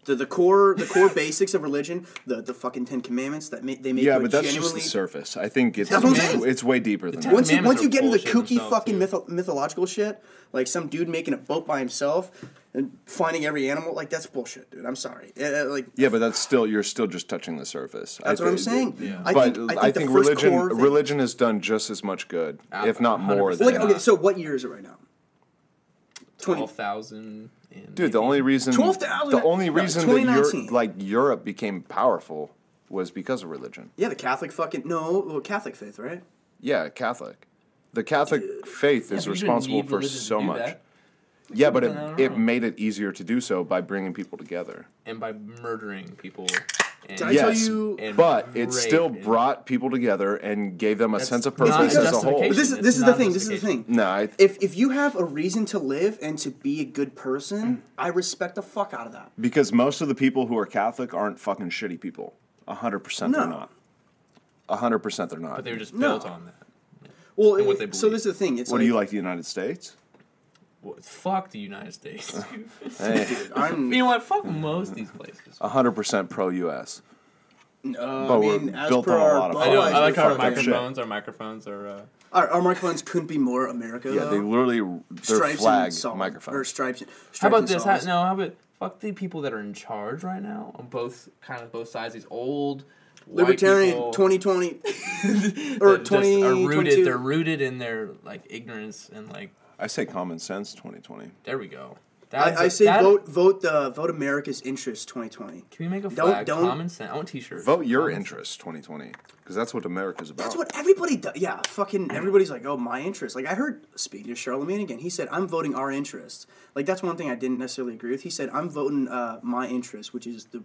Speaker 4: The, the core the core basics of religion. The the fucking Ten Commandments that ma- they make.
Speaker 1: Yeah,
Speaker 4: you
Speaker 1: but that's just
Speaker 4: genuinely,
Speaker 1: the surface. I think it's
Speaker 4: That's what I'm saying.
Speaker 1: it's way deeper than that.
Speaker 4: Once you once
Speaker 2: Commandments
Speaker 4: you
Speaker 2: are
Speaker 4: get into the
Speaker 2: bullshit
Speaker 4: kooky
Speaker 2: themselves,
Speaker 4: fucking
Speaker 2: too.
Speaker 4: mytho- mythological shit, like some dude making a boat by himself and finding every animal, like that's bullshit, dude. I'm sorry. Uh, uh, like
Speaker 1: Yeah, but that's still you're still just touching the surface.
Speaker 4: that's
Speaker 1: I
Speaker 4: what I'm
Speaker 1: thi-
Speaker 4: saying. I
Speaker 1: but
Speaker 4: think, I think, the first
Speaker 1: religion
Speaker 4: core thing-
Speaker 1: religion has done just as much good,
Speaker 2: Uh,
Speaker 1: if not more than
Speaker 4: Well,
Speaker 2: 100%.
Speaker 1: that.
Speaker 4: like, okay, so what year is it right now?
Speaker 2: twelve thousand.
Speaker 1: Dude, the only reason
Speaker 4: 12,000
Speaker 1: the only
Speaker 4: no,
Speaker 1: reason that Europe,
Speaker 4: 2019.
Speaker 1: like Europe became powerful was because of religion.
Speaker 4: Yeah, the Catholic fucking no, well, Catholic faith, right?
Speaker 1: Yeah, Catholic. The Catholic faith is
Speaker 2: but you didn't
Speaker 1: responsible
Speaker 2: need
Speaker 1: for
Speaker 2: religion to
Speaker 1: so
Speaker 2: do
Speaker 1: much.
Speaker 2: that.
Speaker 1: Yeah, but
Speaker 2: I
Speaker 1: it,
Speaker 2: don't
Speaker 1: it
Speaker 2: know.
Speaker 1: made it easier to do so by bringing people together.
Speaker 2: and by murdering people. And
Speaker 4: Did I tell
Speaker 1: Yes,
Speaker 4: you-
Speaker 2: And
Speaker 1: but it
Speaker 2: rape
Speaker 1: still
Speaker 2: and-
Speaker 1: brought people together and gave them a sense of
Speaker 2: not
Speaker 1: purpose
Speaker 4: a
Speaker 1: as a whole.
Speaker 2: justification.
Speaker 4: But this is
Speaker 2: It's
Speaker 4: this is
Speaker 2: not
Speaker 4: the thing. This is the thing.
Speaker 2: justification.
Speaker 1: No, I,
Speaker 4: If if you have a reason to live and to be a good
Speaker 1: Mm.
Speaker 4: person, I respect the fuck out of that.
Speaker 1: because most of the people who are Catholic aren't fucking shitty people. hundred percent they're
Speaker 4: No.
Speaker 1: not. hundred percent they're not.
Speaker 2: But they were just
Speaker 4: No.
Speaker 2: built on that.
Speaker 4: Well,
Speaker 2: And what they
Speaker 4: so
Speaker 2: believe.
Speaker 4: this is the thing. It's
Speaker 1: what
Speaker 4: like,
Speaker 1: do you like the United States?
Speaker 2: Well, fuck the United States. dude.
Speaker 1: Hey,
Speaker 4: I'm
Speaker 2: you know what? Fuck most of these places.
Speaker 1: hundred percent pro US.
Speaker 4: Uh,
Speaker 1: But
Speaker 4: I
Speaker 1: we're
Speaker 4: mean, as
Speaker 1: built
Speaker 4: per
Speaker 1: on a
Speaker 4: our
Speaker 1: lot of
Speaker 4: bylaws,
Speaker 2: I know. I
Speaker 1: Oh,
Speaker 2: like how our
Speaker 1: fuck that shit.
Speaker 2: microphones. Our microphones are. Uh,
Speaker 4: Our, our microphones couldn't be more America.
Speaker 1: Yeah, they
Speaker 4: though.
Speaker 1: literally their
Speaker 4: stripes
Speaker 1: flag
Speaker 4: and salt,
Speaker 1: microphone.
Speaker 4: or stripes. And, stripes
Speaker 2: how about
Speaker 4: and
Speaker 2: this? How,
Speaker 4: Songs.
Speaker 2: no, how about fuck the people that are in charge right now on both kind of both sides. These old white
Speaker 4: Libertarian
Speaker 2: people
Speaker 4: twenty twenty or
Speaker 2: that just
Speaker 4: twenty
Speaker 2: are rooted. They're
Speaker 4: 22.
Speaker 2: rooted in their like ignorance and like.
Speaker 1: I say common sense twenty twenty.
Speaker 2: There we go. That's-
Speaker 4: I, I say
Speaker 2: that-
Speaker 4: vote vote the vote America's interest twenty twenty.
Speaker 2: Can we make a
Speaker 4: Don't-
Speaker 2: flag?
Speaker 4: don't-
Speaker 2: Common sense. I want T-shirts.
Speaker 1: Vote your interest twenty twenty. Because that's what America's about.
Speaker 4: That's what everybody does. Yeah, fucking everybody's like, oh, my interest. Like I heard speaking to Charlemagne again, he said, I'm voting our interests. Like that's one thing I didn't necessarily agree with. He said, I'm voting uh, my interest, which is the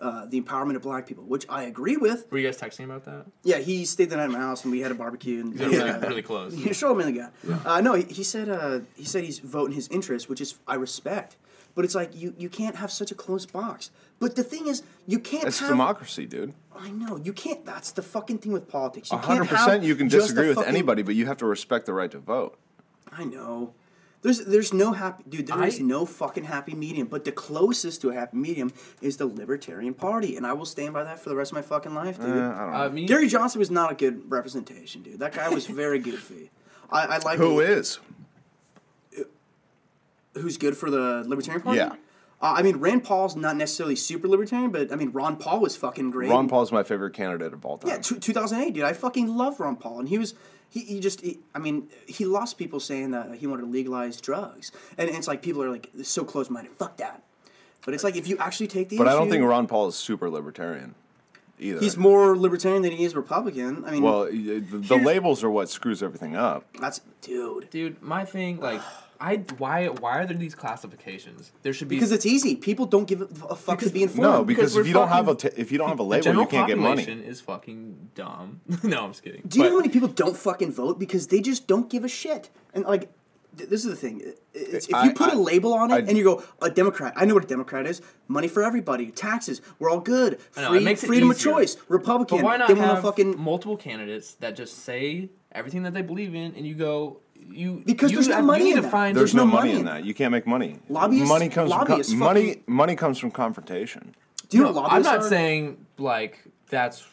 Speaker 4: uh, the empowerment of black people, which I agree with.
Speaker 2: Were you guys texting about that?
Speaker 4: Yeah, he stayed the night at my house and we had a barbecue and
Speaker 2: They're
Speaker 4: Yeah.
Speaker 2: really, really close.
Speaker 4: Yeah, show him in the guy. Uh, no, he, he said uh, he said he's voting his interest, which is I respect. But it's like you, you can't have such a closed box. But the thing is, you can't
Speaker 1: it's
Speaker 4: have.
Speaker 1: democracy, dude.
Speaker 4: I know you can't. That's the fucking thing with politics. You can't
Speaker 1: hundred
Speaker 4: have
Speaker 1: percent you can
Speaker 4: just the
Speaker 1: disagree with
Speaker 4: fucking-
Speaker 1: anybody, but you have to respect the right to vote.
Speaker 4: I know. There's there's no happy dude. There is
Speaker 2: I-
Speaker 4: no fucking happy medium. But the closest to a happy medium is the Libertarian Party, and I will stand by that for the rest of my fucking life, dude.
Speaker 1: I don't know.
Speaker 2: Uh, me,
Speaker 4: Gary Johnson was not a good representation, dude. That guy was very goofy. I, I like
Speaker 1: Who is?
Speaker 4: who's good for the Libertarian Party?
Speaker 1: Yeah.
Speaker 4: Uh, I mean, Rand Paul's not necessarily super libertarian, but I mean, Ron Paul was fucking great.
Speaker 1: Ron Paul's my favorite candidate of all time.
Speaker 4: Yeah, two, 2008, dude. I fucking love Ron Paul, and he was he, he just he, I mean he lost people saying that he wanted to legalize drugs, and it's like people are like so close minded. Fuck that. But it's like if you actually take the
Speaker 1: but I
Speaker 4: issue,
Speaker 1: don't think Ron Paul is super libertarian either.
Speaker 4: he's more libertarian than he is Republican. I mean,
Speaker 1: well, y- the, the labels are what screws everything up.
Speaker 4: that's dude.
Speaker 2: dude. My thing, like, I why why are there these classifications? There should be
Speaker 4: Because it's easy. People don't give a a fuck to be informed.
Speaker 1: No, because,
Speaker 2: we're
Speaker 1: if you don't have a
Speaker 2: fucking-
Speaker 1: t- if you don't have a
Speaker 2: the
Speaker 1: label,
Speaker 2: general
Speaker 1: you can't get
Speaker 2: population
Speaker 1: money.
Speaker 2: is fucking dumb. no, I'm just kidding.
Speaker 4: Do you
Speaker 2: But
Speaker 4: know how many people don't fucking vote because they just don't give a shit? And like, th- this is the thing. It- It's, if
Speaker 1: I-
Speaker 4: you put
Speaker 1: I-
Speaker 4: a label on it
Speaker 1: I-
Speaker 4: and you go, a Democrat, I know what a Democrat is. Money for everybody, taxes, we're all good,
Speaker 2: I know,
Speaker 4: free,
Speaker 2: it makes it
Speaker 4: freedom of
Speaker 2: easier.
Speaker 4: choice, Republican.
Speaker 2: But why not
Speaker 4: they want
Speaker 2: have
Speaker 4: to fucking
Speaker 2: multiple candidates that just say everything that they believe in, and you go you
Speaker 4: Because
Speaker 2: you
Speaker 4: there's no
Speaker 2: have- you
Speaker 4: money
Speaker 2: need
Speaker 4: in
Speaker 2: to
Speaker 4: that.
Speaker 2: find
Speaker 1: There's,
Speaker 4: There's
Speaker 1: no,
Speaker 4: no
Speaker 1: money
Speaker 4: money
Speaker 1: in
Speaker 4: in
Speaker 1: that. You can't make money.
Speaker 4: Lobbyists-
Speaker 1: money comes
Speaker 4: lobbyists
Speaker 1: from con- money.
Speaker 4: fucking-
Speaker 1: Money comes from confrontation.
Speaker 4: do you know
Speaker 2: No,
Speaker 4: what
Speaker 2: I'm
Speaker 4: lobbyists
Speaker 2: not
Speaker 4: are?
Speaker 2: saying like that's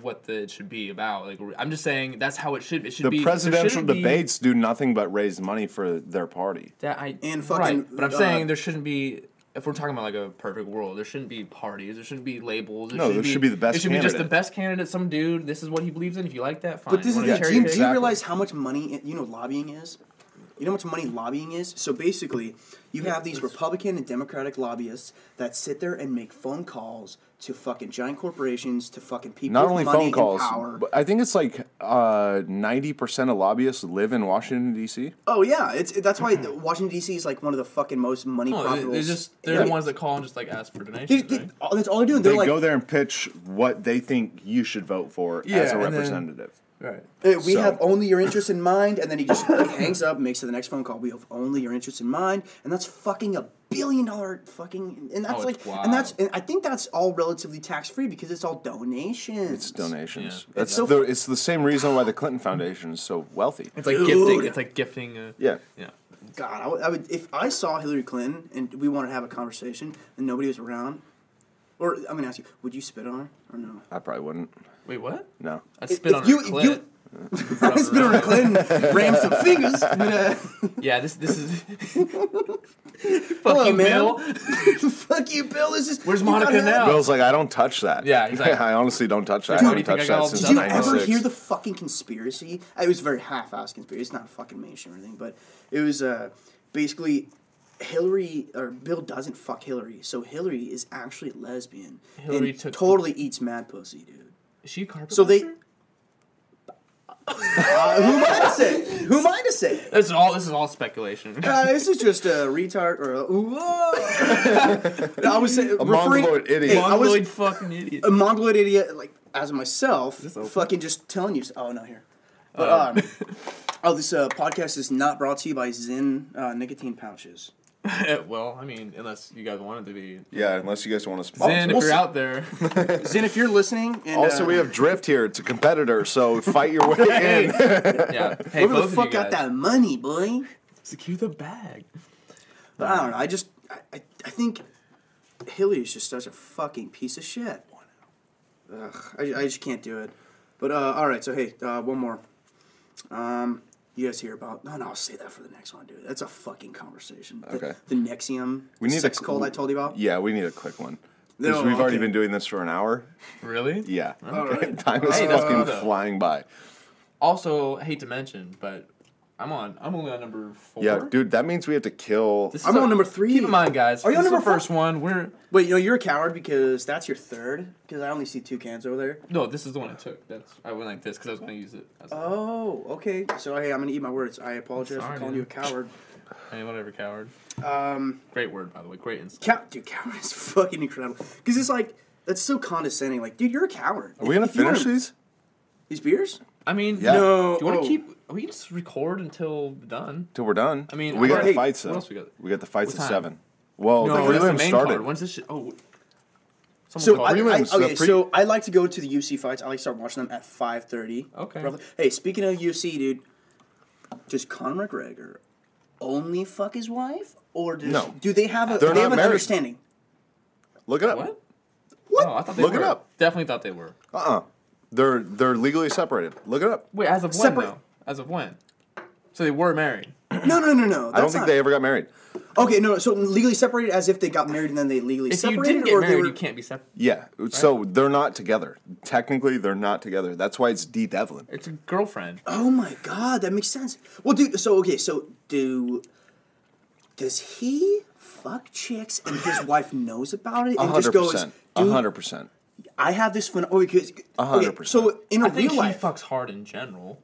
Speaker 2: what the, it should be about. Like I'm just saying that's how it should. It should
Speaker 1: The
Speaker 2: be there
Speaker 1: presidential
Speaker 2: shouldn't be
Speaker 1: debates do nothing but raise money for their party.
Speaker 2: that I
Speaker 4: And fucking,
Speaker 2: right. But I'm
Speaker 4: uh,
Speaker 2: saying there shouldn't be. If we're talking about like a perfect world, there shouldn't be parties. There shouldn't be labels.
Speaker 1: No, there should be the best
Speaker 2: It should be just the
Speaker 1: candidate.
Speaker 2: best candidate. Some dude. This is what he believes in. If you like that, fine.
Speaker 4: But this is
Speaker 2: Wanna
Speaker 4: the, do,
Speaker 2: cherry
Speaker 4: you,
Speaker 2: pick?
Speaker 4: do you
Speaker 1: Exactly.
Speaker 4: realize how much money you know lobbying is? You know how much money lobbying is? So basically, you have these Republican and Democratic lobbyists that sit there and make phone calls to fucking giant corporations, to fucking people
Speaker 1: Not
Speaker 4: with
Speaker 1: only
Speaker 4: money
Speaker 1: phone
Speaker 4: and
Speaker 1: calls,
Speaker 4: power.
Speaker 1: but I think it's like uh, ninety percent of lobbyists live in Washington D.C.
Speaker 4: Oh yeah, it's that's why the- Washington D.C. is like one of the fucking most money
Speaker 2: No, they-
Speaker 4: profitable.
Speaker 2: Mm-hmm. Oh, they're just they're the ones that call and just like ask for
Speaker 4: They-
Speaker 2: donations.
Speaker 4: they-
Speaker 2: right?
Speaker 4: all- that's all they're doing. They're
Speaker 1: They
Speaker 4: like,
Speaker 1: go there and pitch what they think you should vote for
Speaker 2: Yeah,
Speaker 1: as a
Speaker 2: and then-
Speaker 1: representative.
Speaker 2: Right.
Speaker 4: "Hey, we
Speaker 1: so-
Speaker 4: have only your interest in mind, and then he just he hangs up, makes it the next phone call. We have only your interest in mind, and that's fucking a billion dollar fucking, and that's
Speaker 2: Oh,
Speaker 4: like,
Speaker 2: it's
Speaker 4: and that's,
Speaker 2: wild.
Speaker 4: and I think that's all relatively tax free because it's all donations.
Speaker 1: It's donations.
Speaker 2: Yeah.
Speaker 1: That's
Speaker 4: It's so
Speaker 1: the,
Speaker 4: fu-
Speaker 1: it's the same reason why the Clinton Foundation is so wealthy.
Speaker 2: It's like gifting. It's like gifting. A,
Speaker 1: Yeah.
Speaker 2: Yeah.
Speaker 4: God, I would, I would if I saw Hillary Clinton and we wanted to have a conversation and nobody was around, or I'm gonna ask you, would you spit on her or no?
Speaker 1: I probably wouldn't.
Speaker 2: Wait, what?
Speaker 1: No.
Speaker 2: I spit
Speaker 4: if
Speaker 2: on
Speaker 4: you-
Speaker 2: her
Speaker 4: if
Speaker 2: clit.
Speaker 4: you- I spit on her Clinton, ram some fingers. uh,
Speaker 2: Yeah, this this is. Fuck
Speaker 4: Hello,
Speaker 2: you,
Speaker 4: man.
Speaker 2: Bill.
Speaker 4: Fuck you, Bill. This is
Speaker 2: Where's
Speaker 4: you gotta
Speaker 2: Monica
Speaker 4: have-
Speaker 2: now?
Speaker 1: Bill's like, I don't touch that.
Speaker 2: Yeah, he's like-
Speaker 1: I honestly don't touch that.
Speaker 2: Dude,
Speaker 1: I haven't
Speaker 2: how do
Speaker 1: touched
Speaker 2: you think
Speaker 1: that
Speaker 2: I got
Speaker 1: since
Speaker 2: all
Speaker 4: Did you
Speaker 2: That's
Speaker 4: ever
Speaker 1: 96.
Speaker 4: hear the fucking conspiracy? It was a very half-ass conspiracy. It's not fucking mainstream or anything, but it was uh, basically Hillary or Bill doesn't fuck Hillary, so Hillary is actually lesbian.
Speaker 2: Hillary
Speaker 4: and
Speaker 2: took-
Speaker 4: totally eats mad pussy, dude.
Speaker 2: Is she a carpet?
Speaker 4: So they-
Speaker 2: washer?
Speaker 4: Uh, who am I to say? Who am I to say?
Speaker 2: This is all. This is all speculation.
Speaker 4: Uh, this is just a retard or a, Whoa. I was saying,
Speaker 1: A
Speaker 4: referring,
Speaker 1: mongoloid idiot.
Speaker 4: Hey, I was
Speaker 2: Mongoloid fucking idiot.
Speaker 4: a mongoloid idiot, like as myself,
Speaker 2: open?
Speaker 4: fucking just telling you. Oh no, here. But um, oh, this uh, podcast is not brought to you by Zen uh, nicotine pouches.
Speaker 2: well, I mean, unless you guys wanted to be.
Speaker 1: Yeah, unless you guys want to
Speaker 4: Oh,
Speaker 1: sponsor.
Speaker 2: Then,
Speaker 1: us.
Speaker 2: if you're out there,
Speaker 4: Zen, if you're listening, and,
Speaker 1: also,
Speaker 4: uh,
Speaker 1: we have Drift here. It's a competitor, so fight your way in.
Speaker 2: yeah. Hey,
Speaker 4: whoever
Speaker 2: both
Speaker 4: the
Speaker 2: of
Speaker 4: fuck
Speaker 2: you
Speaker 4: got
Speaker 2: guys,
Speaker 4: that money, boy.
Speaker 2: secure the bag.
Speaker 4: But I don't know. I just, I, I, I think Hillary's just such a fucking piece of shit. Ugh, I, I just can't do it. But uh, all right, so hey, uh, one more. Um, you guys hear about? No, no, I'll say that for the next one, dude. That's a fucking conversation. The,
Speaker 1: Okay.
Speaker 4: The Nexium
Speaker 1: We need a
Speaker 4: sex
Speaker 1: cl-
Speaker 4: cult I told you about.
Speaker 1: yeah, we need a quick one. 'Cause
Speaker 4: No,
Speaker 1: we've already
Speaker 4: okay.
Speaker 1: been doing this for an hour.
Speaker 2: Really?
Speaker 1: Yeah.
Speaker 4: right.
Speaker 1: Time is
Speaker 2: Hey, that's
Speaker 1: fucking
Speaker 2: cool, though.
Speaker 1: flying by.
Speaker 2: Also, I hate to mention, but I'm on. I'm only on number four.
Speaker 1: Yeah, dude, that means we have to kill.
Speaker 2: This is
Speaker 4: I'm
Speaker 2: a-
Speaker 4: on number three.
Speaker 2: Keep in mind, guys.
Speaker 4: Are you
Speaker 2: this
Speaker 4: on
Speaker 2: is the
Speaker 4: number four?
Speaker 2: first one. We're
Speaker 4: Wait, you know you're a coward because that's your third. Because I only see two cans over there.
Speaker 2: no. This is the one I took. That's I went like this because I was gonna use it. As a-
Speaker 4: Oh, okay. So hey, I'm gonna eat my words. I apologize
Speaker 2: Sorry,
Speaker 4: for calling you a
Speaker 2: dude.
Speaker 4: coward.
Speaker 2: Hey, whatever, coward.
Speaker 4: Um,
Speaker 2: Great word, by the way. Great insight.
Speaker 4: cow- dude, coward is fucking incredible. Because it's like that's so condescending. Like, dude, you're a coward.
Speaker 1: Are we gonna
Speaker 4: If you wanna-
Speaker 1: finish these? Oh
Speaker 4: these beers?
Speaker 2: I mean,
Speaker 1: Yeah.
Speaker 2: do
Speaker 4: No.
Speaker 2: you want to
Speaker 4: oh.
Speaker 2: keep? We can just record until done.
Speaker 1: Till we're done.
Speaker 2: I mean,
Speaker 1: we got
Speaker 2: I'm
Speaker 1: the
Speaker 2: already-
Speaker 1: fights
Speaker 2: what
Speaker 1: though.
Speaker 2: else we got?
Speaker 1: We got the fights
Speaker 2: What
Speaker 1: at
Speaker 2: time?
Speaker 1: seven. Well,
Speaker 2: No,
Speaker 1: the
Speaker 2: that's the
Speaker 1: prelim
Speaker 2: main
Speaker 1: started.
Speaker 2: card. When's this shit? Oh, someone
Speaker 4: So
Speaker 2: called-
Speaker 4: I, I,
Speaker 1: Prelims, the
Speaker 4: okay,
Speaker 1: pre-
Speaker 4: so I like to go to the UFC fights. I like to start watching them at five thirty.
Speaker 2: Okay.
Speaker 4: Hey, speaking of UFC, dude, does Conor McGregor only fuck his wife, or does,
Speaker 1: No.
Speaker 4: do they have a
Speaker 1: They're
Speaker 4: do they
Speaker 1: not
Speaker 4: have an
Speaker 1: married.
Speaker 4: understanding?
Speaker 1: Look it up.
Speaker 2: what?
Speaker 4: What?
Speaker 2: Oh, I thought they
Speaker 1: Look it
Speaker 2: were.
Speaker 1: up.
Speaker 2: Definitely thought they were.
Speaker 1: Uh uh-uh. uh. they are they're legally separated. Look it up.
Speaker 2: Wait, as of
Speaker 4: Separate-
Speaker 2: when though? As of when? So they were married.
Speaker 4: No, no, no, no. That's
Speaker 1: I don't think
Speaker 4: not-
Speaker 1: they ever got married.
Speaker 4: Okay, no. So legally separated, as if they got married and then they legally
Speaker 2: If you
Speaker 4: separated,
Speaker 2: didn't get
Speaker 4: or they
Speaker 2: married,
Speaker 4: were
Speaker 2: you can't be separated.
Speaker 1: Yeah. So they're not together. Technically, they're not together. That's why it's D Devlin.
Speaker 2: It's a girlfriend.
Speaker 4: Oh my god, that makes sense. Well, dude, so okay, so do does he fuck chicks and his wife knows about it and just
Speaker 1: hundred
Speaker 4: goes,
Speaker 1: percent.
Speaker 4: dude,
Speaker 1: hundred percent.
Speaker 4: I have this phenomenon. Oh, because
Speaker 1: hundred
Speaker 4: okay, so
Speaker 1: percent.
Speaker 4: in a
Speaker 2: I think
Speaker 4: real
Speaker 2: he
Speaker 4: life,
Speaker 2: fucks hard in general.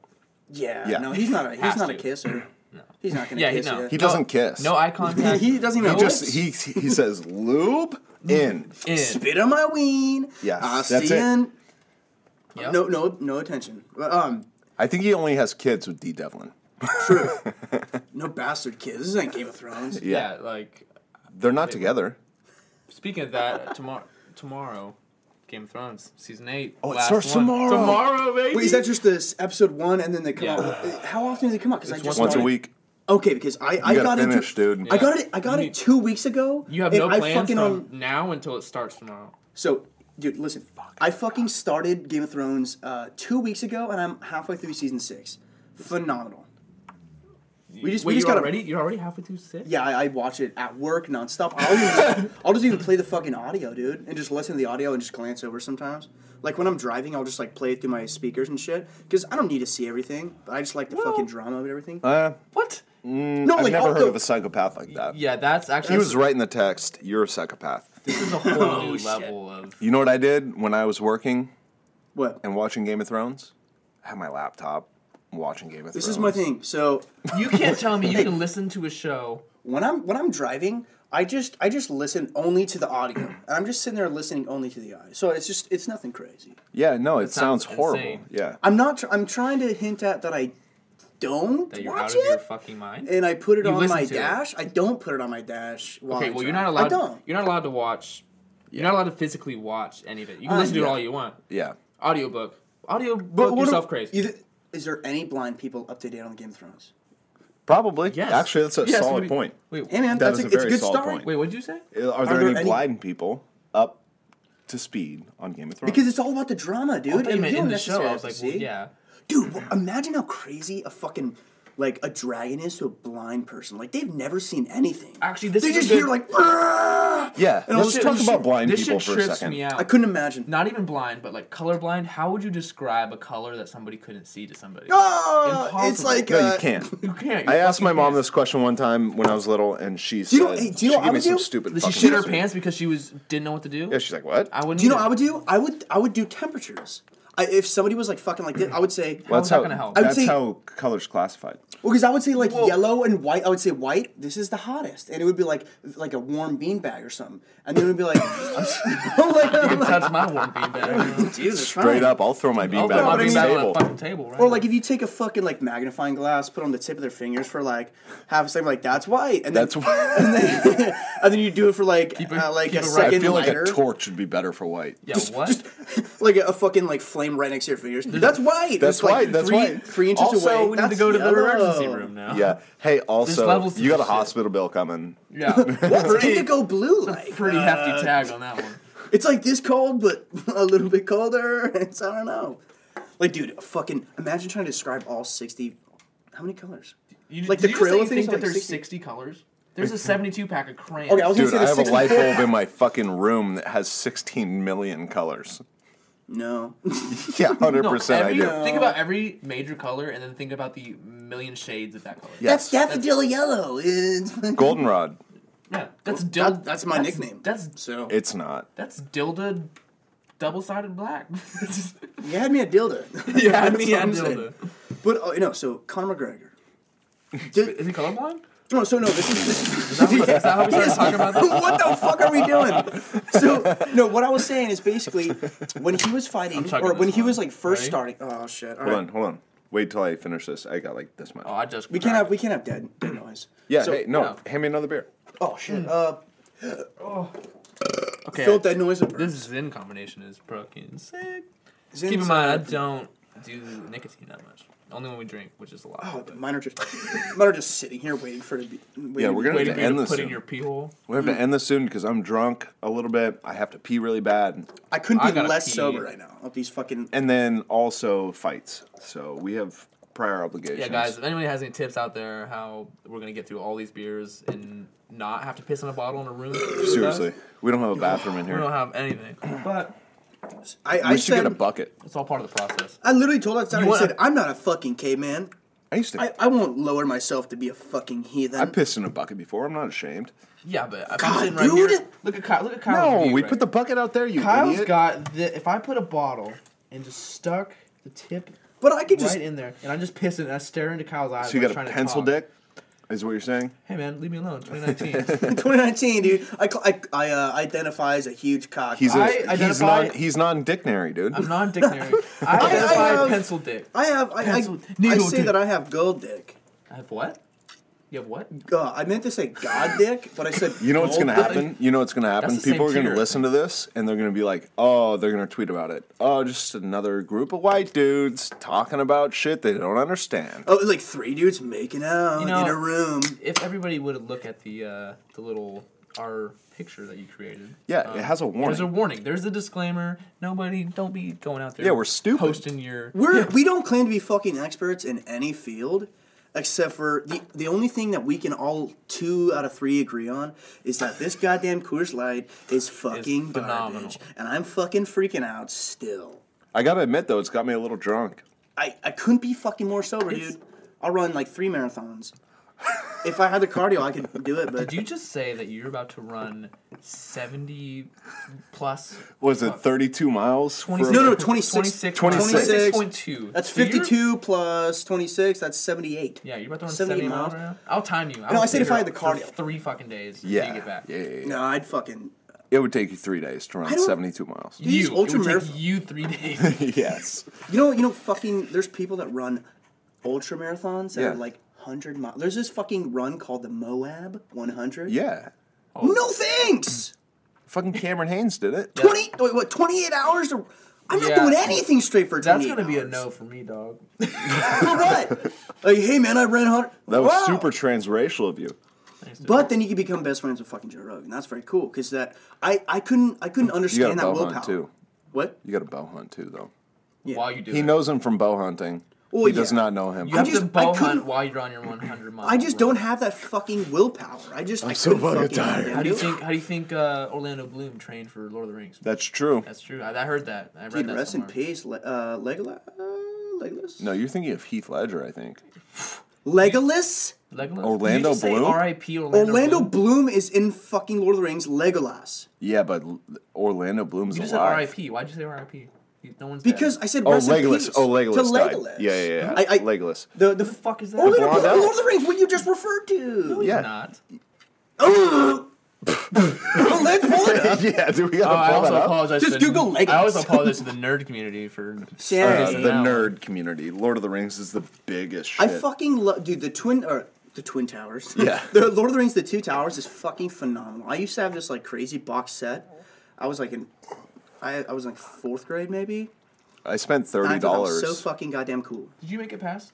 Speaker 4: yeah,
Speaker 1: Yeah.
Speaker 4: no, he's not a he's
Speaker 2: Has
Speaker 4: not
Speaker 2: to.
Speaker 4: a kisser. no, he's not gonna
Speaker 2: Yeah, he
Speaker 4: kiss
Speaker 2: no.
Speaker 4: you.
Speaker 1: He doesn't kiss.
Speaker 2: No eye contact.
Speaker 4: He doesn't even-
Speaker 2: No
Speaker 4: He
Speaker 1: Just he he says lube in.
Speaker 2: in.
Speaker 4: Spit on my ween.
Speaker 1: Yes,
Speaker 4: I'll
Speaker 1: that's
Speaker 4: see
Speaker 1: it.
Speaker 4: you in-
Speaker 2: Yep.
Speaker 4: No, no, no attention. But um,
Speaker 1: I think he only has kids with D Devlin.
Speaker 4: truth. no bastard kids. This ain't Game of Thrones.
Speaker 2: Yeah. like
Speaker 1: They're not together.
Speaker 2: speaking of that, tomorrow, tomorrow, Game of Thrones season eight.
Speaker 4: Oh,
Speaker 1: it
Speaker 2: last
Speaker 1: starts
Speaker 2: one.
Speaker 1: tomorrow.
Speaker 2: Tomorrow, baby.
Speaker 4: Wait, is that just this episode one, and then they come
Speaker 2: Yeah.
Speaker 4: out? With, how often do they come out? Because I just
Speaker 1: Once a
Speaker 4: started-
Speaker 1: week.
Speaker 4: Okay, because I I
Speaker 1: gotta
Speaker 4: got
Speaker 1: finish,
Speaker 4: into,
Speaker 1: dude.
Speaker 4: I
Speaker 1: Yeah.
Speaker 4: got it. I got
Speaker 2: You-
Speaker 4: it two weeks ago.
Speaker 2: you have
Speaker 4: and
Speaker 2: no
Speaker 4: I
Speaker 2: plan
Speaker 4: fucking
Speaker 2: from
Speaker 4: um,
Speaker 2: now until it starts tomorrow.
Speaker 4: so, dude, listen. I fucking started Game of Thrones uh, two weeks ago, and I'm halfway through season six. Phenomenal. We just we
Speaker 2: Wait,
Speaker 4: just
Speaker 2: you're
Speaker 4: got
Speaker 2: already you're already halfway through six.
Speaker 4: Yeah, I, I watch it at work nonstop. I'll just, I'll just even play the fucking audio, dude, and just listen to the audio and just glance over sometimes. Like when I'm driving, I'll just like play it through my speakers and shit because I don't need to see everything. But I just like the fucking drama of everything.
Speaker 1: Uh,
Speaker 2: What?
Speaker 4: no,
Speaker 1: I've
Speaker 4: like
Speaker 1: never
Speaker 4: I'll-
Speaker 1: heard
Speaker 4: no,
Speaker 1: of a psychopath like that.
Speaker 2: Yeah, that's actually.
Speaker 1: He was right in the text. You're a psychopath.
Speaker 2: This is a whole
Speaker 4: Oh,
Speaker 2: new level of.
Speaker 1: You know what I did when I was working
Speaker 4: what.
Speaker 1: and watching Game of Thrones? I had my laptop and watching Game of Thrones.
Speaker 4: This is my thing. So
Speaker 2: You can't tell me you can listen to a show.
Speaker 4: when I'm when I'm driving, I just I just listen only to the audio, and I'm just sitting there listening only to the audio. So it's just it's nothing crazy.
Speaker 1: Yeah, no, it sounds,
Speaker 2: sounds
Speaker 1: horrible.
Speaker 2: insane.
Speaker 1: Yeah.
Speaker 4: I'm not. Tr- I'm trying to hint at that I don't
Speaker 2: That you're
Speaker 4: watch
Speaker 2: out of your
Speaker 4: it,
Speaker 2: fucking mind.
Speaker 4: and I put it
Speaker 2: You
Speaker 4: on
Speaker 2: listen
Speaker 4: my
Speaker 2: to it.
Speaker 4: dash. I don't put it on my dash. While
Speaker 2: Okay,
Speaker 4: I
Speaker 2: well you're
Speaker 4: drive.
Speaker 2: not allowed.
Speaker 4: I don't.
Speaker 2: You're not allowed to watch. You're not allowed to physically watch any of it. You can
Speaker 4: Uh,
Speaker 2: listen to
Speaker 4: yeah.
Speaker 2: it all you want.
Speaker 1: Yeah.
Speaker 2: Audiobook. Audiobook
Speaker 4: what
Speaker 2: yourself
Speaker 4: do-
Speaker 2: crazy.
Speaker 4: you th- is there any blind people up to date on Game of Thrones?
Speaker 1: Probably.
Speaker 2: Yes.
Speaker 1: Actually, that's a
Speaker 2: Yes,
Speaker 1: solid
Speaker 2: we-
Speaker 1: point.
Speaker 2: Wait,
Speaker 4: Hey man,
Speaker 1: That
Speaker 4: that's
Speaker 1: is a
Speaker 4: a, it's a
Speaker 1: very
Speaker 4: good
Speaker 1: solid
Speaker 4: start.
Speaker 1: point.
Speaker 2: wait, what'd you say?
Speaker 1: Are there,
Speaker 4: there
Speaker 1: any,
Speaker 4: any-
Speaker 1: blind people up to speed on Game of Thrones?
Speaker 4: Because it's all about the drama, dude.
Speaker 2: I
Speaker 4: and
Speaker 2: meant
Speaker 4: you
Speaker 2: in
Speaker 4: don't
Speaker 2: the show,
Speaker 4: necessarily
Speaker 2: I
Speaker 4: have
Speaker 2: was
Speaker 4: to
Speaker 2: like, well,
Speaker 4: see.
Speaker 2: yeah.
Speaker 4: Dude, well, imagine how crazy a fucking like a dragon is to a blind person. Like they've never seen anything.
Speaker 2: Actually, this
Speaker 4: they
Speaker 2: is a
Speaker 4: just
Speaker 2: good-
Speaker 4: hear like. "Argh!"
Speaker 1: yeah.
Speaker 4: And
Speaker 1: let's
Speaker 4: also-
Speaker 1: talk
Speaker 4: this
Speaker 1: about
Speaker 4: shit-
Speaker 1: blind
Speaker 2: This
Speaker 1: people
Speaker 2: shit
Speaker 1: for a
Speaker 2: trips
Speaker 1: second.
Speaker 2: me out.
Speaker 4: I couldn't imagine.
Speaker 2: Not even blind, but like colorblind. How would you describe a color that somebody couldn't see to somebody?
Speaker 4: Ah, it's
Speaker 2: Impossible.
Speaker 4: like
Speaker 1: No,
Speaker 4: uh,
Speaker 1: you can't.
Speaker 2: You can't. you
Speaker 1: I asked
Speaker 2: fucking
Speaker 1: my mom
Speaker 2: can't.
Speaker 1: this question one time when I was little, and she
Speaker 4: you know-
Speaker 1: said
Speaker 4: hey, do you know
Speaker 1: she
Speaker 4: what
Speaker 1: gave
Speaker 4: I
Speaker 1: me
Speaker 4: would
Speaker 1: some
Speaker 4: do?
Speaker 1: stupid.
Speaker 2: Did she
Speaker 1: fucking
Speaker 2: shit her
Speaker 1: answer.
Speaker 2: pants because she was didn't know what to do?
Speaker 1: Yeah, she's like, "What?"
Speaker 2: I wouldn't.
Speaker 4: Do you know what
Speaker 2: either.
Speaker 4: I would do? I would I would do temperatures. I, if somebody was like fucking like this, I would say.
Speaker 2: Well,
Speaker 1: that's
Speaker 2: that
Speaker 1: how.
Speaker 2: gonna help?
Speaker 4: I would
Speaker 1: That's
Speaker 4: say-
Speaker 1: how colors classified.
Speaker 4: Well, because I would say like yellow and white. I would say white. This is the hottest, and it would be like like a warm beanbag or something. And then it would be like, I'm like, I'm like-
Speaker 2: Touch my one beanbag.
Speaker 4: Jesus
Speaker 1: Straight
Speaker 4: Christ.
Speaker 1: up, I'll throw my bean
Speaker 2: I'll
Speaker 1: back
Speaker 2: put my
Speaker 1: on the
Speaker 2: beanbag on
Speaker 1: table.
Speaker 2: the fucking table, right?
Speaker 4: Or like if you take a fucking like magnifying glass, put it on the tip of their fingers for like half a second, like that's white, and then,
Speaker 1: That's why
Speaker 4: and then, and then you do it for like
Speaker 2: it-
Speaker 4: uh, like
Speaker 2: keep
Speaker 4: a
Speaker 2: it right.
Speaker 1: I
Speaker 4: second
Speaker 1: feel like
Speaker 4: lighter,
Speaker 1: a torch would be better for white.
Speaker 2: yeah, what?
Speaker 4: like a, a fucking like flame right next to your fingers. That's white.
Speaker 1: That's
Speaker 4: It's, like,
Speaker 1: white, that's
Speaker 4: three,
Speaker 1: white.
Speaker 4: Three inches
Speaker 1: Also, we
Speaker 4: away.
Speaker 2: we need to
Speaker 4: that's
Speaker 2: go to the
Speaker 4: yellow.
Speaker 2: emergency room now.
Speaker 1: Yeah. Hey, also,
Speaker 2: levels to
Speaker 1: you got a
Speaker 2: this shit.
Speaker 1: hospital bill coming.
Speaker 2: Yeah.
Speaker 4: What's
Speaker 2: pretty,
Speaker 4: indigo blue like? uh,
Speaker 2: pretty hefty tag on that one.
Speaker 4: It's like this cold, but a little bit colder. It's I don't know. Like, dude, fucking imagine trying to describe all sixty. How many colors?
Speaker 2: You,
Speaker 4: Like the
Speaker 2: did you just say
Speaker 4: Crayola
Speaker 2: you
Speaker 4: things
Speaker 2: think
Speaker 4: are
Speaker 2: that
Speaker 4: like
Speaker 2: there's
Speaker 4: 60?
Speaker 2: 60 colors? There's a 72 pack of crayons.
Speaker 4: Okay, I was
Speaker 1: Dude,
Speaker 4: gonna
Speaker 1: I
Speaker 4: say the
Speaker 1: have a
Speaker 4: 60
Speaker 1: light bulb in my fucking room that has 16 million colors.
Speaker 4: No,
Speaker 1: Yeah, 100%
Speaker 2: no,
Speaker 1: I
Speaker 2: every,
Speaker 1: do.
Speaker 2: Think about every major color and then think about the million shades of that color.
Speaker 1: Yes.
Speaker 4: daffodil yellow. Is
Speaker 1: Goldenrod.
Speaker 2: Yeah, that's dil-
Speaker 4: That- that's my nickname.
Speaker 2: That's
Speaker 4: so
Speaker 1: It's not.
Speaker 2: that's dilda, double-sided black.
Speaker 4: you had me at dildo.
Speaker 2: yeah, I
Speaker 4: That's
Speaker 2: mean,
Speaker 4: what I'm saying. But oh, you know, so Conor McGregor. Did,
Speaker 2: Is he colorblind?
Speaker 4: no, so no, this is this is
Speaker 2: Is that how we started talking about this?
Speaker 4: what the fuck are we doing? So no, what I was saying is basically when he was fighting,
Speaker 2: chugging
Speaker 4: or when
Speaker 2: this
Speaker 4: he
Speaker 2: one.
Speaker 4: was like first
Speaker 2: Ready?
Speaker 4: starting. Oh shit! All right.
Speaker 1: Hold on, hold on. Wait till I finish this. I got like this much.
Speaker 2: Oh, I just
Speaker 4: We can't have we can't have dead dead noise.
Speaker 1: yeah,
Speaker 4: So,
Speaker 1: hey, no,
Speaker 2: no.
Speaker 1: hand me another beer.
Speaker 4: Oh shit.
Speaker 2: Hmm.
Speaker 4: Uh,
Speaker 2: okay.
Speaker 4: filled that noise. with-
Speaker 2: This Zen combination is fucking sick.
Speaker 4: Is
Speaker 2: Keep in
Speaker 4: inside-
Speaker 2: mind, I don't do nicotine that much. Only when we drink, which is a lot.
Speaker 4: Oh,
Speaker 2: but-
Speaker 4: mine are just mine are just sitting here waiting for it to be. Waiting
Speaker 1: Yeah, we're gonna
Speaker 2: Way
Speaker 1: have to
Speaker 2: to be to
Speaker 1: end
Speaker 2: put
Speaker 1: this
Speaker 2: in
Speaker 1: soon.
Speaker 2: your pee hole.
Speaker 1: We have to end this soon because I'm drunk a little bit. I have to pee really bad,
Speaker 4: I couldn't
Speaker 2: I
Speaker 4: be
Speaker 2: gotta
Speaker 4: less
Speaker 2: pee.
Speaker 4: sober right now. Of these fucking.
Speaker 1: and then also fights. So we have prior obligations.
Speaker 2: Yeah, guys, if anybody has any tips out there how we're going to get through all these beers and not have to piss in a bottle in a room.
Speaker 1: Seriously, we don't have a bathroom in
Speaker 2: We don't
Speaker 1: here.
Speaker 2: have anything. But
Speaker 4: I,
Speaker 1: We
Speaker 4: I
Speaker 1: should get a
Speaker 4: said.
Speaker 1: bucket.
Speaker 2: it's all part of the process.
Speaker 4: I literally told that
Speaker 2: You
Speaker 4: and
Speaker 2: wanna-
Speaker 4: said, "I'm not a fucking caveman.
Speaker 1: I used to.
Speaker 4: I, I won't lower myself to be a fucking heathen."
Speaker 1: I pissed in a bucket before. I'm not ashamed.
Speaker 2: Yeah, but I'm
Speaker 4: God,
Speaker 2: sitting right
Speaker 4: dude!
Speaker 2: here. Look at Kyle. Look at Kyle.
Speaker 1: No, we put the bucket out there. You
Speaker 2: Kyle's
Speaker 1: idiot.
Speaker 2: got the. If I put a bottle and just stuck the tip
Speaker 4: but I could
Speaker 2: right
Speaker 4: just.
Speaker 2: in there, and I'm just pissing, and I stare into Kyle's eyes.
Speaker 1: so you
Speaker 2: like,
Speaker 1: got
Speaker 2: trying
Speaker 1: a
Speaker 2: to
Speaker 1: pencil
Speaker 2: talk.
Speaker 1: dick, is what you're saying?
Speaker 2: Hey man, leave me alone. 2019.
Speaker 4: 2019, dude. I cl- I, I uh, identify as a huge cock.
Speaker 1: He's a,
Speaker 2: I
Speaker 1: he's
Speaker 2: identify-
Speaker 1: non he's non dictionary, dude.
Speaker 2: I'm non-dictionary. I
Speaker 4: I
Speaker 2: identify
Speaker 4: have-
Speaker 2: pencil dick.
Speaker 4: I have. I, I,
Speaker 2: Pencil-
Speaker 4: I
Speaker 2: needle
Speaker 4: say
Speaker 2: dick.
Speaker 4: that I have gold dick.
Speaker 2: I have what? You have what?
Speaker 4: Uh, I meant to say God dick, but I said.
Speaker 1: You know what's
Speaker 4: gold
Speaker 1: gonna
Speaker 4: dick.
Speaker 1: happen? You know what's gonna happen?
Speaker 2: the same
Speaker 1: People are gonna
Speaker 2: tier.
Speaker 1: listen to this and they're gonna be like, oh, they're gonna tweet about it. Oh, just another group of white dudes talking about shit they don't understand.
Speaker 4: Oh, it was like three dudes making out
Speaker 2: You know-
Speaker 4: in a room.
Speaker 2: If everybody would look at the uh, the little R picture that you created. um,
Speaker 1: Yeah, it has a
Speaker 2: There's a
Speaker 1: warning.
Speaker 2: warning. There's a disclaimer. Nobody, don't be going out there.
Speaker 1: Yeah, we're stupid.
Speaker 2: Posting your.
Speaker 4: We're we don't claim to be fucking experts in any field, except for the the only thing that we can all two out of three agree on is that this goddamn Coors Light is fucking
Speaker 2: phenomenal.
Speaker 4: garbage, and I'm fucking freaking out still.
Speaker 1: I gotta admit though, it's got me a little drunk.
Speaker 4: I I couldn't be fucking more sober, dude. I'll run like three marathons. if I had the cardio, I could do it, but
Speaker 2: Did you just say that you're about to run 70 plus?
Speaker 1: Was it 32 miles? for-
Speaker 4: No, no, 26.
Speaker 2: 26.
Speaker 1: 26.
Speaker 2: 26.2.
Speaker 4: that's
Speaker 2: So you're-
Speaker 4: 52 plus 26. That's 78.
Speaker 2: Yeah, you're about to run
Speaker 4: 70
Speaker 2: 70, miles.
Speaker 4: miles.
Speaker 2: right now. I'll time you. I'll
Speaker 4: I said if
Speaker 2: figure
Speaker 4: I had the
Speaker 2: out for
Speaker 4: cardio.
Speaker 2: Three fucking days. till
Speaker 1: Yeah,
Speaker 2: You get back.
Speaker 1: yeah, yeah, yeah.
Speaker 4: No, I'd fucking.
Speaker 1: It would take you three days to run
Speaker 4: don't-
Speaker 1: 72 miles.
Speaker 4: These
Speaker 2: You.
Speaker 4: ultra
Speaker 2: it would take
Speaker 4: marathon-
Speaker 2: you three days.
Speaker 1: yes.
Speaker 4: You know, you know, fucking. There's people that run ultra marathons that
Speaker 1: Yeah.
Speaker 4: are like hundred miles. There's this fucking run called the Moab 100.
Speaker 1: Yeah.
Speaker 4: No thanks.
Speaker 1: Fucking Cameron Haynes did it.
Speaker 4: Twenty. Wait, what? Twenty-eight hours? To, I'm not
Speaker 2: Yeah.
Speaker 4: doing anything straight for
Speaker 2: That's
Speaker 4: 28
Speaker 2: gonna be a
Speaker 4: hours.
Speaker 2: no for me, dog.
Speaker 4: For what? like, hey man, I ran hundred.
Speaker 1: That was
Speaker 4: Wow.
Speaker 1: super transracial of you.
Speaker 4: But then you could become best friends with fucking Joe Rogan. That's very cool because that I I couldn't I
Speaker 1: You
Speaker 4: couldn't
Speaker 1: got a
Speaker 4: understand that
Speaker 1: bow
Speaker 4: willpower.
Speaker 1: hunt too.
Speaker 4: What?
Speaker 1: You got a bow hunt too, though.
Speaker 2: While you do
Speaker 1: He
Speaker 2: it.
Speaker 1: knows him from bow hunting.
Speaker 4: Well,
Speaker 1: he does
Speaker 4: yeah.
Speaker 1: not know him.
Speaker 2: You have
Speaker 4: just-
Speaker 2: to
Speaker 4: I
Speaker 2: bow
Speaker 4: couldn't-
Speaker 2: hunt while you're on your 100 mile.
Speaker 4: I just don't have that fucking willpower. I just I'm I
Speaker 1: so
Speaker 4: couldn't
Speaker 1: fucking tired.
Speaker 4: do
Speaker 2: How do you
Speaker 4: it.
Speaker 2: think? How do you think uh, Orlando Bloom trained for Lord of the Rings?
Speaker 1: That's true.
Speaker 2: That's true. I, I heard that. I read
Speaker 4: Dude,
Speaker 2: that.
Speaker 4: rest in
Speaker 2: somewhere.
Speaker 4: peace, Le- uh, Legolas. Uh, Legolas.
Speaker 1: No, you're thinking of Heath Ledger, I think.
Speaker 4: Legolas.
Speaker 2: Legolas? Did you
Speaker 1: Orlando
Speaker 2: just say
Speaker 1: Bloom?
Speaker 2: R.I.P. Orlando,
Speaker 4: Orlando
Speaker 2: Bloom.
Speaker 4: Bloom is in fucking Lord of the Rings. Legolas.
Speaker 1: Yeah, but L- Orlando Bloom's
Speaker 2: You just said
Speaker 1: alive.
Speaker 2: R.I.P. Why'd you say R.I.P.? He- No one's dead.
Speaker 4: Because I said
Speaker 1: Oh,
Speaker 4: rest in
Speaker 1: Legolas.
Speaker 4: peace
Speaker 1: Oh, Legolas.
Speaker 4: To
Speaker 1: died.
Speaker 4: Legolas.
Speaker 1: Yeah, yeah, yeah.
Speaker 4: I, I,
Speaker 1: Legolas.
Speaker 4: The, the,
Speaker 2: the fuck is that?
Speaker 4: Lord, of the,
Speaker 1: blonde
Speaker 4: Lord
Speaker 1: elf.
Speaker 4: of the Rings, what you just referred to.
Speaker 2: He's
Speaker 1: Yeah.
Speaker 2: not.
Speaker 4: Ugh. Let's pull it up.
Speaker 1: yeah, do we gotta
Speaker 2: Oh, I
Speaker 1: pull
Speaker 2: also
Speaker 1: that up?
Speaker 2: apologize.
Speaker 4: Just
Speaker 2: to the-
Speaker 4: Google Legos.
Speaker 2: I also apologize to the nerd community for.
Speaker 1: Uh,
Speaker 4: Seriously.
Speaker 1: the
Speaker 2: Yeah.
Speaker 1: nerd community. Lord of the Rings is the biggest shit.
Speaker 4: I fucking love, dude. The twin or the Twin Towers.
Speaker 1: Yeah.
Speaker 4: the Lord of the Rings, the Two Towers is fucking phenomenal. I used to have this like crazy box set. I was like in, I, I was in like fourth grade maybe.
Speaker 1: I spent
Speaker 4: And I
Speaker 1: thirty
Speaker 4: thought I was
Speaker 1: dollars.
Speaker 4: so fucking goddamn cool.
Speaker 2: Did you make it past?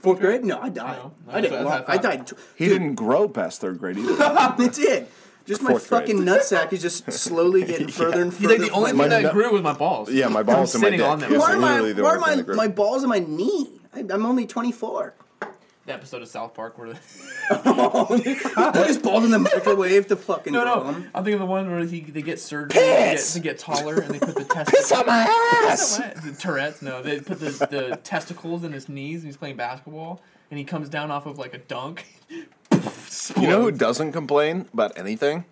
Speaker 4: Fourth grade? No, I died.
Speaker 2: No, no,
Speaker 4: I
Speaker 2: that's
Speaker 4: didn't.
Speaker 2: what I
Speaker 4: Well, I
Speaker 2: thought.
Speaker 4: died. Tw-
Speaker 1: he
Speaker 4: dude,
Speaker 1: didn't grow past third grade either.
Speaker 4: It did. Just my
Speaker 1: Fourth grade.
Speaker 4: fucking nutsack is just slowly getting further and
Speaker 2: He's
Speaker 4: further.
Speaker 2: like the only
Speaker 4: my,
Speaker 2: thing that
Speaker 1: nu-
Speaker 2: grew was my balls.
Speaker 1: yeah, my balls and
Speaker 2: I'm
Speaker 1: my
Speaker 2: sitting
Speaker 1: dick.
Speaker 2: on them.
Speaker 1: Yes,
Speaker 4: why are my,
Speaker 1: literally the
Speaker 4: why
Speaker 1: only
Speaker 4: are
Speaker 1: thing
Speaker 4: my,
Speaker 1: that grew.
Speaker 4: my balls and my knee? I, I'm only 24.
Speaker 2: The episode of South Park where. the-
Speaker 4: Put his balls in the microwave to fucking
Speaker 2: No,
Speaker 4: grow
Speaker 2: no.
Speaker 4: them.
Speaker 2: I'm thinking of the one where he, they get surgery to get,
Speaker 1: Piss!
Speaker 2: to get taller and they put the
Speaker 1: Piss
Speaker 2: testicles.
Speaker 1: on my ass.
Speaker 2: What? The Tourette's? No, they put the, the testicles in his knees and he's playing basketball and he comes down off of like a dunk.
Speaker 1: You know who doesn't complain about anything?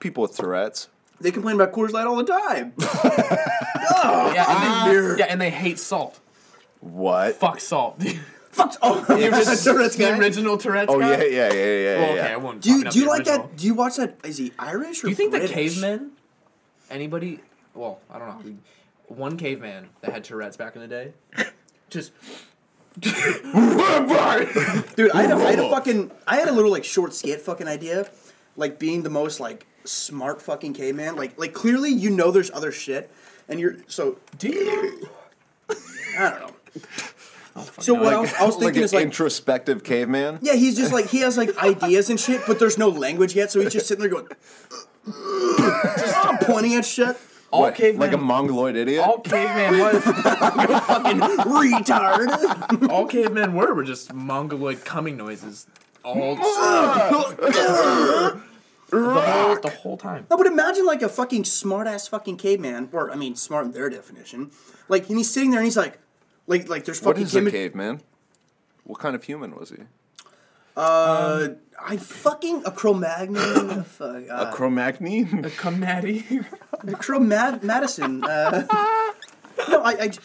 Speaker 1: People with Tourette's.
Speaker 4: They complain about Coors Light all the time.
Speaker 2: Yeah,
Speaker 1: Ah!
Speaker 2: and
Speaker 4: Uh,
Speaker 2: they, yeah, and they hate salt.
Speaker 1: What?
Speaker 2: Fuck salt. the
Speaker 4: Fuck. Oh, Tourette's guy.
Speaker 2: original Tourette's
Speaker 1: Oh
Speaker 2: guy?
Speaker 1: yeah, yeah, yeah, yeah.
Speaker 2: Well,
Speaker 1: yeah.
Speaker 2: okay, I won't.
Speaker 4: Do you, do you like that? Do you watch that? Is he Irish or
Speaker 2: Do you think
Speaker 4: British?
Speaker 2: the cavemen? Anybody? Well, I don't know. One caveman that had Tourette's back in the day. Just
Speaker 4: Dude, I had, a, I had a fucking, I had a little like short skit fucking idea, like being the most like smart fucking caveman. Like, like clearly you know there's other shit, and you're so
Speaker 2: do you?
Speaker 4: I don't know. so what I was, I was thinking
Speaker 1: like an
Speaker 4: is like,
Speaker 1: introspective caveman.
Speaker 4: yeah, he's just like he has like ideas and shit, but there's no language yet, so he's just sitting there going, just pointing at shit.
Speaker 2: All
Speaker 1: What,
Speaker 2: cavemen.
Speaker 1: like a mongoloid idiot.
Speaker 2: all cavemen was.
Speaker 4: Retard.
Speaker 2: all cavemen were were just mongoloid coming noises. All the whole, the whole time.
Speaker 4: No, but imagine like a fucking smart ass fucking caveman, or I mean smart in their definition. Like and he's sitting there and he's like like like there's
Speaker 1: what
Speaker 4: fucking
Speaker 1: is a
Speaker 4: caveman-
Speaker 1: caveman? What kind of human was he?
Speaker 4: uh I fucking a Cro-Magnon fuck uh,
Speaker 1: Cro-Magnon.
Speaker 2: Come, Natty.
Speaker 4: a Cro-Mad Madison. Uh, no, I I did,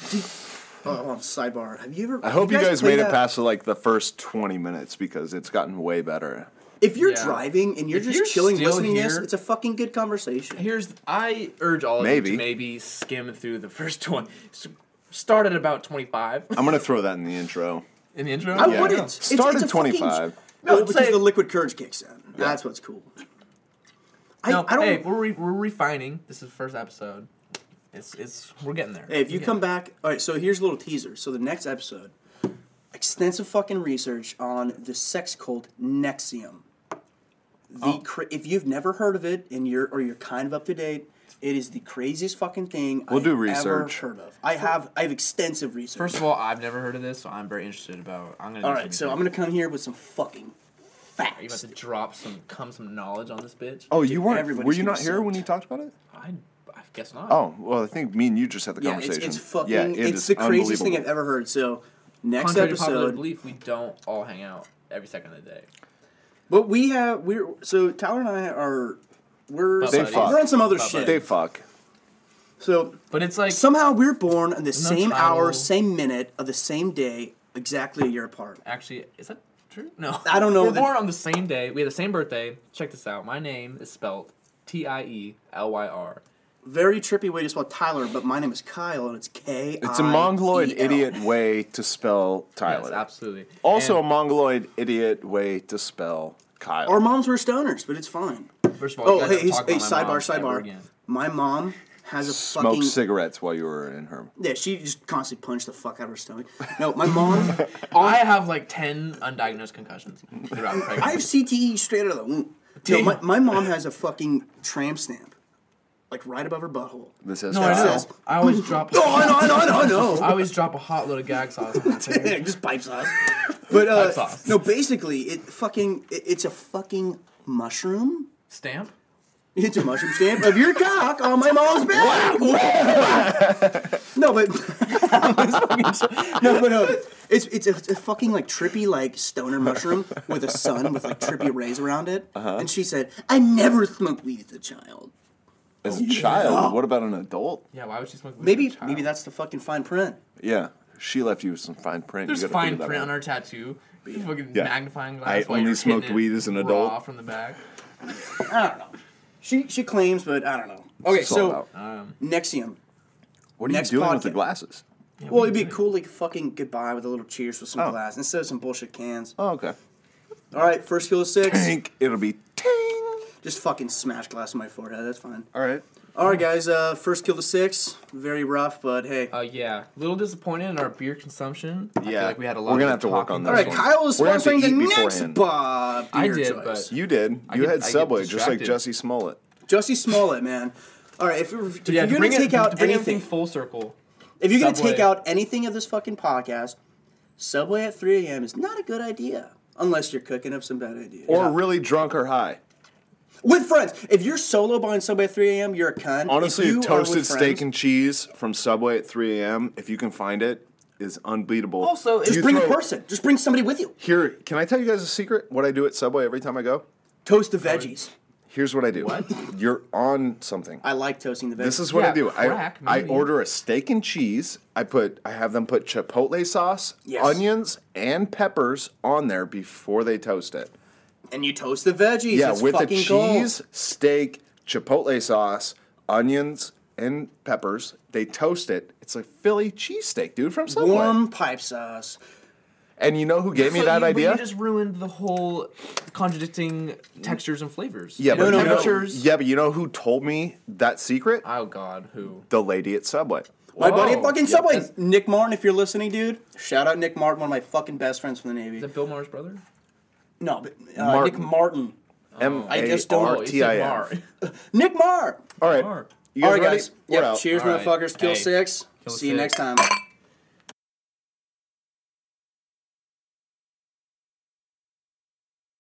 Speaker 4: oh, on sidebar. Have you ever
Speaker 1: I hope you guys, made
Speaker 4: played,
Speaker 1: it
Speaker 4: uh,
Speaker 1: past like the first twenty minutes because it's gotten way better.
Speaker 4: If you're
Speaker 2: Yeah.
Speaker 4: driving and you're
Speaker 2: If
Speaker 4: just
Speaker 2: you're
Speaker 4: chilling
Speaker 2: still
Speaker 4: listening to this,
Speaker 2: here-
Speaker 4: it's a fucking good conversation.
Speaker 2: Here's I urge all of
Speaker 1: Maybe.
Speaker 2: you to maybe skim through the first one. S- Start at about twenty five
Speaker 1: I'm gonna throw that in the intro.
Speaker 2: in the intro.
Speaker 4: I
Speaker 1: Yeah.
Speaker 4: wouldn't.
Speaker 1: It's- Start at
Speaker 4: a fucking-
Speaker 1: 25.
Speaker 4: No,
Speaker 2: No,
Speaker 4: because
Speaker 2: say-
Speaker 4: the liquid courage kicks in. That's what's cool. I,
Speaker 2: No,
Speaker 4: I don't.
Speaker 2: hey, we're, re- we're refining. This is the first episode. It's it's we're getting there.
Speaker 4: Hey, if you come back, all right. So here's a little teaser. So the next episode, extensive fucking research on the sex cult Nexium. The cra- if you've never heard of it and you're or you're kind of up to date, it is the craziest fucking thing
Speaker 1: We'll
Speaker 4: I've
Speaker 1: do research.
Speaker 4: ever heard of. I have I have extensive research.
Speaker 2: First of all, I've never heard of this, so I'm very interested about. I'm gonna.
Speaker 4: all right. So I'm gonna come here with some fucking
Speaker 2: You about
Speaker 4: facts.
Speaker 2: to drop some come some knowledge on this bitch?
Speaker 1: Oh, you weren't?
Speaker 4: everybody's
Speaker 1: Were you
Speaker 4: gonna
Speaker 1: not here
Speaker 4: suck.
Speaker 1: when you talked about it?
Speaker 2: I, I guess not.
Speaker 1: Oh, well, I think me and you just had the
Speaker 4: Yeah, it's,
Speaker 1: conversation.
Speaker 4: it's fucking.
Speaker 1: Yeah, it
Speaker 4: it's
Speaker 1: is
Speaker 4: the craziest thing I've
Speaker 1: unbelievable.
Speaker 4: ever heard. So next
Speaker 2: Contrary to popular
Speaker 4: episode,
Speaker 2: belief, we don't all hang out every second of the day.
Speaker 4: But we have we're so Tyler and I are we're
Speaker 2: They
Speaker 1: fuck.
Speaker 4: we're on some other
Speaker 2: Bye-bye.
Speaker 4: shit.
Speaker 1: They fuck.
Speaker 4: so
Speaker 2: But it's like
Speaker 4: somehow we're born on the same
Speaker 2: title.
Speaker 4: hour, same minute of the same day, exactly a year apart.
Speaker 2: actually, is that true? No,
Speaker 4: I don't know
Speaker 2: We're
Speaker 4: the-
Speaker 2: born on the same day. We had the same birthday. Check this out. My name is spelled T I E L Y R.
Speaker 4: Very trippy way to spell Tyler, but my name is Kyle and it's K. E
Speaker 1: It's a mongoloid idiot way to spell Tyler.
Speaker 2: Yes, absolutely.
Speaker 1: Also,
Speaker 2: And
Speaker 1: a mongoloid idiot way to spell Kyle.
Speaker 4: Our moms were stoners, but it's fine.
Speaker 2: first of all,
Speaker 4: Oh
Speaker 2: you guys
Speaker 4: hey,
Speaker 2: don't
Speaker 4: hey, hey,
Speaker 2: talk about my mom
Speaker 4: sidebar,
Speaker 2: ever
Speaker 4: sidebar.
Speaker 2: again.
Speaker 4: My mom has a
Speaker 1: Smoked
Speaker 4: fucking
Speaker 1: cigarettes while you were in her.
Speaker 4: yeah. She just constantly punched the fuck out of her stomach. No, my mom.
Speaker 2: I have like ten undiagnosed concussions throughout pregnancy.
Speaker 4: I have CTE straight out of the womb. No,
Speaker 2: Damn.
Speaker 4: my, my mom has a fucking tramp stamp, like right above her butthole.
Speaker 1: This is
Speaker 2: No, I know.
Speaker 4: says-
Speaker 2: I always drop.
Speaker 4: No, I know, I know, I know, I know.
Speaker 2: I always drop a hot load of gag sauce. on my finger.
Speaker 4: just pipe sauce. But uh,
Speaker 2: Pipe sauce.
Speaker 4: no, basically, it fucking it, it's a fucking mushroom.
Speaker 2: Stamp.
Speaker 4: It's a mushroom stamp of your cock on my mom's back. no, but no, but uh, it's it's a, it's a fucking like trippy like stoner mushroom with a sun with like trippy rays around it. And she said, "I never smoked weed as a child."
Speaker 1: as a child. What about an adult?
Speaker 2: Yeah, why would she smoke weed?
Speaker 4: Maybe
Speaker 2: as a child?
Speaker 4: maybe that's the fucking fine print.
Speaker 1: Yeah, she left you with some fine print.
Speaker 2: There's
Speaker 1: you gotta
Speaker 2: fine
Speaker 1: figure that
Speaker 2: print
Speaker 1: out.
Speaker 2: on our tattoo. There's fucking
Speaker 1: Yeah.
Speaker 2: magnifying glass.
Speaker 1: I
Speaker 2: while
Speaker 1: only
Speaker 2: you're
Speaker 1: smoked
Speaker 2: hitting it
Speaker 1: weed as an
Speaker 2: raw
Speaker 1: adult.
Speaker 2: From the back.
Speaker 4: I don't know. She she claims, but I don't know. Okay,
Speaker 1: It's all
Speaker 4: so
Speaker 1: about-
Speaker 4: Nexium.
Speaker 1: what are you
Speaker 4: next
Speaker 1: doing with the
Speaker 4: podcast.
Speaker 1: glasses?
Speaker 4: Well, it'd be cool like fucking goodbye with a little cheers with some
Speaker 1: Oh.
Speaker 4: glass instead of some bullshit cans.
Speaker 1: Oh, okay.
Speaker 4: All right, first kill of six.
Speaker 1: Tank. It'll be ting.
Speaker 4: Just fucking smash glass in my forehead. That's fine.
Speaker 1: All right.
Speaker 4: All right, guys. Uh, first kill to six. Very rough, but hey.
Speaker 2: Uh, yeah, a little disappointed in our beer consumption. I feel
Speaker 1: Yeah.
Speaker 2: like we had a
Speaker 1: We're
Speaker 2: lot.
Speaker 1: gonna
Speaker 2: of
Speaker 1: have to work on
Speaker 2: talking
Speaker 4: All
Speaker 1: this
Speaker 4: right,
Speaker 2: about
Speaker 1: one.
Speaker 4: Kyle is
Speaker 1: We're gonna have to
Speaker 4: sponsoring the
Speaker 1: eat
Speaker 4: next
Speaker 1: beforehand.
Speaker 4: Bob.
Speaker 2: I
Speaker 4: beer
Speaker 2: did,
Speaker 4: choice.
Speaker 2: but-
Speaker 1: You did.
Speaker 2: I
Speaker 1: You
Speaker 2: get- I
Speaker 1: had
Speaker 2: get
Speaker 1: Subway, just like
Speaker 2: distracted.
Speaker 1: Jussie Smollett.
Speaker 4: Jussie Smollett, man. All right, if, if
Speaker 2: Yeah,
Speaker 4: you're
Speaker 2: to bring
Speaker 4: gonna
Speaker 2: it-
Speaker 4: take
Speaker 2: to
Speaker 4: out
Speaker 2: bring
Speaker 4: anything,
Speaker 2: full circle.
Speaker 4: if you're gonna
Speaker 2: Subway.
Speaker 4: take out anything of this fucking podcast, Subway at 3 a.m. is not a good idea unless you're cooking up some bad ideas
Speaker 1: Or really drunk or high.
Speaker 4: with friends. If you're solo buying Subway at 3 a.m., you're a cunt. If
Speaker 1: Honestly,
Speaker 4: you are
Speaker 1: toasted
Speaker 4: with
Speaker 1: steak
Speaker 4: friends-
Speaker 1: and cheese from Subway at 3 a.m. If you can find it, is unbeatable.
Speaker 4: Also,
Speaker 1: Do
Speaker 4: just
Speaker 1: you
Speaker 4: bring a
Speaker 1: throw-
Speaker 4: person. Just bring somebody with you.
Speaker 1: Here, can I tell you guys a secret? What I do at Subway every time I go?
Speaker 4: Toast the veggies.
Speaker 1: Here's what I do.
Speaker 2: What?
Speaker 1: You're on something.
Speaker 4: I like toasting the veggies.
Speaker 1: This is what I
Speaker 2: Yeah,
Speaker 1: do.
Speaker 2: crack,
Speaker 1: I I
Speaker 2: maybe.
Speaker 1: order a steak and cheese. I put I have them put chipotle sauce,
Speaker 4: Yes.
Speaker 1: onions, and peppers on there before they toast it.
Speaker 4: and you toast the veggies.
Speaker 1: Yeah,
Speaker 4: It's
Speaker 1: with the
Speaker 4: fucking
Speaker 1: cheese,
Speaker 4: gold.
Speaker 1: steak, chipotle sauce, onions, and peppers. They toast it. It's a Philly cheesesteak, dude, from Subway.
Speaker 4: warm pipe sauce.
Speaker 1: And you know who gave me
Speaker 2: So you-
Speaker 1: that
Speaker 2: but
Speaker 1: idea?
Speaker 2: You just ruined the whole contradicting textures and flavors.
Speaker 1: yeah,
Speaker 4: No,
Speaker 1: but
Speaker 4: no,
Speaker 1: you
Speaker 4: no.
Speaker 1: know, yeah, but you know who told me that secret?
Speaker 2: Oh God, who?
Speaker 1: The lady at Subway.
Speaker 4: My buddy
Speaker 2: Oh,
Speaker 4: at fucking
Speaker 2: yeah,
Speaker 4: Subway,
Speaker 2: that's-
Speaker 4: Nick Martin. If you're listening, dude, shout out Nick Martin, one of my fucking best friends from the
Speaker 2: Is
Speaker 4: Navy.
Speaker 2: that Bill Maher's brother?
Speaker 4: No, but uh,
Speaker 1: Martin.
Speaker 4: Nick Martin,
Speaker 1: M
Speaker 4: I
Speaker 1: A
Speaker 4: just don't know.
Speaker 1: R
Speaker 2: he
Speaker 1: T I
Speaker 2: said
Speaker 1: N.
Speaker 2: Oh, Mar.
Speaker 4: Nick Marr.
Speaker 1: All right.
Speaker 2: Mar.
Speaker 1: You
Speaker 4: All
Speaker 1: guys
Speaker 4: right,
Speaker 1: ready?
Speaker 4: guys.
Speaker 1: We're
Speaker 4: Yep,
Speaker 1: out.
Speaker 4: Cheers,
Speaker 2: All right.
Speaker 4: motherfuckers. Kill
Speaker 2: Hey.
Speaker 4: six.
Speaker 2: Kill
Speaker 4: See you next
Speaker 2: six.
Speaker 4: time.